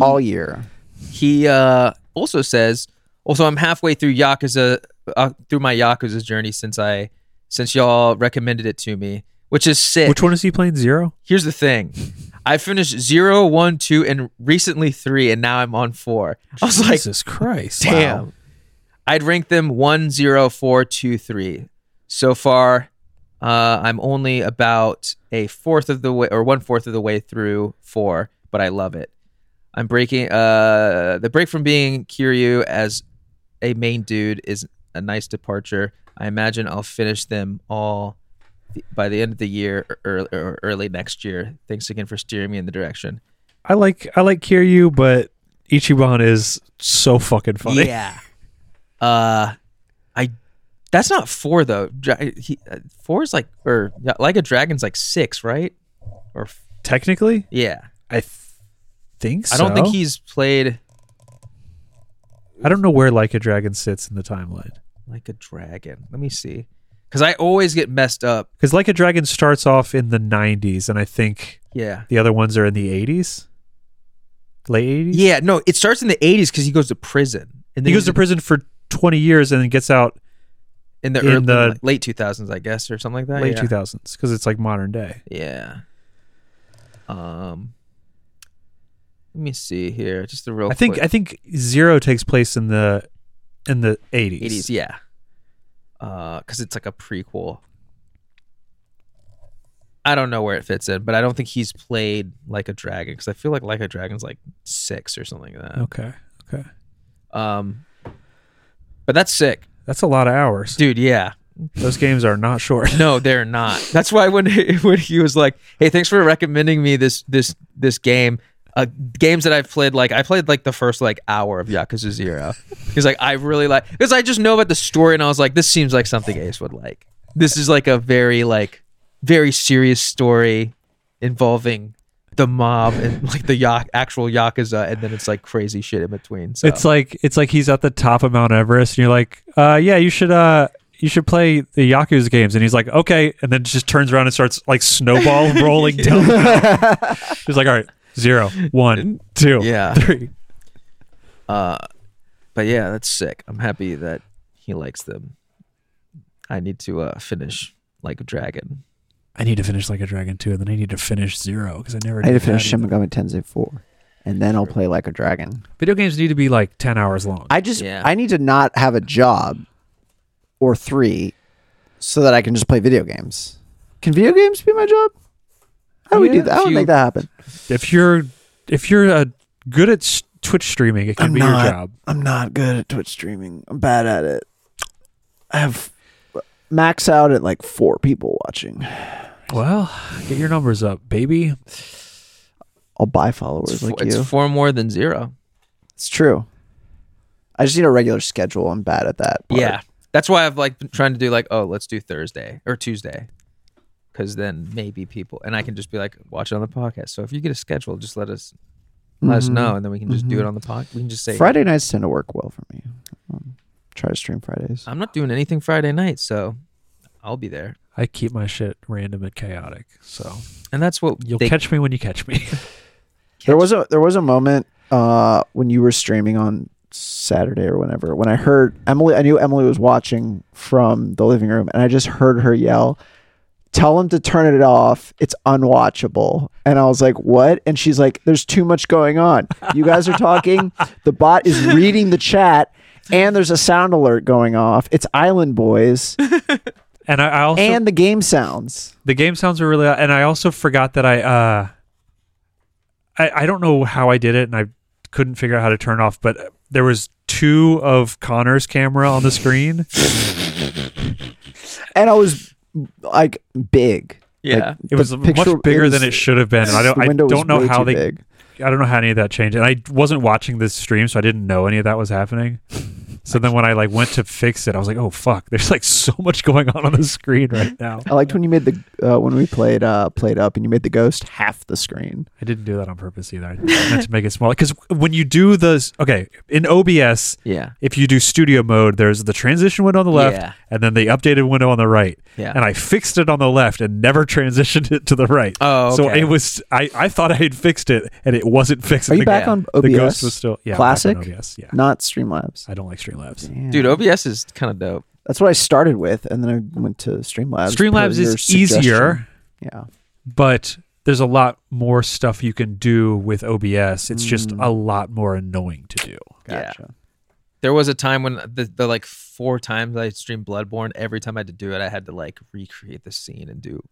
A: all year.
C: He uh, also says, also I'm halfway through Yakuza uh, through my Yakuza journey since I since y'all recommended it to me, which is sick.
B: Which one is he playing? Zero.
C: Here's the thing. I finished zero, one, two, and recently three, and now I'm on four. I was like,
B: Jesus Christ!
C: damn. I'd rank them one, zero, four, two, three. So far, uh, I'm only about a fourth of the way or one fourth of the way through four, but I love it. I'm breaking uh, the break from being Kiryu as a main dude is a nice departure. I imagine I'll finish them all by the end of the year or, or early next year. Thanks again for steering me in the direction.
B: I like I like Kiryu, but Ichiban is so fucking funny.
C: Yeah. Uh, I. That's not four though. Dra- he, uh, four is like or yeah, like a dragon's like six, right? Or f-
B: Technically,
C: yeah.
B: I th- think. So.
C: I don't think he's played
B: I don't know where Like a Dragon sits in the timeline
C: like a dragon. Let me see, because I always get messed up.
B: because Like a Dragon starts off in the '90s, and I think
C: Yeah.
B: the other ones are in the '80s, late '80s.
C: Yeah. No, it starts in the eighties because he goes to prison. And
B: he goes to prison for 20 years and then gets out
C: in the,
B: in
C: early,
B: the-
C: late two thousands, I guess, or something like
A: Oh,
C: that.
B: late
C: yeah.
B: 2000s because it's like modern day.
C: Yeah. Um. Let me see here. Just a real.
B: I think
C: quick-
B: I think Zero takes place in the in the 80s.
C: 80s, yeah. Because it's like a prequel. I don't know where it fits in, but I don't think he's played like a dragon because I feel like like a dragon's like six or something like that.
B: Okay. Okay.
C: Um, but that's sick,
B: That's a lot of hours.
C: dude. Yeah,
B: Those games are not short.
C: no, they're not. That's why when he, when he was like, "Hey, thanks for recommending me this this this game." Uh, games that I've played, like I played like the first like hour of Yakuza Zero. He's like, I really like because I just know about the story, and I was like, this seems like something Ace would like. This is like a very like very serious story involving the mob and like the ya- actual Yakuza, and then it's like crazy shit in between. So
B: It's like it's like he's at the top of Mount Everest and you're like, "Uh yeah, you should uh you should play the Yakuza games." And he's like, "Okay." And then just turns around and starts like snowball rolling down. the mountain. he's like, "All right, zero, one, two,
C: Yeah.
B: three.
C: Uh, but yeah, that's sick. I'm happy that he likes them. I need to uh, finish like a dragon.
B: I need to finish like a dragon too, and then I need to finish zero because I never.
A: I need to
B: did
A: finish
B: that
A: Shin
B: either.
A: Megami Tensei 4, and then I'll play like a dragon.
B: Video games need to be like ten hours long.
A: I just
C: Yeah.
A: I need to not have a job or three, so that I can just play video games. Can video games be my job? How do we
C: Yeah,
A: do that? How
C: if
A: would
C: you-
A: make that happen?
B: If you're if you're uh, good at s- Twitch streaming, it can
A: I'm
B: be
A: not.
B: your job.
A: I'm not good at Twitch streaming. I'm bad at it. I have max out at like four people watching.
B: Well, get your numbers up, baby.
A: I'll buy followers
C: It's,
A: like
C: four, it's
A: you.
C: four more than zero.
A: it's true. I just need a regular schedule. I'm bad at that. part.
C: Yeah, that's why I've like been trying to do like, oh, let's do Thursday or Tuesday, because then maybe people and I can just be like, watch it on the podcast. So if you get a schedule, just let us let us
A: Mhm.
C: know, and then we can just do it
A: Mhm.
C: on the pod. We can just say
A: Friday nights tend to work well for me. Um, try to stream Fridays.
C: I'm not doing anything Friday night, so I'll be there.
B: I keep my shit random and chaotic, so
C: And that's what
B: you'll
C: they,
B: catch me when you catch me.
A: There was a there was a moment uh, when you were streaming on Saturday or whenever when I heard Emily. I knew Emily was watching from the living room, and I just heard her yell, "Tell him to turn it off. It's unwatchable." And I was like, "What?" And she's like, "There's too much going on. You guys are talking. the bot is reading the chat." And there's a sound alert going off. It's Island Boys
B: and I, I also
A: and the game sounds.
B: the game sounds were really and I also forgot that I uh I I don't know how I did it and I couldn't figure out how to turn off, but there was two of Connor's camera on the screen.
A: And I was like big.
C: yeah.
B: It was
A: The
B: much
A: picture-
B: bigger than
A: was-
B: it should have been. and I don't
A: the
B: I
A: window was
B: don't know
A: way
B: how
A: too
B: they
A: big.
B: I don't know how any of that changed. And I wasn't watching this stream, so I didn't know any of that was happening. So then when I like went to fix it, I was like, "Oh fuck, there's like so much going on on the screen right now."
A: I liked when you made the uh, when we played uh, played up and you made the ghost half the screen.
B: I didn't do that on purpose either. I meant to make it smaller cuz when you do the okay, in OBS,
C: Yeah.
B: if you do studio mode, there's the transition window on the left
C: Yeah.
B: and then the updated window on the right.
C: Yeah.
B: And I fixed it on the left and never transitioned it to the right.
C: Oh,
B: So
C: okay.
B: it was I I thought I had fixed it and it wasn't fixed.
A: Are
B: and
A: you
B: the,
A: back on OBS?
B: the ghost was still yeah, I'm back on
A: Classic?
B: OBS, yeah.
A: Not Streamlabs.
B: I don't like Streamlabs.
A: Damn.
C: Dude, uh, OBS is kind of dope.
A: that's what I started with, and then I went to Streamlabs. per
B: Streamlabs
A: your
B: is easier,
A: suggestion. Yeah,
B: but there's a lot more stuff you can do with OBS. It's
C: Hmm.
B: just a lot more annoying to do.
A: gotcha.
C: There was a time when the, the like four times I streamed Bloodborne, every time I had to do it, I had to like recreate the scene and do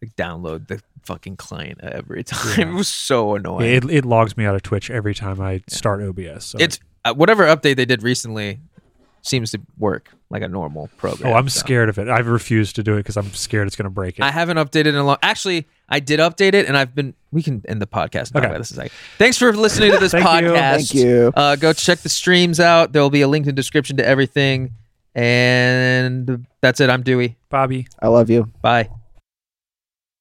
C: like download the fucking client every time. It was so annoying.
B: It, it logs me out of Twitch every time I start OBS. So
C: it's uh, whatever update they did recently seems to work like a normal program.
B: oh, I'm
C: so.
B: scared of it. I've refused to do it because I'm scared it's going to break it.
C: I haven't updated in a long. Actually, I did update it, and I've been. We can end the podcast. By the
B: Okay.
C: way, this is like. Thanks for listening to this
B: Thank you.
C: podcast.
A: Thank you.
C: Uh, go check the streams out. There will be a link in the description to everything, and that's it. I'm Dewey.
B: Bobby.
A: I love you.
C: Bye.